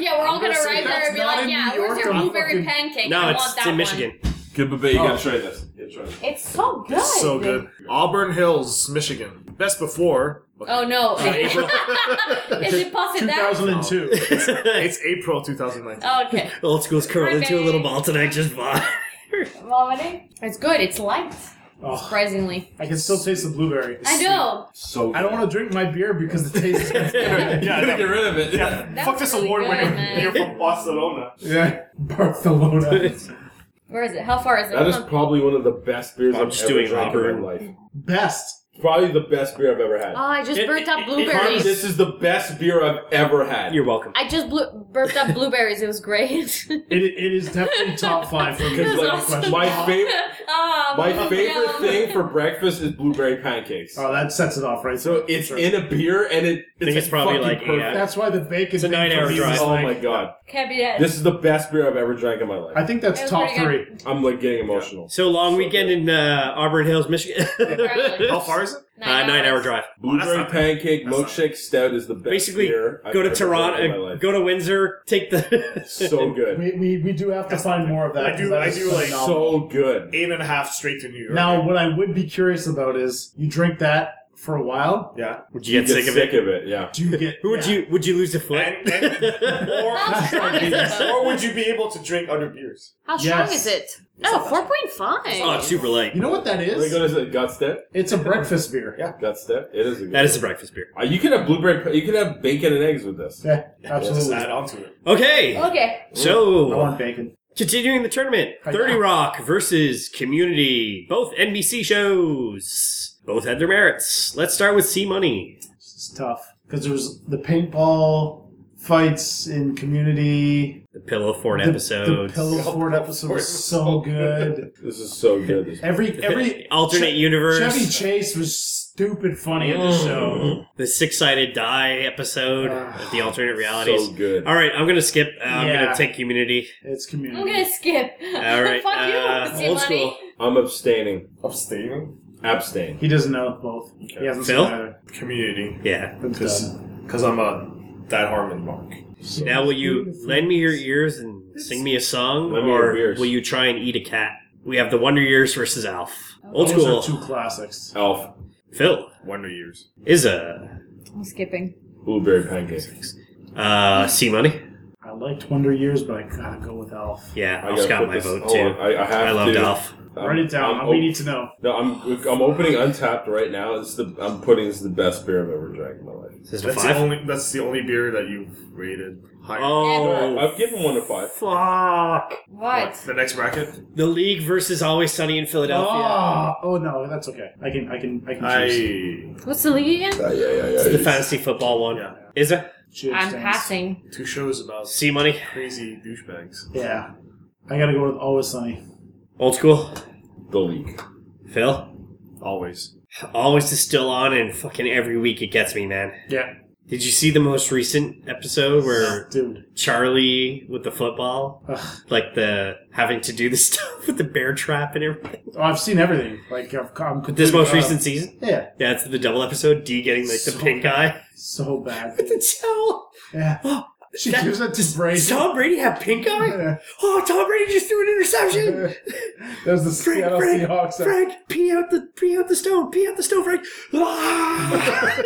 Yeah, we're all
gonna
gonna
say
arrive there
that's
and be
not
like,
in
yeah,
New
where's
York
your
or
blueberry
fucking-
pancake?
No,
I
it's,
want
it's
that
in Michigan.
One.
Good, but, but you
Oh.
gotta try this. You gotta try this.
It's so good.
It's so good. Auburn Hills, Michigan. Best before. but-
Oh no!
Uh, April
Is it busted down?
2002. Oh, It's, it's April 2019.
Oh, okay.
Old school's curled
Hi,
into a
babe.
little ball tonight, just fine.
Vomiting? It's good. It's light,
Oh,
surprisingly.
I can still taste the blueberry.
Oh, I know.
So
I don't want to drink my beer because the taste is
Yeah,
to get
yeah.
rid of it.
That
Fuck
was
this
really
award
good,
winning
man.
beer from Barcelona.
Yeah. Barcelona.
Where is it? How far is it?
That is
Huh.
probably one of the best beers
I'm
I've
just
ever
doing
drank in
Auburn.
my life.
Best.
Probably the best beer I've ever had.
oh, I just
It-
burped
it-
up
it-
Carmen,
blueberries.
this is the best beer I've ever had.
You're welcome.
I just blew- burped up blueberries. It was great.
It, it is definitely top five for me.
because
That's
like
awesome.
my favorite,
Ah,
my favorite
yum.
thing for breakfast is blueberry pancakes.
Oh, that sets it off right
So it's in a beer and it. It's,
think it's probably
fucking
like eight
perfect.
hours.
That's why the bacon.
It's a
thing
nine-hour
for me
drive.
was
Oh
like-
my god,
Can't be that.
this is the best beer I've ever drank in my life.
I think that's
It was
top
pretty
three.
good.
I'm like getting emotional.
So long weekend in uh, Auburn Hills, Michigan.
Probably.
How far is it?
Uh, nine hour
hours.
drive.
Blueberry
not-
pancake
that's not-
milkshake stout is the best
Basically,
beer. I've
go to
ever drank in my
Toronto,
life.
go to Windsor, take the.
so good,
We, we, we do have to find more of that.
I
'cause
do-
that
I
is
do like-
phenomenal.
so good.
Eight and a half straight to New York.
Now, what I would be curious about is you drink that for a while.
yeah.
Would you get
Get
sick of
sick
it?
of it, yeah.
Do you get?
Who would
yeah.
you? Would you lose a foot?
And, and, or,
How strong is it? though?
or would you be able to drink other beers?
How
Yes.
strong is it? No, four point five.
oh, it's super light.
You know what that
Like,
is?
what is it? Gut step?
It's a breakfast beer.
Yeah, gut step. It is a good
That is a breakfast beer.
Uh, you can have blueberry. pa- You can have bacon and eggs with this.
Yeah,
Just
absolutely.
add on to it.
Okay,
Okay.
I
so
want bacon.
continuing the tournament,
I
Thirty
know.
Rock versus Community, both NBC shows. Both had their merits. Let's start with C Money.
It's tough because there was the paintball fights in community.
The Pillow Fort
The- The,
episode.
pillow fort episode was so good.
This is so good. This
Every every
alternate
Che-
universe. Mm.
Chevy Chase was stupid funny in the show.
the six sided die episode.
Ugh.
the alternate realities.
so good.
All right, I'm gonna skip. Uh,
Ah,
I'm
Yeah.
gonna take Community.
It's
I'm
community.
Mm.
gonna skip.
All right,
Fuck
uh,
you, Mr.
old
Money.
school.
I'm abstaining.
Abstaining?
Abstain.
He doesn't know both. He hasn't
Phil?
seen either.
Community.
Yeah.
But, uh,
Because I'm a That Harmon mark.
Now, will you lend me your ears and sing me a song,
Lend me your
or
ears.
will you try and eat a cat? We have the Wonder Years versus Alf. Old
Oh. Those are
school.
two classics.
Elf.
Phil
Wonder Years.
is a
I'm skipping.
Blueberry pancakes.
uh, C money.
I liked Wonder Years, but I gotta go with Elf.
Yeah,
I
Alf's
gotta
got
put
my
this-
vote
hold on,
too.
I, I have
I loved
to.
Alf.
I'm-
Write it down.
Um,
I'm
we
oh.
op-
need to know.
No, I'm I'm opening Untapped right now. It's the I'm putting this is the best beer I've ever drank in my life.
This is a
That's the,
five.
only, that's the only beer that you've rated higher.
Oh,
I've given one a five.
fuck!
What?
The next bracket?
The League versus Always Sunny in Philadelphia.
Oh, oh no, that's okay. I can, I can, I can choose.
I.
What's the league again?
the fantasy football one.
Yeah.
Is it
Cheers,
I'm
thanks.
passing.
Two shows about
C money?
crazy douchebags.
Yeah, I gotta go with Always Sunny.
Old school.
The league.
Phil.
Always.
Always is still on, and fucking every week it gets me, man.
Yeah,
Did you see the most recent episode where
dude.
Charlie with the football,
Ugh.
like the having to do the stuff with the bear trap and everything?
Oh, I've seen everything. Like I've, I'm
But this
completely
most
caught up.
recent season,
Yeah,
yeah, it's the double episode. D getting like the
uh, So
pink eye
so bad.
with
dude.
the towel.
Yeah, she
That-
gives it to Brady.
Does Tom Brady have pink eye?
Yeah.
Oh, Tom Brady just threw an interception.
There's the
Frank,
Seattle
Frank,
Seahawks. uh,
Frank, pee out the pee out the stone, pee out the stone, Frank. Ah!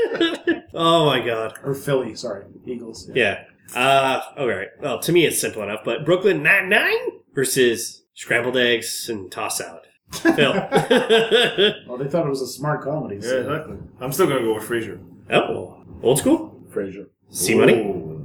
oh my god.
or Philly, sorry, Eagles.
Yeah. Uh, all right. Well, to me, it's simple enough. But Brooklyn Nine Nine versus scrambled eggs and toss salad. Phil.
Well, Oh, they thought it was a smart comedy. so-
I'm still gonna go with Frasier.
oh, old school.
Fraser.
See money.
Oh.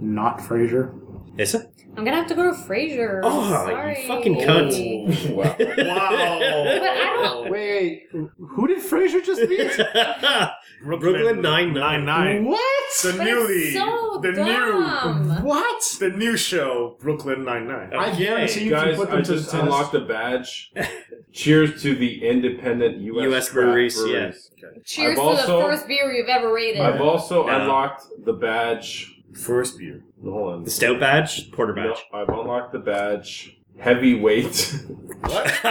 Not Frasier.
Issa.
I'm gonna have to go to Frasier.
Oh, you
Sorry.
fucking cunt.
Wow.
But I don't.
Wait, who did Frasier just
Brooklyn Nine Nine
Nine.
what?
The
But
new
it's
league.
so
the
dumb.
What?
new the new show, Brooklyn Nine Nine.
Uh,
I guarantee you can
Guys,
put
I
them to the
just
test.
unlocked a badge. Cheers to the independent U.S.
US
craft
breweries,
Cheers
I've
to
also-
the first beer you've ever rated.
I've also
Yeah.
unlocked the badge.
First beer.
Hold on.
The stout badge, porter
No,
badge.
I've unlocked the badge. Heavyweight.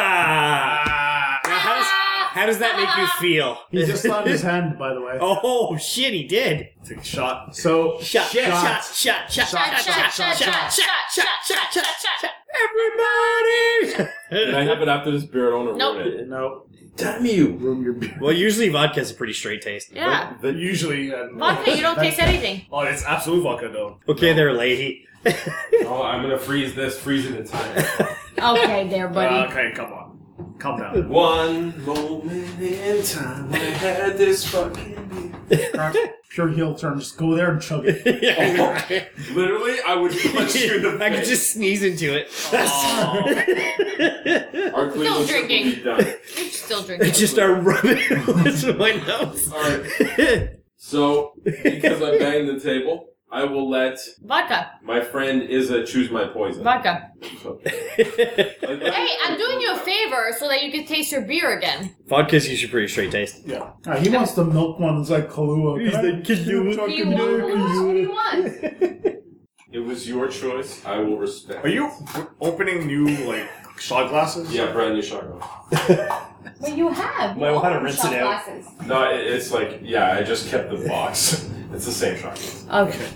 Ah. Now, how, does, how does that make you feel?
He just slapped his hand, by the way.
Oh shit! He did.
Take a shot.
So
Shot,
Shot.
shot, shot, shot, shot, shot, shot, shot, shot, shot, shot, shot, shot, shot, shot, shot. Everybody!
Can I have it after this beer? I don't want to
Nope.
ruin it.
No,
Damn you.
room your beer.
well, usually vodka has a pretty straight taste.
Yeah.
The- the-
Usually, uh,
Vodka, you don't taste anything.
Oh, it's absolute vodka though.
Okay, there, lady.
oh, I'm gonna freeze this. Freeze it in time.
Okay, there,
Uh,
buddy.
okay, come on, calm down.
One moment in time, I had this fucking
Pure heel turn. Just go there and chug it.
Yeah.
beer. Literally, I would punch you in the Oh.
I could
face.
just sneeze into it.
Our queen
Still
was simply
drinking.
done.
You're still
I
drinking.
just start rubbing it with my nose.
All right. So, because I banged the table, I will let
Vodka.
my friend Izza choose my poison.
Vodka.
So-
Hey, I'm doing you a favor so that you can taste your beer again.
Vodka's usually pretty straight taste.
Yeah.
Ah, he wants the milk ones like Kahlua.
He's the Kahlua.
Chuck
He
and
wants
Dale
what he wants.
It was your choice. I will respect.
Are you w- opening new like shot glasses?
Yeah, brand new shotgun.
But you have.
Might wanna rinse it out.
No, it- it's like yeah. I just kept the box. It's the same shotgun.
Okay.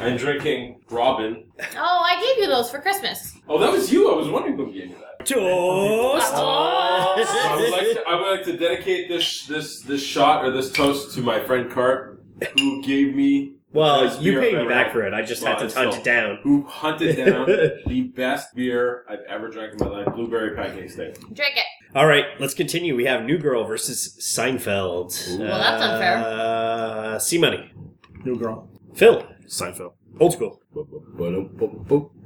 I'm drinking Robin.
Oh, I gave you those for Christmas.
Oh, that was you. I was wondering who gave you that.
Toast!
I would, like
Oh.
to, I would like to dedicate this this this shot or this toast to my friend Cart, who gave me
well,
best
you
beer
paid
I've
me
ever
back
had.
for it. I just had
Well,
to
it's
touch
still-
it down.
Who hunted down the best beer I've ever drank in my life? Blueberry pancake steak.
Drink it.
All right, let's continue. We have New Girl versus Seinfeld.
Well, that's unfair.
Uh, C Money.
New girl.
Phil.
Seinfeld.
Old school.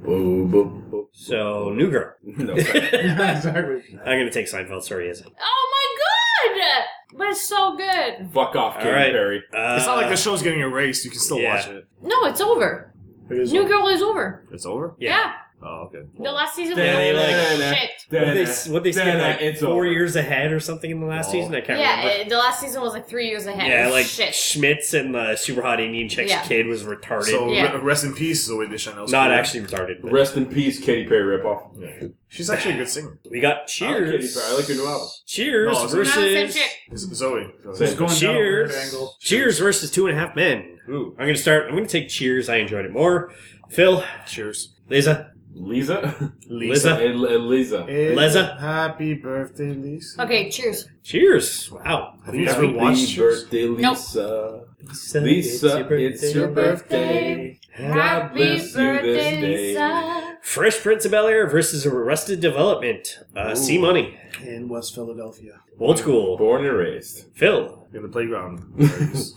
No,
So, New Girl.
sorry.
exactly.
I'm going to take Seinfeld. Sorry, is it?
Oh my god! But it's so good.
fuck off, Katy
right.
Perry.
Uh,
It's not like the show's getting erased. You can still
yeah.
watch it.
No, it's over.
It is
New Girl is over.
It's over.
Yeah.
Yeah.
Oh, okay.
The last season was
Yeah, they
like-
shit.
What they, what they skip,
Dana,
like
it's
four
over.
years ahead or something in the last
Oh.
season? I can't
Yeah,
remember.
it- the last season was like three years ahead.
yeah, like
shit.
Schmitz and the super hot Indian chick's
Yeah.
kid was retarded.
So
Yeah.
re- rest in peace, Zoe Deschanel.
Not actually retarded. But
Rest in peace, Katy Perry ripoff.
She's actually a good singer.
we got
I like Katy
Cheers.
Perry. I like her new album.
Cheers
No, it's
Not the same
versus
chick.
It's Zoe.
Same.
going down a weird
Cheers.
angle.
Cheers versus Two and a Half Men. Ooh, I'm gonna start. I'm gonna take Cheers. I enjoyed it more. Phil,
Cheers.
Lisa,
Lisa?
Lisa.
Eh, eh, Lisa.
Leza.
Happy birthday, Lisa.
Okay, cheers.
Cheers. Wow.
Have you ever watched
Happy
Cheers?
birthday,
Nope.
Lisa.
Lisa,
Lisa, it's your birthday. God bless you this day.
Lisa.
Fresh Prince of Bel Air versus Arrested Development. Uh, C Money.
in West Philadelphia.
Old school.
Born and raised.
Phil.
In the playground.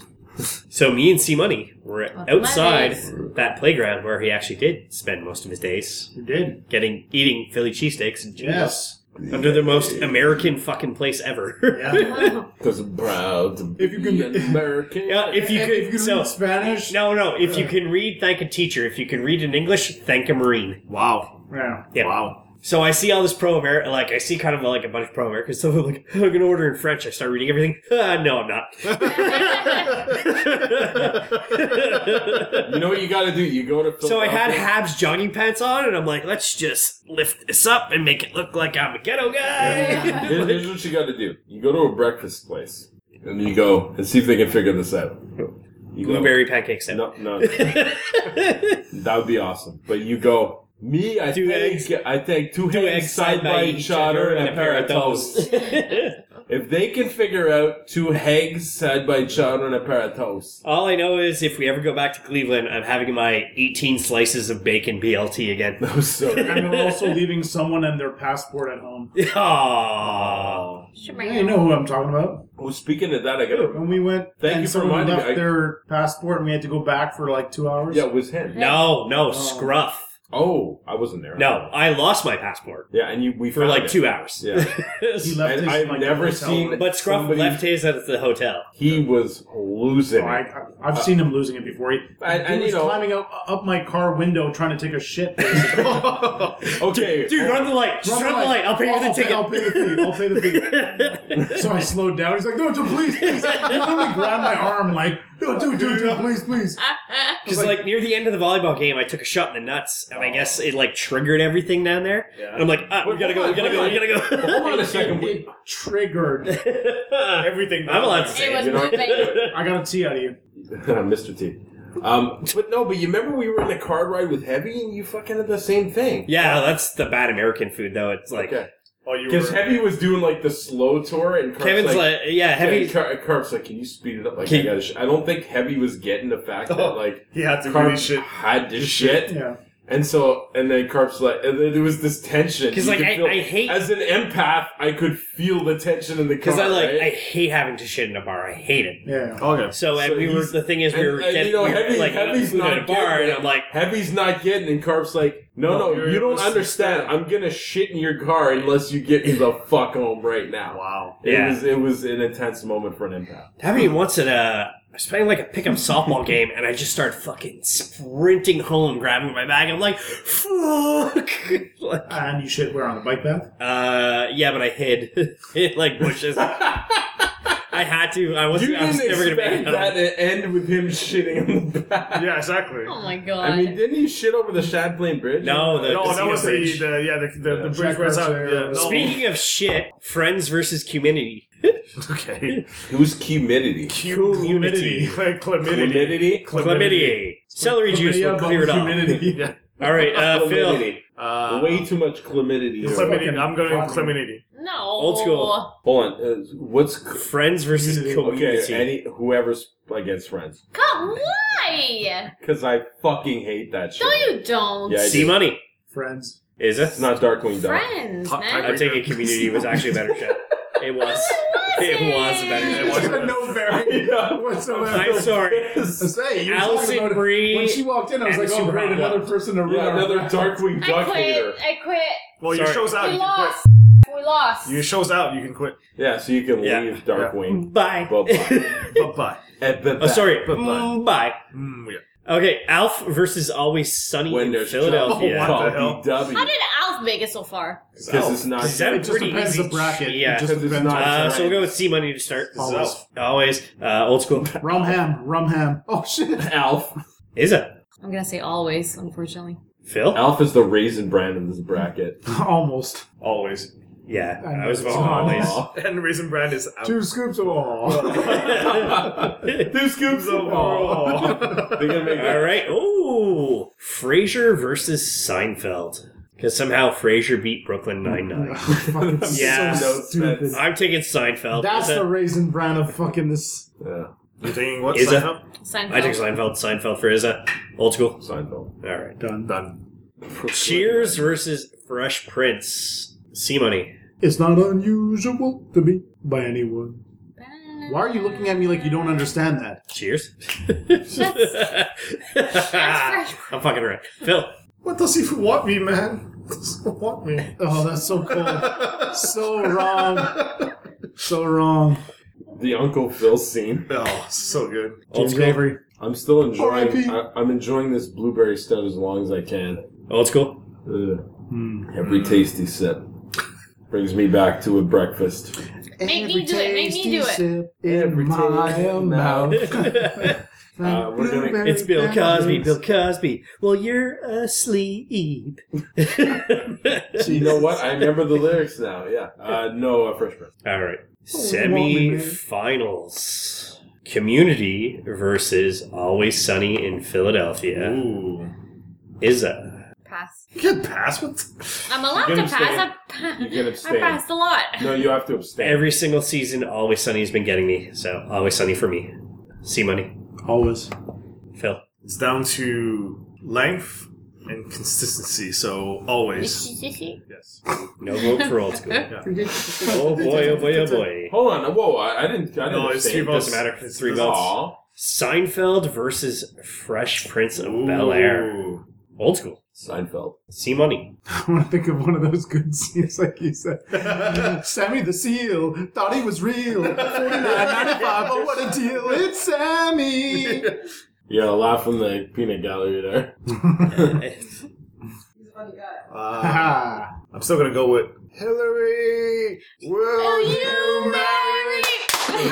So me and C Money were
Well,
outside
nice.
that playground where he actually did spend most of his days
You did.
getting eating Philly cheesesteaks and Jimmy
Yes.
John's under the most American fucking place ever.
Yeah.
Because I'm proud to
If you
be
can-
an American.
Yeah, if you
And
could,
if you
so,
read Spanish.
no, no. If you can read, thank a teacher. If you can read in English, thank a marine.
Wow.
Yeah.
Yeah.
Wow.
So I see all this pro America, like I see kind of like a bunch of pro American stuff. I'm like, "Oh, I'm gonna order in French. I start reading everything. Ah, no, I'm not.
You know what you gotta do? You go to
so I had
Philadelphia.
Habs jogging pants on, and I'm like, let's just lift this up and make it look like I'm a ghetto guy.
Here- Here's what you got to do. You go to a breakfast place and you go and see if they can figure this out. You go-
Blueberry pancakes. then.
No, no, that would be awesome. But you go. Me, I
Two
take
eggs.
I take two, eggs side by each other and a pair of toast. if they can figure out two eggs side by each other and a pair of toast,
All I know is if we ever go back to Cleveland, I'm having my 18 slices of bacon BLT again.
that was so.
And I'm also leaving someone and their passport at home.
Aww.
Should
Yeah,
bring
you
it.
know who I'm talking about.
Well, speaking of that, I got.
When we went,
Thank
and
you for
someone
reminding me.
left
I-
their passport, and we had to go back for like two hours.
Yeah, it was him.
No, no, scruff.
Oh, I wasn't there.
No, I lost my passport
Yeah, and you we
for
found
like
it.
two hours.
Yeah,
he left
And
his,
I've
like,
never
hotel
seen-
room.
but Scruff
Somebody-
left his at the hotel.
he was losing.
Oh,
it.
I, I've seen him losing it before. He,
And-
he
and,
was
you know-
climbing up, up my car window trying to take a shit. basically.
Okay,
Dude, run the light. Just run the light. I'll pay you the
I'll
ticket.
I'll pay the fee. I'll pay the fee. so I slowed down. He's like, no, dude, please, please. He literally grabbed my arm like, no, dude, dude, dude, please, please.
Because like near the end of the volleyball game, I took a shot in the nuts, and I guess it like triggered everything down there. And I'm like, ah, we
Wait,
gotta go, we
hold
gotta
on,
go, we gotta
Hold on
go.
a second.
It
wait.
triggered.
Everything. I'm allowed to
It
say.
was
it.
You know-
moving.
I got a T out of you.
Mr. T. Um, but no, but you remember we were in the car ride with Heavy, and you fucking had the same thing.
Yeah, that's the bad American food though. It's like
Okay.
Oh, you
Because
were-
Heavy was doing like the slow tour, and Carp's
Kevin's
like,
like, yeah, heavy.
Yeah, Car- Carp's like, can you speed it up? Like,
Can-
I, gotta sh-. I don't think Heavy was getting the fact that like
he had to
Carp
really shit.
had to shit,
Yeah.
and so and then Carp's like, and then there was this tension.
'Cause,
You
like,
could
I- I hate-
as an empath, I could feel the tension in the car.
Because I like,
right?
I hate having to shit in a bar. I hate it.
Yeah.
Okay.
So, and
So
we were.
he's-
The thing is, we
And-
were
and,
getting
you know,
we were,
heavy,
like
heavy's
food
not
at a bar,
getting
and
it.
I'm like,
Heavy's not getting, and Carp's like, no,
No,
no,
you're-
you don't
this is-
understand. I'm gonna shit in your car unless you get me the fuck home right now.
Wow.
It
Yeah.
was it was an intense moment for an impact.
Heavy once at a, I was playing like a pickup softball game, and I just started fucking sprinting home, grabbing my bag. I'm like, fuck. Like,
And you shit where on the bike path?
uh, yeah, but I hid in like bushes. I had to. I
You
wasn't. I was
didn't
never gonna
expect
make it.
that
home.
to end with him shitting on the back.
Yeah, exactly.
Oh my god.
I mean, didn't he shit over the Shad Plain Bridge?
No, the
no, that
casino
was the,
bridge.
the yeah the the, the bridge
Jack
where it's out.
Russell.
Yeah, no.
Speaking of shit, friends versus community.
Okay.
Who's humidity?
Community.
Like chlamydia.
Humidity?
Chlamydia. Celery juice will
Chlamydia, but
clear it
with
off.
humidity.
Yeah.
All right, uh, Phil.
Chlamidity.
Uh,
Way too much chlamidity.
Chlamydia. I'm going with chlamydia.
no.
Old school.
Hold on. Uh, what's
Friends versus
okay?
community.
Any whoever's against friends,
God, why?
because I fucking hate that shit.
No, you don't.
Yeah, I
See
do.
money.
Friends.
Is it?
It's not Darkwing Duck.
Friends,
Top
man.
I take it. Community was actually a better show. It was. It was a better
It
show.
wasn't.
no bearing whatsoever.
I'm sorry.
I say, you were talking
Alison
about it.
Brie
When she walked in, I was
and
like, oh,
Super
great,
Hot
another
Dog.
person to ruin
Yeah,
our
another
life.
Darkwing
I
Duck
quit.
hater.
I quit.
Well, your
Sorry.
show's out.
We
You can quit.
lost. We lost.
Your show's out. You can quit.
Yeah, so you can
Yeah.
leave Darkwing.
Bye.
Bye-bye.
Bye bye.
At the
Oh,
back.
sorry.
Bye-bye.
Mm, Bye.
Mm, yeah.
Okay, Alf versus Always Sunny
When
in
there's
Philadelphia.
Oh,
trouble. What the hell?
How
W
did Alf make it so far?
because it's not
Is that a
It just
pretty
depends
easy
the bracket.
Yeah.
It just
Because it's
depends
not-
Oh, uh,
on-
so we'll go with C Money to start.
Always.
So, always. Uh, old school.
Rum ham, rum ham. Oh, shit.
Alf.
Is it?
I'm gonna say always, unfortunately.
Phil?
Alf is the raisin brand in this bracket.
Almost.
Always.
Yeah.
I
I
know
was
it's
about always.
Aw.
And Raisin Brand is out.
Two scoops of all.
Two scoops of
Oh.
They're gonna make
All
that.
right. Ooh, Frasier versus Seinfeld. Because somehow Frasier beat Brooklyn Nine Nine.
Fucking
Yeah.
so stupid.
I'm taking Seinfeld.
That's
Is it-
the raisin bran of fucking this.
Yeah,
You're taking what?
Is
Seinfeld?
Seinfeld.
I took Seinfeld. Seinfeld for Izza. Old school.
Seinfeld.
All right.
Done.
Done.
Cheers versus Fresh Prince. C Money.
It's not unusual to be by anyone. Why are you looking at me like you don't understand that?
Cheers. Ah.
Fresh
I'm fucking right. Phil.
What does he want me, man? Does he want me?
Oh, that's so cool. so wrong. So wrong.
The Uncle Phil scene.
Oh, so good.
Old
James
school.
Avery.
I'm still enjoying.
R.I.P..
I, I'm enjoying this blueberry stout as long as I can.
Old school.
Ugh. Every tasty sip brings me back to a breakfast.
Make me do it, make me do it.
Sip in
Every
my
tasty
mouth.
Uh, we're gonna-
Blueberry
It's Bill Cosby.
bananas.
Bill Cosby. Well, you're asleep.
you know what? I remember the lyrics now. Yeah. Uh, no, uh, Fresh Prince.
All right.
Lonely Man.
Semi-finals. Community versus Always Sunny in Philadelphia.
Ooh.
Izza.
pass.
You can pass with.
I'm allowed
You
to
can
pass.
abstain.
I, pa-
You can
I
abstain.
passed a lot.
No, you have to abstain.
Every single season, Always Sunny has been getting me. So Always Sunny for me. C money.
Always.
Phil.
It's down to length and consistency. So always. Yes.
No vote for old school. oh boy! Oh boy! Oh boy!
Hold on. Whoa, I, I didn't. I didn't
No, it's
abstain.
three votes.
Doesn't matter. It's three votes.
Aw.
Seinfeld versus Fresh Prince of Bel Air.
Ooh.
Old school.
Seinfeld.
C money.
I want to think of one of those good scenes, like you said. Sammy the Seal thought he was real. 49.95. Oh, what a deal! It's Sammy.
You got a laugh from the peanut gallery there.
Uh,
Ah.
I'm still gonna go with Hillary. Will
you marry?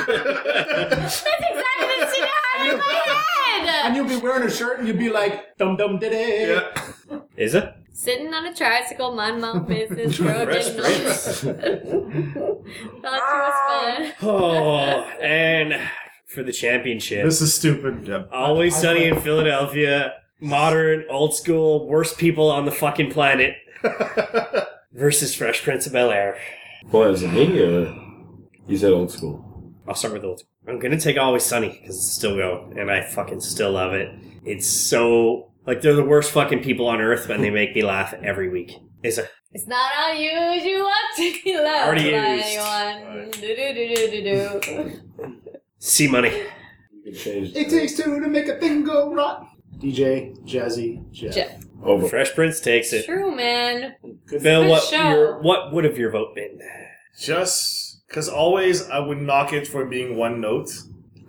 That's exactly the scene I had in my
and
head.
you'll be wearing a shirt, and you'll be like dum dum diddy.
Yeah.
Is it?
Sitting on a tricycle, mind my own business, road
Fresh
didn't notice. Thought she was fun.
Oh, and for the championship.
This is stupid.
Always
I- I-
sunny in Philadelphia. Modern, old school, worst people on the fucking planet versus Fresh Prince of Bel Air.
Well, as a media, you said old school.
I'll start with old. I'm gonna take Always Sunny because it's still going, and I fucking still love it. It's so like they're the worst fucking people on earth, and they make me laugh every week. It's a
It's not unusual to be loved
Already
by
used.
anyone. Do-do-do-do-do-do.
C money.
You can change.
It takes two to make a thing go rot. DJ, Jazzy, Jeff.
Jeff.
over.
Fresh Prince takes it.
True, man.
Good
Bill,
Good
what
show.
your, what would have your vote been?
Just because always I would knock it for being one note.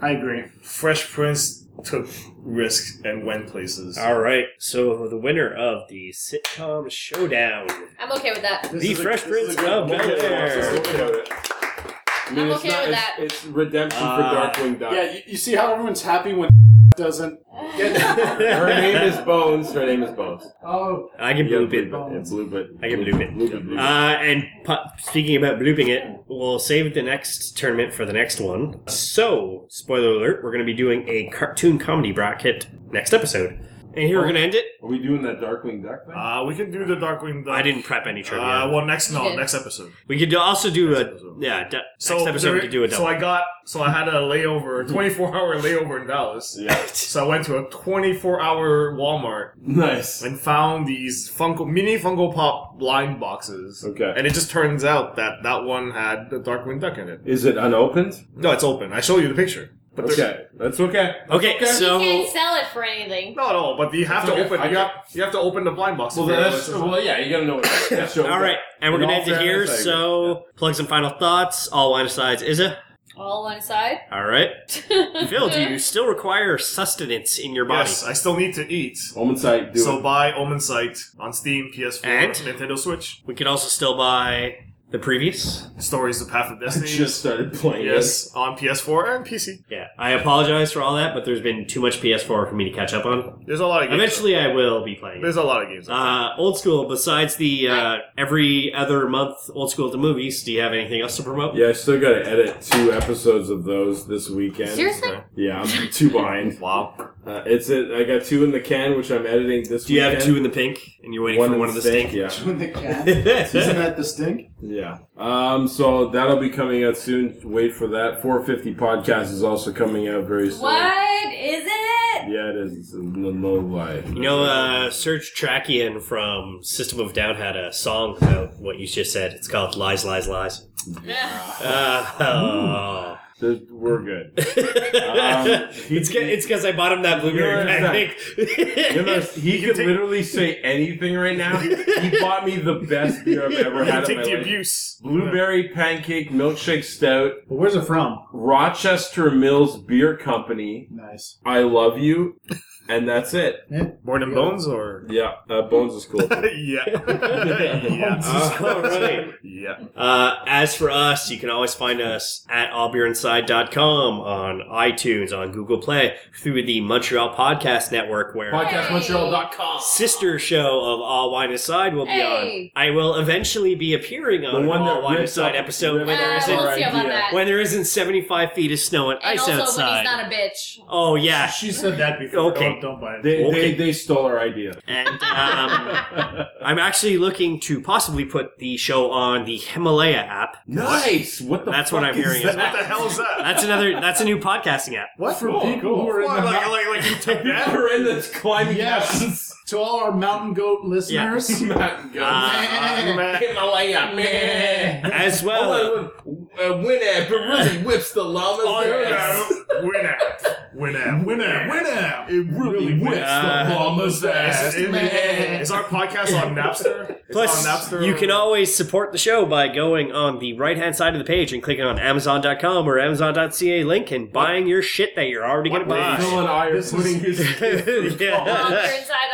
I agree.
Fresh Prince took risks and went places.
All right, so the winner of the sitcom showdown,
I'm okay with that.
This
the
is a-
Fresh
this
Prince
is a good
of
one.
Bel Air.
I mean,
I'm
it's
okay
not-
with
it's-
that.
It's redemption
Uh,
for Darkwing Duck.
Yeah, you, you see how everyone's happy when doesn't get.
Her name is Bones. Her name is Bones.
oh,
I can
Yeah,
bloop it.
Bluebit. Yeah, Bluebit.
I can bloop it.
Bluebit, Bluebit.
Uh, and pu- speaking about blooping it, we'll save the next tournament for the next one. So, spoiler alert, we're going to be doing a cartoon comedy bracket next episode. And here we're going to end it.
Are we doing that Darkwing Duck thing?
Uh, we can do the Darkwing. Duck.
I didn't prep any trivia.
Uh, well, next no,
You did.
next episode.
we could do- also do
Next
a
episode.
yeah. d-
So
next episode we
there-
could do a
so
double.
I got so I had a layover, twenty four hour layover in Dallas.
yeah.
So I went to a twenty four hour Walmart
Nice.
and found these Funko mini Funko Pop blind boxes.
Okay.
And it just turns out that that one had the Darkwing Duck in it.
Is it unopened?
No, it's open. I show you the picture. But they're-
Okay, that's okay.
okay,
you can't
so
sell it for anything.
No, no, but you have
It's okay.
to open.
I
You
got-
have, you have to open the blind box.
Well,
to figure out
that's
what's inside.
well, yeah. You gotta know. What that's your-
all right, and we're
In
going to
all
end it here.
fairness, I agree.
So, plug some final thoughts. All wine asides, is it?
All one side.
All right, Phil, do
Mm-hmm.
you still require sustenance in your body?
yes, I still need to eat.
Omen site. Do
So
it.
buy Omen Sight on Steam, PS4,
And?
Nintendo Switch.
We could also still buy the previous.
Stories of Path of
I
Destiny.
just started playing. it.
yes, on PS4 and PC.
Yeah, I apologize for all that, but there's been too much PS4 for me to catch up on.
There's a lot of games.
Eventually, I will be playing. it.
There's a lot of games.
Uh, old school. Besides the uh, every other month old school at the movies, do you have anything else to promote?
Yeah, I still gotta edit two episodes of those this weekend.
Seriously?
Yeah, I'm two behind.
wow.
Uh, it's it. I got two in the can, which I'm editing this.
Do you have
weekend.
two in the pink and you're waiting for
in
one of the
sink,
stink?
when the cat. Isn't
Yeah.
that the stink?
Yeah, yeah. Um, so that'll be coming out soon. Wait for that. 450 podcast is also coming out very soon.
What is it?
Yeah, it is. It's a no, no lie.
You know, uh, Serge Trakian from System of a Down had a song about what you just said. It's called Lies, Lies, Lies. Uh, oh.
Th- we're good.
it's ca- it's because I bought him that blueberry
You know,
pancake.
You know, he could literally say anything right now. He bought me the best beer I've ever
You
had in
take
my
the
life.
abuse.
Blueberry pancake milkshake stout,
But where's it from?
Rochester Mills Beer Company.
Nice.
I love you, and that's it.
Eh, Born in Bones or?
Yeah, uh, Bones is cool. too.
yeah. yeah.
Uh, all right.
yeah.
Uh, as for us, you can always find us at allbeerinside.com, on iTunes, on Google Play, through the Montreal Podcast Network, where
PodcastMontreal.com.
sister show of All Wine Aside will be
Hey.
on. I will eventually be appearing on
The one
an All
that
Wine
rips
Aside
up-
episode when
rips
there
Uh,
up
isn't
we'll see about
idea.
that.
when there isn't seventy five feet of snow and, ice
and also when
outside.
he's not a bitch.
oh yeah,
She said that before.
Okay.
Don't, don't buy it.
They,
Okay.
they, they stole our idea.
and um, I'm actually looking to possibly put the show on the Himalaya app.
nice. What the?
That's
fuck
what I'm
is
hearing.
that?
is that.
What the hell is that?
That's another. That's a new podcasting app.
What for
Cool,
people
cool.
who are in
What,
the
like,
mou-
like, like you took
Yeah,
that?
we're in this climbing
Yes. to all our mountain goat listeners?
mountain.
Uh,
Man.
Himalaya, man.
as well.
Winner, Peruzzi whips the llamas.
Oh,
uh, Winner. Winner.
Winner, winner! It
really whips
the
llama's
Is, it- is our podcast on Napster? It's
Plus,
on Napster
you can
or-
always support the show by going on the right hand side of the page and clicking on Amazon.com or Amazon.ca link and buying your shit that you're already going to buy.
Phil and I are
This is-
putting his.
yeah.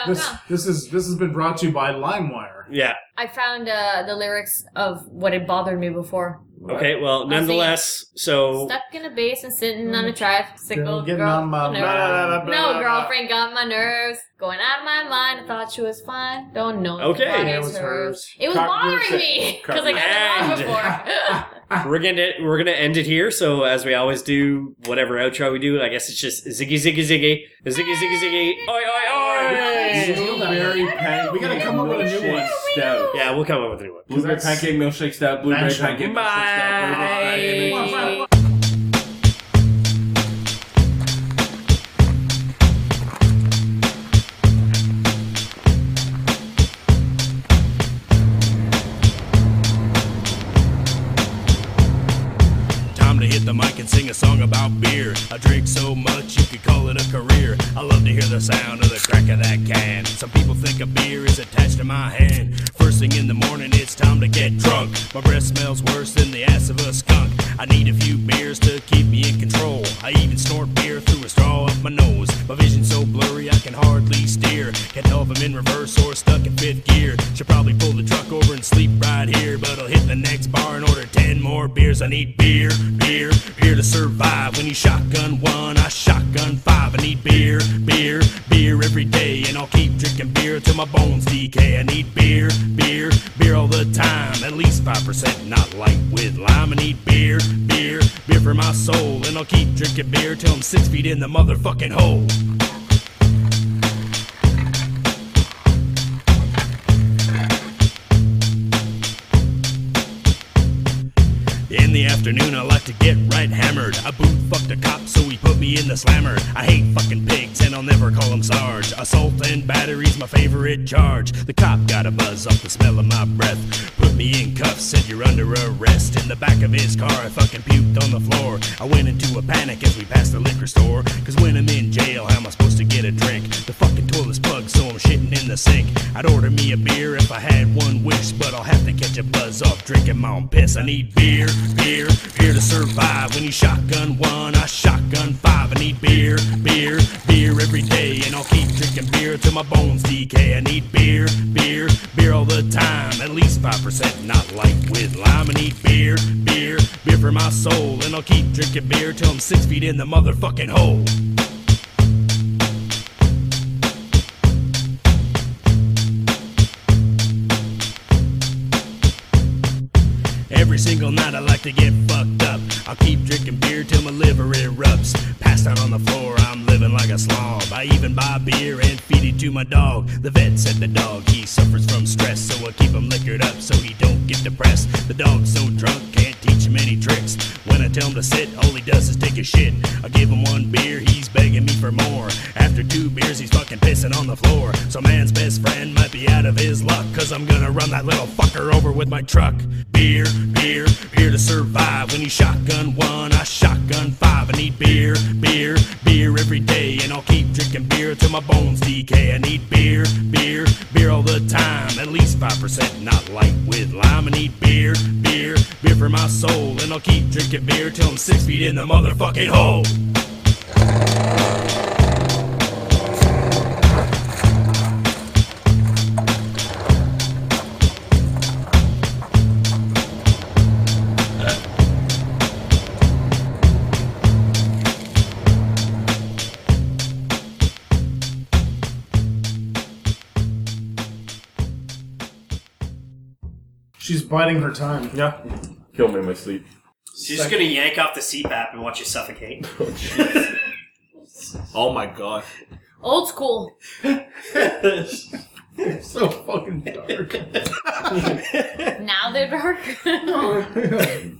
This,
Monsterinsideoutcom.
this is this has been brought to you by LimeWire.
yeah.
I found uh, the lyrics of what had bothered me before.
Okay, well, nonetheless, so.
Stuck in a base and sitting on a tricycle.
Oh. Getting
girl-
on my
no,
mind.
No, girlfriend got my nerves. Going out of my mind. I thought she was fine. Don't know.
Okay.
what
Yeah,
it
is
was
hers.
hers.
It was
Cock-
bothering me because I got it wrong
And-
before.
We're gonna we're gonna end it here. So as we always do, whatever outro we do, I guess it's just ziggy ziggy ziggy ziggy ziggy ziggy. Oi oi oi!
Blueberry pancake.
We gotta come up with a new
milkshake
one.
Stout.
Yeah, we'll come up with a new one.
Blueberry pancake milkshake stout. Blueberry
That's-
pancake milkshake stout. blueberry pancake milkshake stout.
Bye.
Time to hit the mic and sing a song about beer. I drink so much you could call it a career. I love to hear the sound of the crack of that can. Some people think a beer is attached to my hand. First thing in the morning, it's time to get drunk. My breath smells worse than the ass of a skunk. I need a few beers to keep me in control. I even snort beer through a straw up my nose. My vision's so blurry I can hardly steer. Can't tell if I'm in reverse or stuck in fifth gear. Should probably pull the truck over and sleep right here. But I'll hit the next bar and order 10 more beers. I need beer, beer, beer to survive. When you shotgun one, I shotgun five. I need beer, beer, beer every day. And I'll keep drinking beer till my bones decay. I need beer, beer, beer all the time. At least 5%, not light with lime. I need beer, beer, beer for my soul. And I'll keep drinking beer till I'm six feet in the motherfucking hole. In the afternoon, I like to get right hammered. I boot fucked a cop, so he put me in the slammer. I hate fucking pigs, and I'll never call him Sarge. Assault and battery's my favorite charge. The cop got a buzz off the smell of my breath. Put me in cuffs, said you're under arrest. In the back of his car, I fucking puked on the floor. I went into a panic as we passed the liquor store. Cause when I'm in jail, how am I supposed to get a drink? The fucking toilet's plugged, so I'm shitting in the sink. I'd order me a beer if I had one wish, but I'll have to catch a buzz off drinking my own piss. I need beer, beer, beer to survive. When you shotgun one, I shotgun five. I need beer, beer, beer every day, and I'll keep drinking beer till my bones decay. I need beer, beer, beer all the time. At least five percent, not light with lime. I need beer, beer, beer for my soul, and I'll keep drinking beer till I'm six feet in the motherfucking hole. Every single night I like to get fucked up. I'll keep drinking beer till my liver erupts. Passed out on the floor, I'm living like a slob. I even buy beer and feed it to my dog. The vet said the dog, he suffers from stress, so I keep him liquored up so he don't get depressed. The dog's so drunk, can't teach him any tricks. When I tell him to sit, all he does is take a shit. I give him one beer, he's begging me for more. After two beers, he's fucking pissing on the floor. So man's best friend might be out of his luck, cause I'm gonna run that little fucker over with my truck. Beer, beer, beer to survive. When you shotgun one, I shotgun five. I need beer, beer, beer every day, and I'll keep drinking beer till my bones decay. I need beer, beer, beer all the time. At least five percent, not light with lime. I need beer, beer, beer for my soul, and I'll keep drinking beer till I'm six feet in the motherfucking hole.
She's biding her time.
Yeah. Kill me in my sleep.
She's just gonna yank off the CPAP and watch you suffocate.
Oh my god.
Old school.
So fucking dark.
Now they're dark.